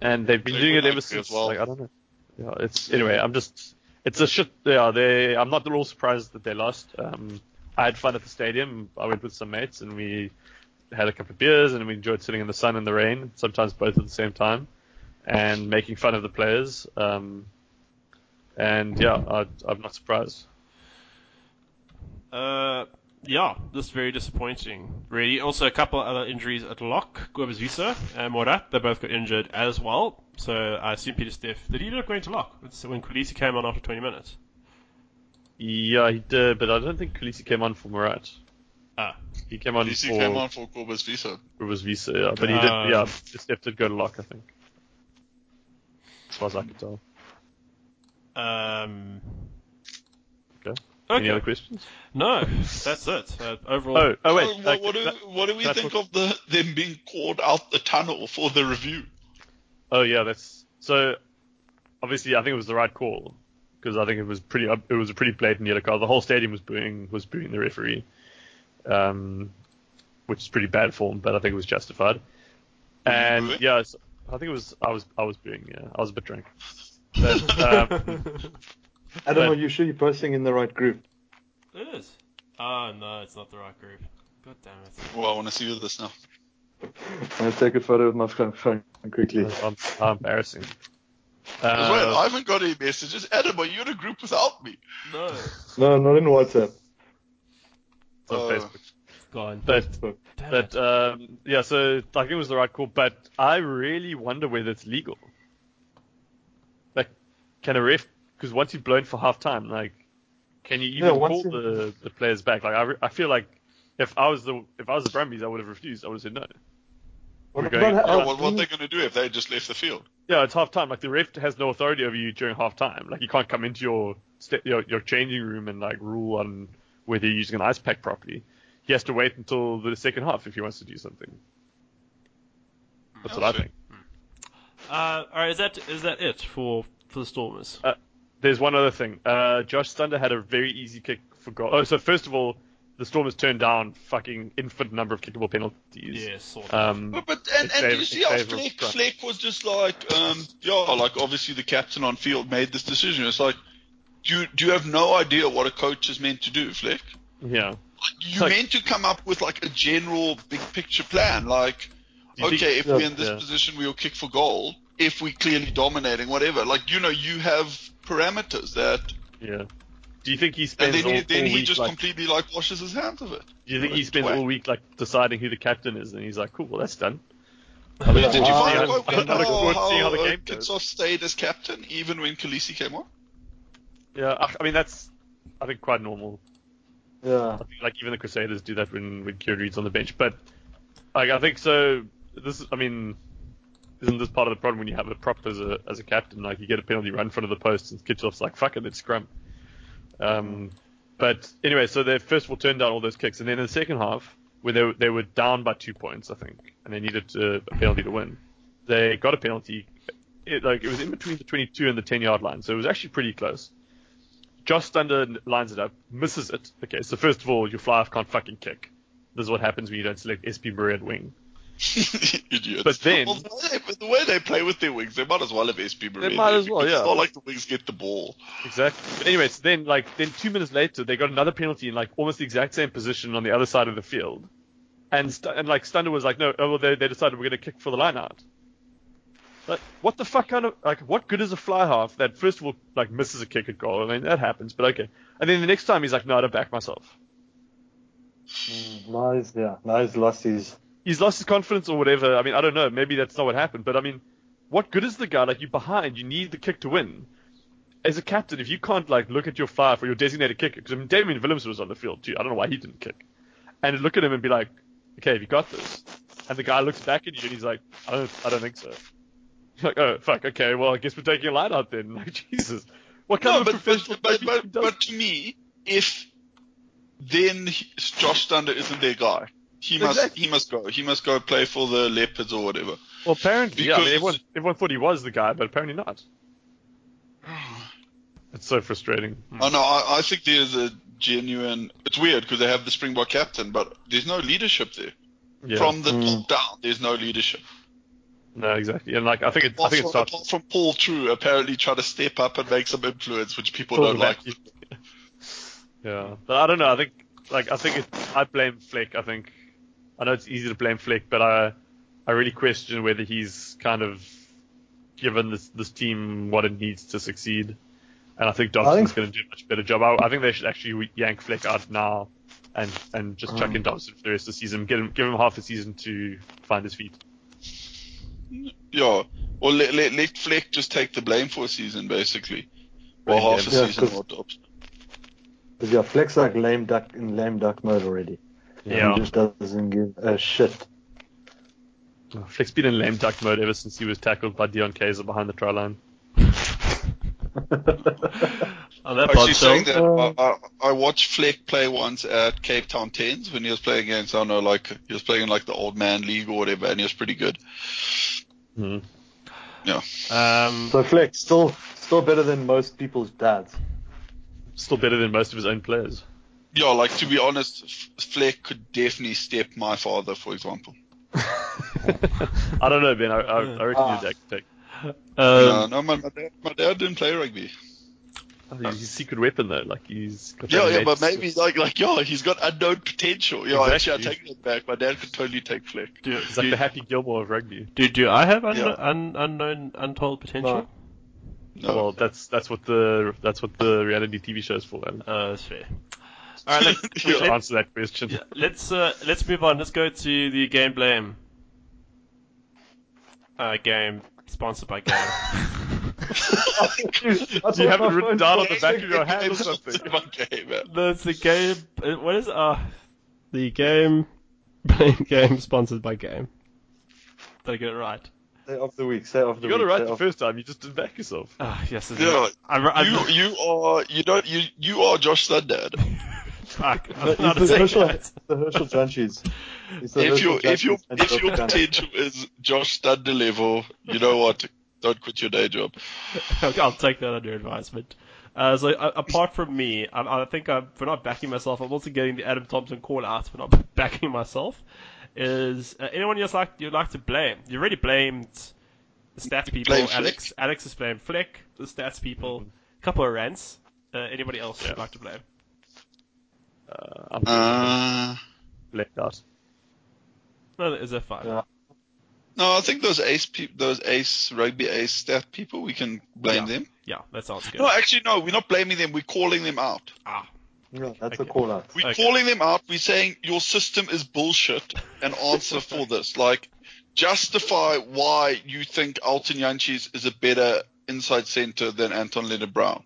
Speaker 3: and they've been
Speaker 2: They
Speaker 3: doing
Speaker 2: would
Speaker 3: it ever
Speaker 2: ugly
Speaker 3: since.
Speaker 2: as well.
Speaker 3: Like I don't know. Yeah, it's anyway. I'm just. It's a shit. Yeah, they. I'm not at all surprised that they lost. Um, I had fun at the stadium. I went with some mates and we had a couple of beers and we enjoyed sitting in the sun and the rain, sometimes both at the same time, and making fun of the players. Um, and yeah, I, I'm not surprised.
Speaker 1: Uh, yeah, that's very disappointing, really. Also, a couple other injuries at lock. Guebes Visa and Morat, they both got injured as well. So I assume Peter Steph, did he end up going to lock? It's when Kulisi came on after 20 minutes.
Speaker 3: Yeah, he did, but I don't think Kulisi came on for Murat.
Speaker 1: Ah.
Speaker 3: He came on
Speaker 2: DC
Speaker 3: for
Speaker 2: came on for Corbus Visa.
Speaker 3: it was Visa, yeah, but he did.
Speaker 1: Ah.
Speaker 3: Yeah, just left did go to lock, I think. As far as I could tell.
Speaker 1: Um,
Speaker 3: Okay. Any other
Speaker 1: okay.
Speaker 3: questions?
Speaker 1: No, that's it. Uh, overall,
Speaker 3: Oh, oh wait.
Speaker 2: So what,
Speaker 3: that-
Speaker 2: Um, what, do,
Speaker 3: that-
Speaker 2: what do we
Speaker 3: that's
Speaker 2: think of the, them being called out the tunnel for the review?
Speaker 3: Oh yeah, that's so. Obviously, I think it was the right call because I think it was pretty. It was a pretty blatant yellow card. The whole stadium was booing was booing the referee, um, which is pretty bad form, but I think it was justified. And
Speaker 2: booing?
Speaker 3: yeah, so I think it was. I was. I was booing. Yeah, I was a bit drunk. But, um,
Speaker 4: Adam,
Speaker 3: But-
Speaker 4: are you sure you're posting in the right group?
Speaker 1: it is. Oh no, it's not the right group. God damn it.
Speaker 2: Well, I want to see this now.
Speaker 4: I'm gonna take a photo of my phone- phone quickly.
Speaker 1: Uh,
Speaker 3: I'm, I'm embarrassing.
Speaker 2: Wait, I
Speaker 3: Uh,
Speaker 2: haven't got any messages. Adam, are you in a group without me?
Speaker 1: No.
Speaker 4: No, not in WhatsApp.
Speaker 3: on
Speaker 2: Uh,
Speaker 3: Facebook.
Speaker 1: Gone.
Speaker 3: But
Speaker 4: But
Speaker 1: Damn
Speaker 3: But
Speaker 1: it.
Speaker 3: um, yeah, so I think it was the right call. But I really wonder whether it's legal. Like, can a ref? Because once you've blown for half time, like, can you even
Speaker 4: Yeah,
Speaker 3: call
Speaker 4: once you-
Speaker 3: the, the players back? Like, I, re- I feel like if I was the if I was the Brumbies, I would have refused. I would have said no.
Speaker 4: what
Speaker 3: We're
Speaker 4: about
Speaker 3: going-
Speaker 4: how-
Speaker 2: Yeah, what, what are they going to do if they just left the field?
Speaker 3: Yeah, it's half time. Like the ref has no authority over you during half time. Like you can't come into your sta- your, your changing room and like rule on whether you're using an ice pack properly. He has to wait until the second half if he wants to do something. That's what I
Speaker 2: Okay.
Speaker 3: think.
Speaker 1: Uh, all right, is that is that it for for the Stormers?
Speaker 3: Uh, There's one other thing. Uh, Josh Thunder had a very easy kick for goal. Oh, so first of all, the Stormers turned down fucking infinite number of kickable penalties.
Speaker 1: Yeah, sort of.
Speaker 3: Um,
Speaker 2: But, but and,
Speaker 3: It's
Speaker 2: and
Speaker 3: Dave-
Speaker 2: you see
Speaker 3: it's
Speaker 2: how
Speaker 3: Dave
Speaker 2: Fleck,
Speaker 3: Rothschild.
Speaker 2: Fleck was just like, um, yeah, like obviously the captain on field made this decision. It's like, do you, do you have no idea what a coach is meant to do, Fleck?
Speaker 3: yeah.
Speaker 2: You
Speaker 3: Like-
Speaker 2: meant to come up with like a general big picture plan. Like,
Speaker 3: Do you think-
Speaker 2: okay, if
Speaker 4: yeah,
Speaker 2: we're in this
Speaker 3: yeah.
Speaker 2: position, we'll kick for goal. If we're clearly dominating, whatever. Like you know, you have parameters that,
Speaker 3: yeah. Do you think he
Speaker 2: and
Speaker 3: spends
Speaker 2: then
Speaker 3: all,
Speaker 2: he, then
Speaker 3: all
Speaker 2: he
Speaker 3: week,
Speaker 2: just
Speaker 3: like,
Speaker 2: completely like washes his hands of it.
Speaker 3: Do you think he
Speaker 2: Like,
Speaker 3: spends
Speaker 2: twat.
Speaker 3: all week like deciding who the captain is, and he's like, "Cool, well that's done."
Speaker 2: Did you
Speaker 4: Ah,
Speaker 2: find
Speaker 4: yeah.
Speaker 2: out how,
Speaker 3: I'm not
Speaker 2: how,
Speaker 3: looking forward to seeing how the
Speaker 2: uh,
Speaker 3: game goes.
Speaker 2: Kitsov stayed as captain even when Khaleesi came on?
Speaker 3: Yeah, I, I mean that's I think quite normal.
Speaker 4: Yeah.
Speaker 3: I think like even the Crusaders do that when when Kieran Reed's on the bench. But like I think so. This is, I mean, isn't this part of the problem when you have a prop as a as a captain? Like you get a penalty right in front of the post, and Kitchell's like, "Fuck it, let's scrum." Um, but anyway, so they first of all turned down all those kicks, and then in the second half, where they were- they were down by two points, I think, and they needed uh, a penalty to win, they got a penalty. It, like it was in between the 22 and the 10 yard line, so it was actually pretty close. Josh Thunder lines it up, misses it. Okay, so first of all, your fly half can't fucking kick. This is what happens when you don't select SP Murray at wing.
Speaker 2: Idiots.
Speaker 3: But then-
Speaker 2: Well, the, way they, but the way they play with their wings, they might as well have SP Meridian.
Speaker 3: might as well,
Speaker 2: because
Speaker 3: yeah.
Speaker 2: It's not like the wings get the ball.
Speaker 3: Exactly. But anyway, so then like then two minutes later, they got another penalty in like almost the exact same position on the other side of the field, and St- and like Stunder was like, no, oh, well, they they decided we're gonna kick for the line out. Like what the fuck kind of like what good is a fly half that first of all like misses a kick at goal? I mean that happens, but okay. And then the next time he's like, no, I don't back myself.
Speaker 4: Nice, yeah. Nice losses.
Speaker 3: he's lost his confidence or whatever. I mean, I don't know. Maybe that's not what happened. But I mean, what good is the guy? Like you're behind. You need the kick to win. As a captain, if you can't like look at your five or your designated kicker, because I mean, Damien Willems was on the field too. I don't know why he didn't kick. And look at him and be like, okay, have you got this? And the guy looks back at you and he's like, I don't, I don't think so. You're like, oh fuck, okay, well I guess we're taking a line out then. Like Jesus, what kind
Speaker 2: No,
Speaker 3: of a
Speaker 2: but,
Speaker 3: professional?
Speaker 2: but, but,
Speaker 3: team
Speaker 2: but,
Speaker 3: does
Speaker 2: but to me, if then he- Josh Thunder isn't their guy, he must
Speaker 3: Exactly.
Speaker 2: he must go. He must go play for the Leopards or whatever.
Speaker 3: Well, apparently, yeah. I mean,
Speaker 2: Because-
Speaker 3: everyone, everyone thought he was the guy, but apparently not. It's so frustrating.
Speaker 2: Oh no, I, I think there's a genuine. It's weird because they have the Springbok captain, but there's no leadership there.
Speaker 3: Yeah.
Speaker 2: From the
Speaker 4: Mm.
Speaker 2: top down, there's no leadership.
Speaker 3: no, exactly. And like, I think it, I
Speaker 2: Apart,
Speaker 3: think it
Speaker 2: from,
Speaker 3: starts.
Speaker 2: apart from Paul True, apparently trying to step up and make some influence, which people
Speaker 3: Paul
Speaker 2: don't like.
Speaker 3: Levesque. yeah, but I don't know. I think like I think it, I blame Fleck. I think I know it's easy to blame Fleck, but I I really question whether he's kind of given this this team what it needs to succeed. And I think
Speaker 4: I think-
Speaker 3: Dobson's going to do a much better job. I, I think they should actually yank Fleck out now and and just chuck in Dobson for the rest of the season. Give him give him half a season to find his feet.
Speaker 2: Yeah, or let, let, let Fleck just take the blame for a season, basically, or
Speaker 3: Blame
Speaker 2: half a
Speaker 3: him.
Speaker 4: Yeah,
Speaker 2: season,
Speaker 4: 'cause-
Speaker 2: or tops.
Speaker 4: Because yeah, Flex like lame duck in lame duck mode already. He just doesn't give a shit.
Speaker 3: Fleck's been in lame duck mode ever since he was tackled by Dion Kaiser behind the try line.
Speaker 1: On that
Speaker 2: Actually,
Speaker 1: pod,
Speaker 2: saying
Speaker 1: so
Speaker 2: that, I, I, I watched Fleck play once at Cape Town Tens when he was playing against, I don't know, like he was playing in like the old man league or whatever, and he was pretty good.
Speaker 1: um,
Speaker 4: So Flex still still better than most people's dads.
Speaker 3: Still better than most of his own players.
Speaker 2: Yeah, like to be honest, F- Fleck could definitely step my father, for example.
Speaker 3: I don't know, Ben. I, I, I reckon
Speaker 4: Ah.
Speaker 3: he's acting.
Speaker 2: no,
Speaker 1: um,
Speaker 2: no, my, my, dad, my dad didn't play rugby.
Speaker 3: I think He's a secret weapon though. Like he's got
Speaker 2: Yeah,
Speaker 3: that
Speaker 2: yeah, but
Speaker 3: innate-
Speaker 2: maybe like like yeah, he's got unknown potential. Yeah,
Speaker 3: Exactly.
Speaker 2: actually, I take that back. My dad could totally take Fleck.
Speaker 1: do,
Speaker 3: He's like
Speaker 1: do,
Speaker 3: the Happy Gilmore of rugby.
Speaker 1: do, do I have un-
Speaker 2: Yeah.
Speaker 1: un- unknown, untold potential?
Speaker 2: No.
Speaker 3: Well, that's that's what the that's what the reality TV show is for. Man.
Speaker 1: Oh, that's fair. All right, let's,
Speaker 2: Yeah.
Speaker 3: To
Speaker 1: let's,
Speaker 3: answer that question.
Speaker 1: yeah, let's, uh, let's move on. Let's go to the game blame. Uh, game sponsored by Game.
Speaker 3: You have it written down on the
Speaker 2: Game-
Speaker 3: back of your
Speaker 2: game-
Speaker 3: hand or
Speaker 2: game's not
Speaker 3: something.
Speaker 2: my game, man.
Speaker 1: That's the game. uh, What is uh the game? Blame game sponsored by game. Did I get it right?
Speaker 4: Say of the week, say of the
Speaker 3: You got it
Speaker 4: week.
Speaker 3: right
Speaker 4: say
Speaker 3: the
Speaker 4: of-
Speaker 3: first time. You just didn't back yourself.
Speaker 1: Ah, yes. it's-
Speaker 2: Yeah.
Speaker 1: I, I, I,
Speaker 2: You you are you don't you you are Josh Sundad.
Speaker 1: fuck, I'm
Speaker 4: No,
Speaker 1: not
Speaker 4: it's the
Speaker 1: saying
Speaker 4: Herschel,
Speaker 1: that.
Speaker 4: it's the Herschel Junchies. It's the
Speaker 2: If
Speaker 4: Herschel
Speaker 2: your if your
Speaker 4: Junchies and
Speaker 2: if your
Speaker 4: Josh Junchies.
Speaker 2: potential is Josh Sundar level, you know what? Don't quit your day job.
Speaker 1: Okay, I'll take that under advisement. Uh, so uh, apart from me, I, I think I'm, for not backing myself, I'm also getting the Adam Thompson call out for not backing myself. Is uh, anyone else like you'd like to blame? You already blamed the stats people.
Speaker 2: Blame Mm-hmm.
Speaker 1: Alex, Alex has blamed Flick, the stats people, a couple of rants. Uh, anybody else you'd like to blame?
Speaker 3: Uh, I'm
Speaker 2: Uh,
Speaker 3: left out.
Speaker 1: No, is that fine?
Speaker 4: Yeah.
Speaker 2: No, I think those ace peop those ace rugby ace staff people, we can blame them.
Speaker 1: Yeah, that sounds good.
Speaker 2: No, actually, no, we're not blaming them. We're calling them out.
Speaker 1: ah,
Speaker 4: Yeah, that's
Speaker 1: Okay.
Speaker 4: a call out.
Speaker 2: We're
Speaker 1: Okay.
Speaker 2: calling them out. We're saying your system is bullshit and answer for this. Like, justify why you think Alton Yanchis is a better inside center than Anton Leonard Brown.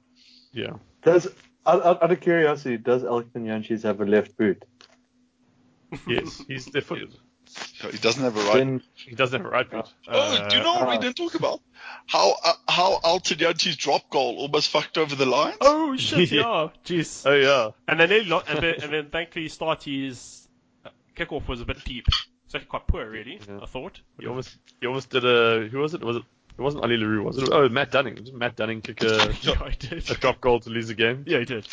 Speaker 3: Yeah.
Speaker 4: Does out, out out of curiosity, does Elkin Yanchis have a left boot?
Speaker 3: Yes, he's left-footed.
Speaker 2: He doesn't have a right.
Speaker 4: Then
Speaker 3: He doesn't have a right foot.
Speaker 2: oh, do you know what we
Speaker 4: uh,
Speaker 2: didn't talk about? How uh, how Alton Yanchis' drop goal almost fucked over the Lions.
Speaker 1: Oh shit! Yeah, jeez.
Speaker 2: Uh,
Speaker 3: Oh yeah.
Speaker 1: And then they lo- and then, and then thankfully Starty's uh, kickoff was a bit deep. It's actually quite poor, really.
Speaker 4: Yeah.
Speaker 1: I thought.
Speaker 3: He almost he almost did a who was it? Was it it wasn't Ali LaRue, was it? Oh Matt Dunning. Didn't Matt Dunning kick a,
Speaker 1: Yeah, I did.
Speaker 3: a drop goal to lose the game?
Speaker 1: Yeah, he did.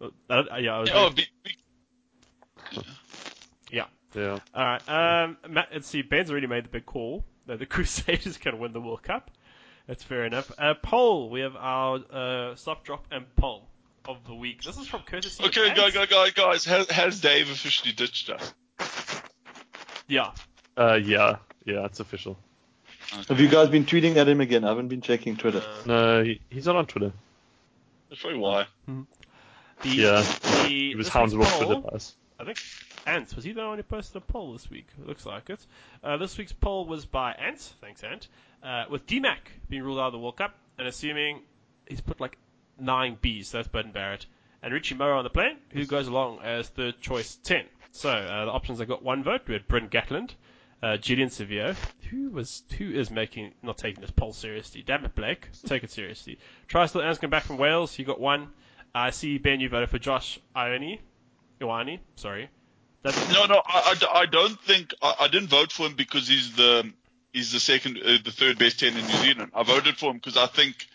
Speaker 1: Uh, uh, yeah, I was
Speaker 2: Oh, be, be-
Speaker 3: Yeah.
Speaker 1: All right. Um, Matt, let's see. Ben's already made the big call that the Crusaders can win the World Cup. That's fair enough. Uh, poll. We have our uh, stop, drop, and poll of the week. This is from courtesy. of
Speaker 2: okay,
Speaker 1: Ant.
Speaker 2: guys, guys, guys, guys. Has, has Dave officially ditched us?
Speaker 1: Yeah.
Speaker 3: Uh yeah. Yeah, it's official.
Speaker 4: have you guys been tweeting at him again? I haven't been checking Twitter.
Speaker 3: No, he, he's not on Twitter.
Speaker 2: That's probably why.
Speaker 1: The,
Speaker 3: Yeah.
Speaker 1: The,
Speaker 3: He
Speaker 1: this
Speaker 3: was
Speaker 1: week's
Speaker 3: hounds off
Speaker 1: poll-
Speaker 3: Twitter by us.
Speaker 1: I think Ant was he the one who posted a poll this week? It looks like it. Uh, this week's poll was by Ant. Thanks, Ant. Uh, with DMAC being ruled out of the World Cup and assuming he's put like nine Bs. So that's Burton Barrett and Richie Moore on the plane, who goes along as third choice ten. So uh, the options I got one vote. We had Bryn Gatland, uh, Julian Sevio, who was who is making not taking this poll seriously. Damn it, Blake, take it seriously. Tristan Anscombe back from Wales. He got one. I see Ben. You voted for Josh Ione. Iwani, sorry. That's,
Speaker 2: No, no, I, I d- I don't think I, I didn't vote for him because he's the he's the second, uh, the third best ten in New Zealand. I voted for him because I think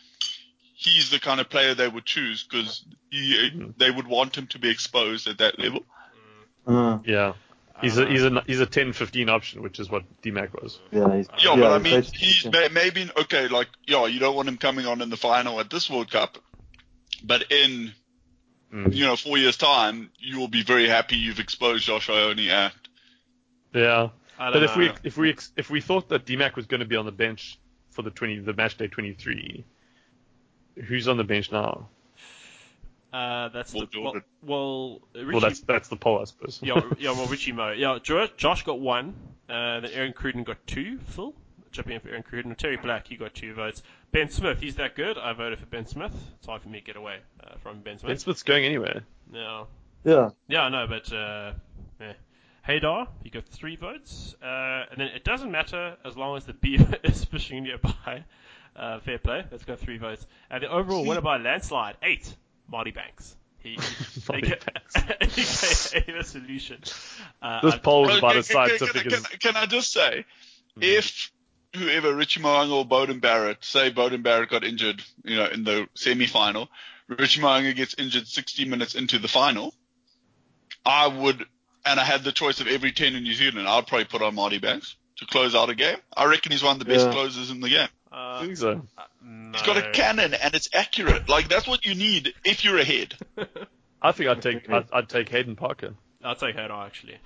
Speaker 2: he's the kind of player they would choose because he
Speaker 4: Mm-hmm.
Speaker 2: they would want him to be exposed at that level.
Speaker 4: Uh,
Speaker 3: Yeah. He's
Speaker 1: Ah.
Speaker 3: a he's a he's a 10-15 option, which is what DMAC was.
Speaker 4: yeah, he's,
Speaker 2: Yeah, but I
Speaker 4: he's
Speaker 2: mean,
Speaker 4: basically-
Speaker 2: he's may, maybe okay. Like, yeah, you don't want him coming on in the final at this World Cup, but in
Speaker 3: Mm.
Speaker 2: you know four years' time, you will be very happy you've exposed Josh Ione at.
Speaker 3: Yeah.
Speaker 1: I
Speaker 3: But
Speaker 1: don't
Speaker 3: if
Speaker 1: know.
Speaker 3: we if we ex- if we thought that DMAC was going to be on the bench for the twenty the match day twenty three, who's on the bench now?
Speaker 1: uh, that's
Speaker 2: Well,
Speaker 1: the, well,
Speaker 2: Jordan.
Speaker 1: well, uh, Richie,
Speaker 3: Well, that's that's the poll, I suppose.
Speaker 1: yeah, yeah, well, Richie Mo, yeah, Jo- Josh got one, uh, then Aaron Cruden got two, Phil, jumping in for Aaron Cruden, Terry Black, he got two votes, Ben Smith, he's that good, I voted for Ben Smith, it's hard for me to get away uh, from Ben
Speaker 3: Ben
Speaker 1: Smith,
Speaker 3: Smith's going anywhere.
Speaker 1: no,
Speaker 4: yeah,
Speaker 1: yeah, I know, but, uh, yeah. Haydar, you got three votes, uh, and then it doesn't matter as long as the beef is pushing nearby, uh, fair play, that's got three votes, and the overall winner by landslide, eight, Marty Banks. He,
Speaker 3: Marty
Speaker 1: AKA AKA the solution. Uh,
Speaker 3: This
Speaker 1: I-
Speaker 3: poll was
Speaker 2: Okay,
Speaker 3: about
Speaker 2: can-
Speaker 3: as scientific Hmm.
Speaker 2: can, can,
Speaker 3: as
Speaker 2: can, can I just say, if whoever Richie Moanga or Bowden Barrett, say Bowden Barrett got injured, you know, in the semi-final, Richie Moanga gets injured 60 minutes into the final, I would, and I had the choice of every 10 in New Zealand, I'd probably put on Marty Banks to close out a game. I reckon he's one of the best
Speaker 4: Yeah.
Speaker 2: closers in the game.
Speaker 3: I
Speaker 1: uh,
Speaker 3: think so.
Speaker 1: no.
Speaker 2: He's got a cannon and it's accurate. Like that's what you need if you're ahead.
Speaker 3: I think I'd take I'd, I'd take Hayden Parker
Speaker 1: I'll take Haydar actually.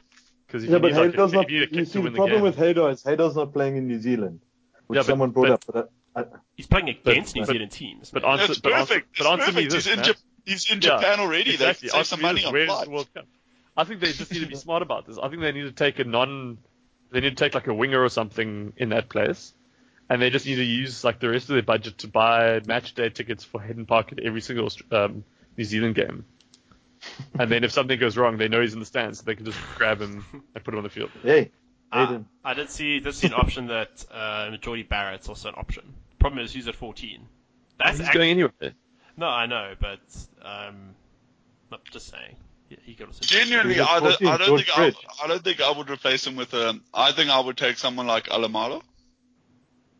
Speaker 3: because
Speaker 4: yeah, but
Speaker 3: need, like,
Speaker 4: Haydar's
Speaker 3: a,
Speaker 4: not.
Speaker 3: you need a
Speaker 4: You
Speaker 3: kick
Speaker 4: see,
Speaker 3: to
Speaker 4: the
Speaker 3: win the game.
Speaker 4: problem with Haydar is Haydar's not playing in New Zealand, which
Speaker 3: Yeah, but-
Speaker 4: someone brought
Speaker 3: but-
Speaker 4: up. But I, I,
Speaker 1: He's playing against New
Speaker 3: but-
Speaker 1: Zealand teams.
Speaker 3: but
Speaker 1: man.
Speaker 3: answer,
Speaker 2: That's
Speaker 3: but answer,
Speaker 2: perfect.
Speaker 3: but
Speaker 2: That's
Speaker 3: answer me
Speaker 2: perfect.
Speaker 3: this,
Speaker 2: He's in,
Speaker 3: Matt.
Speaker 2: Jap- he's in
Speaker 3: Yeah,
Speaker 2: Japan already.
Speaker 3: Exactly.
Speaker 2: They saved
Speaker 3: Ask
Speaker 2: some
Speaker 3: me
Speaker 2: money
Speaker 3: this,
Speaker 2: on
Speaker 3: where is the
Speaker 2: flights.
Speaker 3: World Cup? I think they just need to be smart about this. I think they need to take a non. They need to take like a winger or something in that place, and they just need to use like the rest of their budget to buy match day tickets for Hayden Park at every single um, New Zealand game. And then if something goes wrong, they know he's in the stands, so they can just grab him and put him on the field.
Speaker 4: hey,
Speaker 1: Uh,
Speaker 4: Hayden.
Speaker 1: I did see this is an option that uh, Jordy Barrett's also an option. Problem is he's at 14. That's
Speaker 3: He's
Speaker 1: act-
Speaker 3: going anywhere.
Speaker 1: no, I know, but um, not just saying. He, he could also.
Speaker 2: Genuinely,
Speaker 4: He's a
Speaker 2: I don't, I
Speaker 4: protein,
Speaker 2: don't
Speaker 4: George
Speaker 2: think I,
Speaker 4: Fritz.
Speaker 2: I don't think I would replace him with um. I think I would take someone like Alamalo.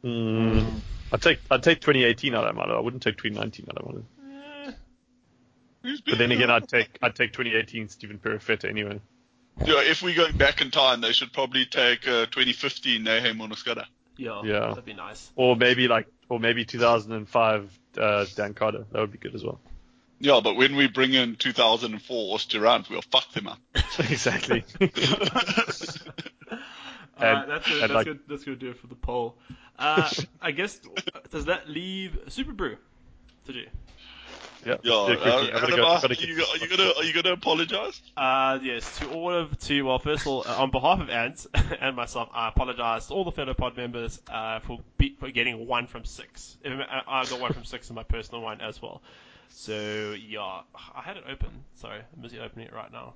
Speaker 3: Mm. I'd take I'd take 2018 out of Malo. I wouldn't take 2019 out of Malo. But then again, I'd take I'd take 2018 Stephen Perifetta anyway.
Speaker 2: yeah, if we're going back in time, they should probably take uh, 2015 Nahim Onoskada.
Speaker 1: Yeah,
Speaker 3: Yeah.
Speaker 1: that'd be nice.
Speaker 3: Or maybe like, or maybe 2005 uh, Dan Carter. That would be good as well.
Speaker 2: Yeah, but when we bring in 2004 Osterant, we'll fuck them up.
Speaker 3: exactly.
Speaker 1: Uh, All right,
Speaker 3: And-
Speaker 1: that's good.
Speaker 3: and,
Speaker 1: That's
Speaker 3: like-
Speaker 1: good. That's gonna do it for the poll. Uh, I guess does that leave Super Brew to do?
Speaker 3: Yeah.
Speaker 2: Yeah,
Speaker 3: let's do it quickly.
Speaker 2: uh,
Speaker 3: I'm gonna
Speaker 2: Adam,
Speaker 3: go-
Speaker 2: uh,
Speaker 3: gotta get-
Speaker 2: you, are you gonna are you gonna apologize?
Speaker 1: Uh, yes, to all of to well, first of all, uh, on behalf of Ant and myself, I apologise to all the fellow pod members uh, for be, for getting one from six. Um, I I got one from six in my personal one as well. So yeah, I had it open. Sorry, I'm busy opening it right now.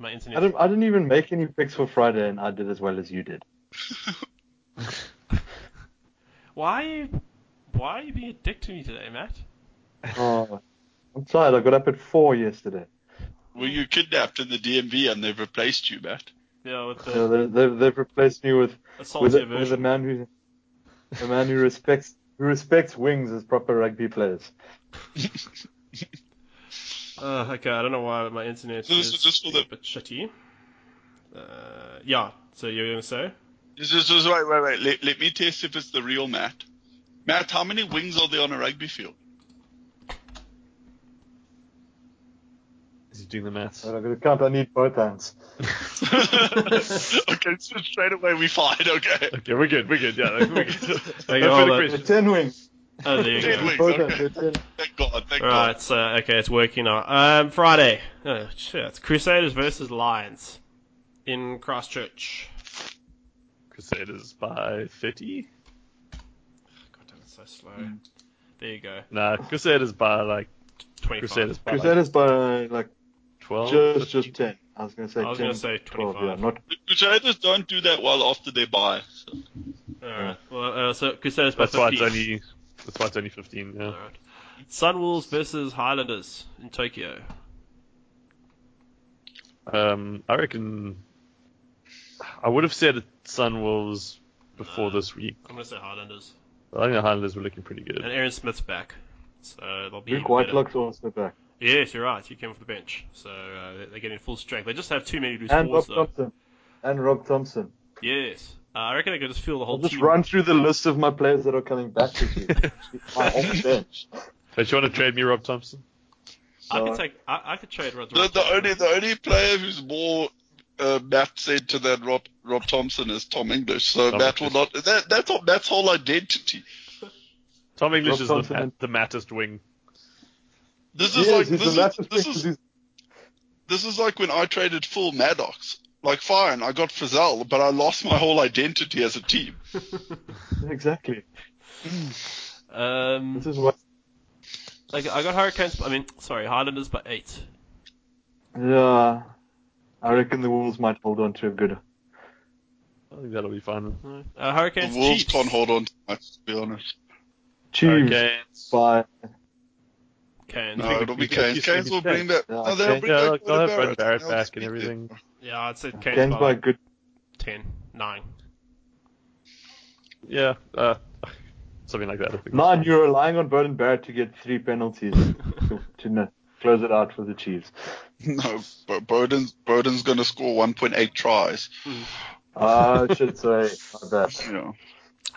Speaker 1: My internet.
Speaker 4: Adam, I didn't even make any picks for Friday, and I did as well as you did.
Speaker 1: Why? Why are you being a dick to me today, Matt?
Speaker 4: Oh, I'm tired. I got up at four yesterday.
Speaker 2: Were you kidnapped in the DMV and they've replaced you, Matt?
Speaker 1: Yeah, with
Speaker 4: So
Speaker 1: the
Speaker 4: they, they, they've replaced me with with
Speaker 1: assaultive
Speaker 4: a, with a
Speaker 1: version.
Speaker 4: man who a man who respects who respects wings as proper rugby players.
Speaker 1: Uh, okay, I don't know why my internet
Speaker 2: So this
Speaker 1: is
Speaker 2: is just for the-
Speaker 1: a bit shitty. Uh, yeah. So you're gonna say?
Speaker 2: Just, just, just wait, wait, wait. Let, let me test if it's the real Matt. Matt, how many wings are there on a rugby field?
Speaker 3: Is he doing the maths?
Speaker 4: But I've got to count. I need both hands.
Speaker 2: okay, so straight away we fired. Okay.
Speaker 3: Okay, we're good. We're good. Yeah, like, we're good.
Speaker 1: Okay, hold
Speaker 3: No further
Speaker 1: on.
Speaker 4: They're
Speaker 3: questions.
Speaker 4: ten wings.
Speaker 1: Oh, there you
Speaker 2: Ten
Speaker 1: go.
Speaker 2: wings,
Speaker 4: Both
Speaker 2: okay.
Speaker 4: hands. They're ten.
Speaker 2: Thank God. Thank God.
Speaker 1: Right, so okay, it's working now. Um, Friday. Oh, shit. It's Crusaders versus Lions in Christchurch.
Speaker 3: Crusaders by 30?
Speaker 1: God damn, it's so slow.
Speaker 3: Mm.
Speaker 1: There you go.
Speaker 3: Nah, Crusaders by like
Speaker 1: 25.
Speaker 3: Crusaders by like
Speaker 4: Crusaders by like
Speaker 3: 12.
Speaker 4: just just ten. I was gonna say
Speaker 1: I was
Speaker 4: 10,
Speaker 1: gonna say
Speaker 4: 12,
Speaker 1: 25.
Speaker 4: yeah, not
Speaker 2: The Crusaders don't do that well after they buy.
Speaker 1: Alright. Well, uh, so Crusaders by
Speaker 3: That's why it's
Speaker 1: 15.
Speaker 3: only that's why it's only 15. Yeah.
Speaker 1: Alright. Sunwolves versus Highlanders in Tokyo.
Speaker 3: Um, I reckon I would have said Sunwolves before this week.
Speaker 1: I'm gonna say Highlanders.
Speaker 3: I think the Highlanders were looking pretty
Speaker 1: And
Speaker 3: good.
Speaker 1: Aaron Smith's back. So they'll be.
Speaker 4: Luke
Speaker 1: even better.
Speaker 4: Whitelock's also back.
Speaker 1: Yes, you're right. He came off the bench. So uh, they- they're getting full strength. They just have too many loose
Speaker 4: And Rob
Speaker 1: balls, though.
Speaker 4: Thompson. And Rob Thompson.
Speaker 1: Yes. Uh, I reckon they could just feel the whole
Speaker 4: I'll just
Speaker 1: team.
Speaker 4: run through the list of my players that are coming back this year. My whole bench.
Speaker 3: But you want to trade me, Rob Thompson?
Speaker 1: I
Speaker 4: So-
Speaker 1: could take. I, I could trade Roger.
Speaker 2: The, the only the only player who's more uh, Matt said to that Rob Rob Thompson is Tom English. So
Speaker 3: Tom
Speaker 2: Matt will
Speaker 3: English.
Speaker 2: not. That, that's all, Matt's whole identity.
Speaker 3: Tom English
Speaker 4: Rob
Speaker 3: is
Speaker 4: Thompson
Speaker 3: the, mat,
Speaker 4: and-
Speaker 3: the mattest wing.
Speaker 2: This is
Speaker 4: Yes,
Speaker 2: like
Speaker 4: he's
Speaker 2: this
Speaker 4: the
Speaker 2: is,
Speaker 4: massive
Speaker 2: this
Speaker 4: thing,
Speaker 2: is
Speaker 4: 'cause
Speaker 2: this is like when I traded full Maddox. Like fine, I got Frizzell, but I lost my whole identity as a team.
Speaker 4: he's- Exactly.
Speaker 1: Um,
Speaker 4: This is what.
Speaker 1: like I got Hurricanes. I mean, sorry, Highlanders by eight.
Speaker 4: Yeah. I reckon the Wolves might hold on to a good.
Speaker 3: I think that'll be fun.
Speaker 1: Uh, Hurricanes.
Speaker 2: the Wolves
Speaker 1: Chiefs.
Speaker 2: can't hold on to much, to be honest.
Speaker 4: Chiefs
Speaker 3: Hurricanes.
Speaker 4: by.
Speaker 1: Canes.
Speaker 2: No, it'll be Canes.
Speaker 3: Chiefs can
Speaker 2: Canes
Speaker 3: be
Speaker 2: will bring back.
Speaker 4: Yeah,
Speaker 2: no, they'll
Speaker 4: Canes-
Speaker 2: bring
Speaker 3: yeah,
Speaker 2: back
Speaker 3: they'll have Brad
Speaker 2: Barrett.
Speaker 3: Barrett
Speaker 2: They'll
Speaker 3: back
Speaker 2: speak
Speaker 3: and everything.
Speaker 2: there.
Speaker 1: Yeah, I'd say Canes,
Speaker 4: Games
Speaker 1: by,
Speaker 4: by a good.
Speaker 1: ten, nine.
Speaker 3: Yeah, uh, something like that. I think.
Speaker 4: Nine, you're relying on Bowden Barrett to get three penalties to, to no- close it out for the Chiefs.
Speaker 2: No, Bo- Bowden's Bowden's going to score 1.8 tries.
Speaker 4: Ah, I should say. My bad.
Speaker 2: Yeah.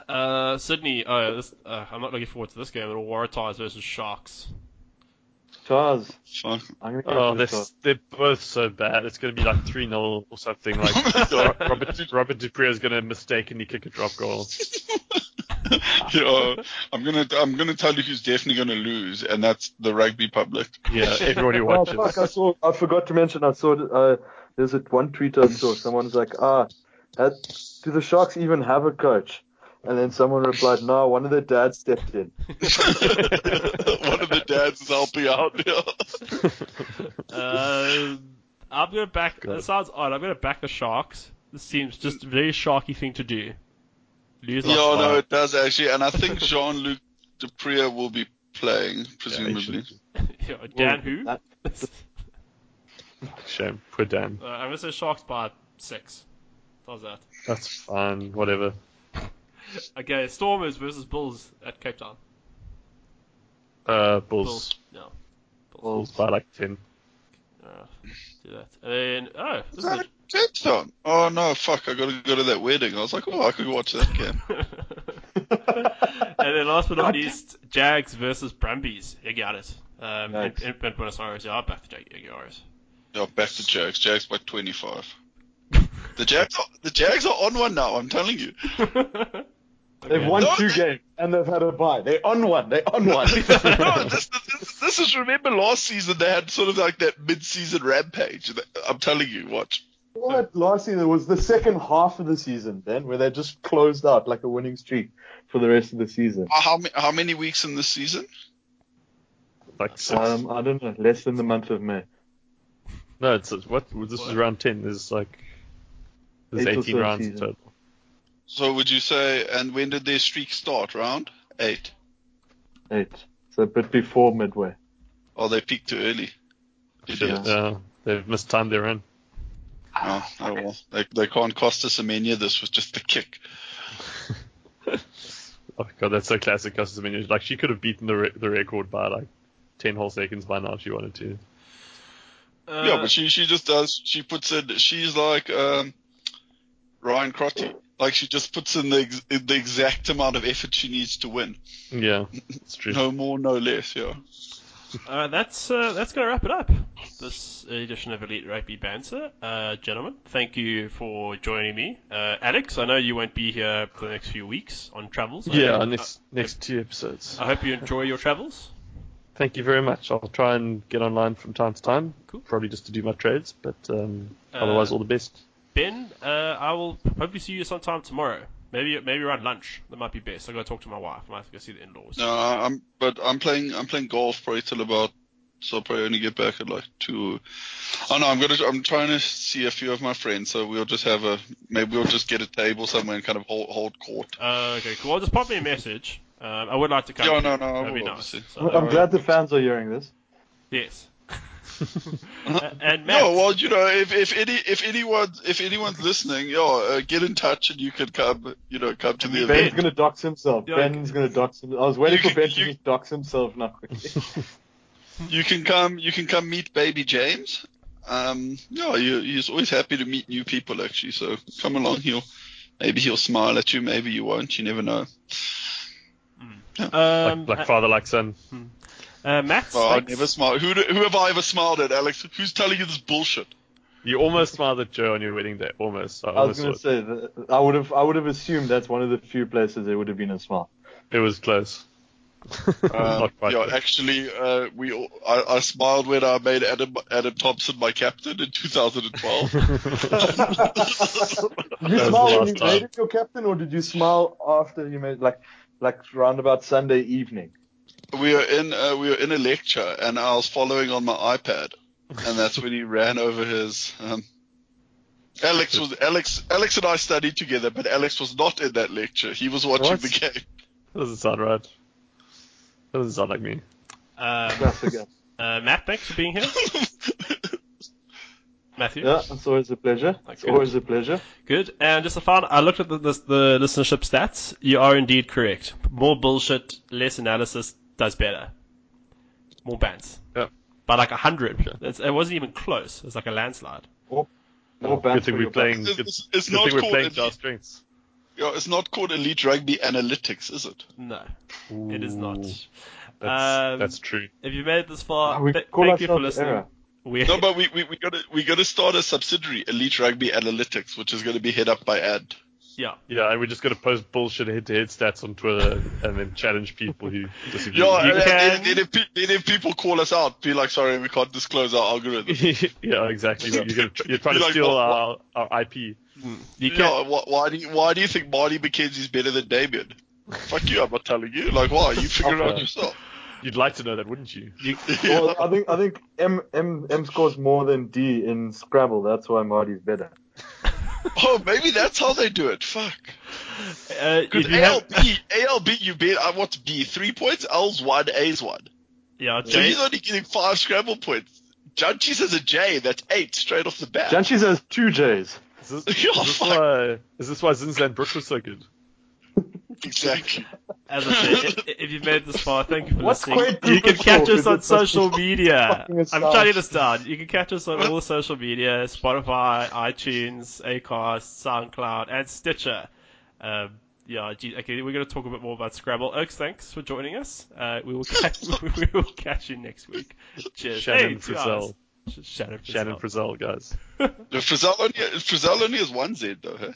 Speaker 1: Uh, Sydney. Oh, this, uh, I'm not looking forward to this game. It'll Waratahs versus Sharks.
Speaker 4: Charles,
Speaker 2: Fuck.
Speaker 4: I'm going to go
Speaker 3: Oh,
Speaker 4: for
Speaker 3: they're,
Speaker 4: Charles.
Speaker 3: they're both so bad. It's going to be like 3 0 or something. Like Robert, Robert Dupree is going to mistakenly kick a drop goal.
Speaker 2: yeah, I'm gonna I'm gonna tell you who's definitely gonna lose, and that's the rugby public.
Speaker 3: Yeah, everyone who
Speaker 4: Oh,
Speaker 3: watches.
Speaker 4: fuck, I, saw, I forgot to mention, I saw, uh, there's a, one tweet I saw, someone's like, ah, had, do the Sharks even have a coach? And then someone replied, no, one of their dads stepped in.
Speaker 2: One of the dads is helping out. Yeah.
Speaker 1: Uh, I'm gonna back.
Speaker 3: God.
Speaker 1: It sounds odd. I'm gonna back the Sharks. This seems just a very sharky thing to do. Lose
Speaker 2: Yeah,
Speaker 1: like
Speaker 2: no,
Speaker 1: five.
Speaker 2: it does actually, and I think Jean-Luc Dupria will be playing presumably.
Speaker 1: Yeah, Dan who?
Speaker 4: That-
Speaker 3: Shame. Poor Dan.
Speaker 1: Uh, I'm gonna say Sharks by six. How's that?
Speaker 3: That's fine. Whatever.
Speaker 1: Okay, Stormers versus Bulls at Cape Town.
Speaker 3: Uh, Bulls.
Speaker 1: Bulls. No.
Speaker 3: Bulls by like 10.
Speaker 1: Uh, do that. And then, oh,
Speaker 2: Is
Speaker 1: this is
Speaker 2: that a touchdown? Oh no, fuck! I gotta go to that wedding. I was like, oh, I could watch that game.
Speaker 1: and then last but not least, Jags versus Brumbies. You got it. Um, in,
Speaker 4: Nice.
Speaker 1: in, in Buenos Aires, yeah, I'll back to Jag- Jaguars.
Speaker 2: Yeah, back to Jags. Jags by 25. The Jags, are, the Jags are on one now. I'm telling you.
Speaker 4: They've won
Speaker 2: No,
Speaker 4: two
Speaker 2: they-
Speaker 4: games and they've had a bye. They're on one. They're on one.
Speaker 2: no, this, this, this is remember last season they had sort of like that mid-season rampage. I'm telling you, watch.
Speaker 4: What last season it was the second half of the season, Ben, where they just closed out like a winning streak for the rest of the season.
Speaker 2: Uh, How ma- how many weeks in this season?
Speaker 3: Like six.
Speaker 4: Um, I don't know, less than the month of May.
Speaker 3: no, it's it's- what this is round ten. There's like there's
Speaker 4: Eight or
Speaker 3: eighteen
Speaker 4: so
Speaker 3: rounds in
Speaker 4: season.
Speaker 3: total.
Speaker 2: So would you say? And when did their streak start? Round eight.
Speaker 4: Eight. So a bit before midway.
Speaker 2: Oh, they peaked too early.
Speaker 3: Shit,
Speaker 2: Idiots.
Speaker 3: yeah, they've mistimed their run.
Speaker 2: No, oh, well. They, they can't cost us a mania. This was just the kick.
Speaker 3: Oh god, that's so classic Castlevania. Like she could have beaten the re- the record by like ten whole seconds by now if she wanted to.
Speaker 1: Uh,
Speaker 2: yeah, but she, she just does. She puts in. She's like um, Ryan Crotty. Like she just puts in the ex- the exact amount of effort she needs to win.
Speaker 3: Yeah, it's true.
Speaker 2: No more, no less. Yeah.
Speaker 1: Uh, that's uh, that's going to wrap it up. This edition of Elite Rugby Banter, uh, gentlemen. Thank you for joining me, uh, Alex. I know you won't be here for the next few weeks on travels. I
Speaker 3: Yeah,
Speaker 1: hope-
Speaker 3: next next two episodes.
Speaker 1: I hope you enjoy your travels.
Speaker 3: Thank you very much. I'll try and get online from time to time.
Speaker 1: Cool.
Speaker 3: Probably just to do my trades, but um,
Speaker 1: Uh,
Speaker 3: otherwise all the best.
Speaker 1: Ben, uh, I will hopefully see you sometime tomorrow. Maybe maybe around lunch. That might be best. I got to talk to my wife. I might have to go see the in-laws.
Speaker 2: No, I'm. But I'm playing. I'm playing golf probably till about. So I'll probably only get back at like two. Oh no, I'm gonna. I'm trying to see a few of my friends. So we'll just have a. Maybe we'll just get a table somewhere and kind of hold hold court.
Speaker 1: Uh, okay, cool. Well, just pop me a message. Um, I would like to come.
Speaker 2: Yeah, no, no, I
Speaker 1: That'd be
Speaker 2: will,
Speaker 1: nice.
Speaker 2: obviously.
Speaker 1: So,
Speaker 4: I'm glad the fans are hearing this.
Speaker 1: yes. Uh, and Matt,
Speaker 2: No, well, you know, if, if any if anyone if anyone's listening, yo, uh, get in touch and you can come, you know, come to the
Speaker 1: Ben-
Speaker 4: Ben's
Speaker 2: event.
Speaker 4: gonna dox himself.
Speaker 1: Yeah,
Speaker 4: Ben's gonna dox himself. I was waiting
Speaker 2: You
Speaker 4: for Ben
Speaker 2: can-
Speaker 4: to
Speaker 2: you-
Speaker 4: just dox himself now.
Speaker 2: You can come, you can come meet baby James. Um, yeah, you, he's always happy to meet new people actually. So come along, he'll maybe he'll smile at you, maybe you won't. You never know.
Speaker 1: um,
Speaker 3: Like, like father, like son.
Speaker 1: uh, Matt,
Speaker 2: Well, I
Speaker 1: thanks.
Speaker 2: never smile. Who, do- who have I ever smiled at, Alex? Who's telling you this bullshit?
Speaker 3: You almost smiled at Joe on your wedding day. Almost. I
Speaker 4: I was
Speaker 3: almost
Speaker 4: gonna
Speaker 3: was
Speaker 4: say that I would have I would have assumed that's one of the few places there would have been a smile.
Speaker 3: it. was close.
Speaker 2: Um,
Speaker 3: Not quite.
Speaker 2: yeah,
Speaker 3: close.
Speaker 2: actually, uh, we all, I, I smiled when I made Adam Adam Thompson my captain in 2012.
Speaker 4: Did you
Speaker 3: That was
Speaker 4: smile
Speaker 3: the
Speaker 4: when you
Speaker 3: last
Speaker 4: made
Speaker 3: time.
Speaker 4: it your captain, or did you smile after you made like like round about Sunday evening?
Speaker 2: we were in uh, we were in a lecture and I was following on my iPad and that's when he ran over his um, Alex was Alex Alex and I studied together but Alex was not in that lecture he was watching
Speaker 3: What?
Speaker 2: the game
Speaker 3: That doesn't sound right. That doesn't sound like me.
Speaker 1: Um,
Speaker 4: Classic. yeah.
Speaker 1: uh, Matt, thanks for being here. Matthew,
Speaker 4: yeah, it's always a pleasure. It's
Speaker 1: Okay.
Speaker 4: always a pleasure.
Speaker 1: good. And just a final, I looked at the, the, the listenership stats. You are indeed correct. More bullshit, less analysis does better. More bans.
Speaker 3: Yeah.
Speaker 1: By like a hundred. That's- It wasn't even close. It was like a landslide.
Speaker 4: More
Speaker 3: Good
Speaker 4: bands
Speaker 3: thing
Speaker 4: for
Speaker 3: we're
Speaker 4: your bands.
Speaker 3: playing.
Speaker 2: It's-
Speaker 3: Good,
Speaker 2: it's- it's
Speaker 3: good
Speaker 2: not
Speaker 3: thing we're
Speaker 2: called
Speaker 3: playing
Speaker 2: elite.
Speaker 3: to our strengths.
Speaker 2: yeah, it's not called elite rugby analytics is it
Speaker 1: No, it is not.
Speaker 3: Ooh, That's,
Speaker 1: Um,
Speaker 3: that's true.
Speaker 1: If you made it this far,
Speaker 4: Oh, we
Speaker 1: th-
Speaker 4: call
Speaker 1: thank you for
Speaker 4: ourselves
Speaker 1: listening.
Speaker 4: error.
Speaker 1: We,
Speaker 2: no but we, we, we gotta we gotta start a subsidiary elite rugby analytics which is gonna be head up by ad
Speaker 1: yeah.
Speaker 3: Yeah, and we're just gonna post bullshit head-to-head stats on Twitter and then challenge people who disagree.
Speaker 2: yeah
Speaker 1: You
Speaker 2: and,
Speaker 1: can-
Speaker 2: and, and if, pe- and if people call us out be like sorry we can't disclose our algorithm
Speaker 3: yeah, exactly. You're, gonna, tr- you're trying
Speaker 2: Be
Speaker 3: to
Speaker 2: like,
Speaker 3: steal
Speaker 2: what-
Speaker 3: our, our IP.
Speaker 1: You can,
Speaker 2: Yeah, why, why do you why do you think Marty McKenzie's better than Damien? Fuck you, I'm not telling you. Like why? You figure it out
Speaker 3: Okay.
Speaker 2: yourself.
Speaker 3: You'd like to know that, wouldn't you?
Speaker 1: you,
Speaker 4: Well, I think I think M M M scores more than D in Scrabble. That's why Marty's better.
Speaker 2: Oh, maybe that's how they do it. Fuck.
Speaker 1: uh, if
Speaker 2: Because
Speaker 1: you have,
Speaker 2: ALB, ALB, you bet. I what's B? Three points. L's one. A's one.
Speaker 1: yeah,
Speaker 2: So
Speaker 1: Jay-
Speaker 2: he's only getting five scramble points. Junchies has a J. That's eight straight off the bat.
Speaker 4: Janchis has two J's.
Speaker 3: Is this,
Speaker 2: Yeah,
Speaker 3: is this
Speaker 2: fuck.
Speaker 3: why, is this why Zinsland Brook was so good?
Speaker 2: exactly.
Speaker 1: As I said, i- if you've made it this far, thank you for
Speaker 4: What's
Speaker 1: listening.
Speaker 4: great
Speaker 1: You can
Speaker 4: Google
Speaker 1: catch
Speaker 4: talk
Speaker 1: us
Speaker 4: is
Speaker 1: on
Speaker 4: it's such a
Speaker 1: social media.
Speaker 4: fucking
Speaker 1: I'm
Speaker 4: assault.
Speaker 1: trying to start. You can catch us on all social media: Spotify, iTunes, Acast, SoundCloud, and Stitcher. Um, yeah, gee, okay, we're going to talk a bit more about Scrabble. Oaks, thanks for joining us. Uh, we will catch, we will catch you next week. Cheers. Hey,
Speaker 3: Shannon
Speaker 1: two hours.
Speaker 3: Frizzell.
Speaker 1: Shannon.
Speaker 3: Shannon
Speaker 1: Frizzell.
Speaker 3: Frizzell, guys.
Speaker 2: Frizzell only, Frizzell only has one Z though. Huh?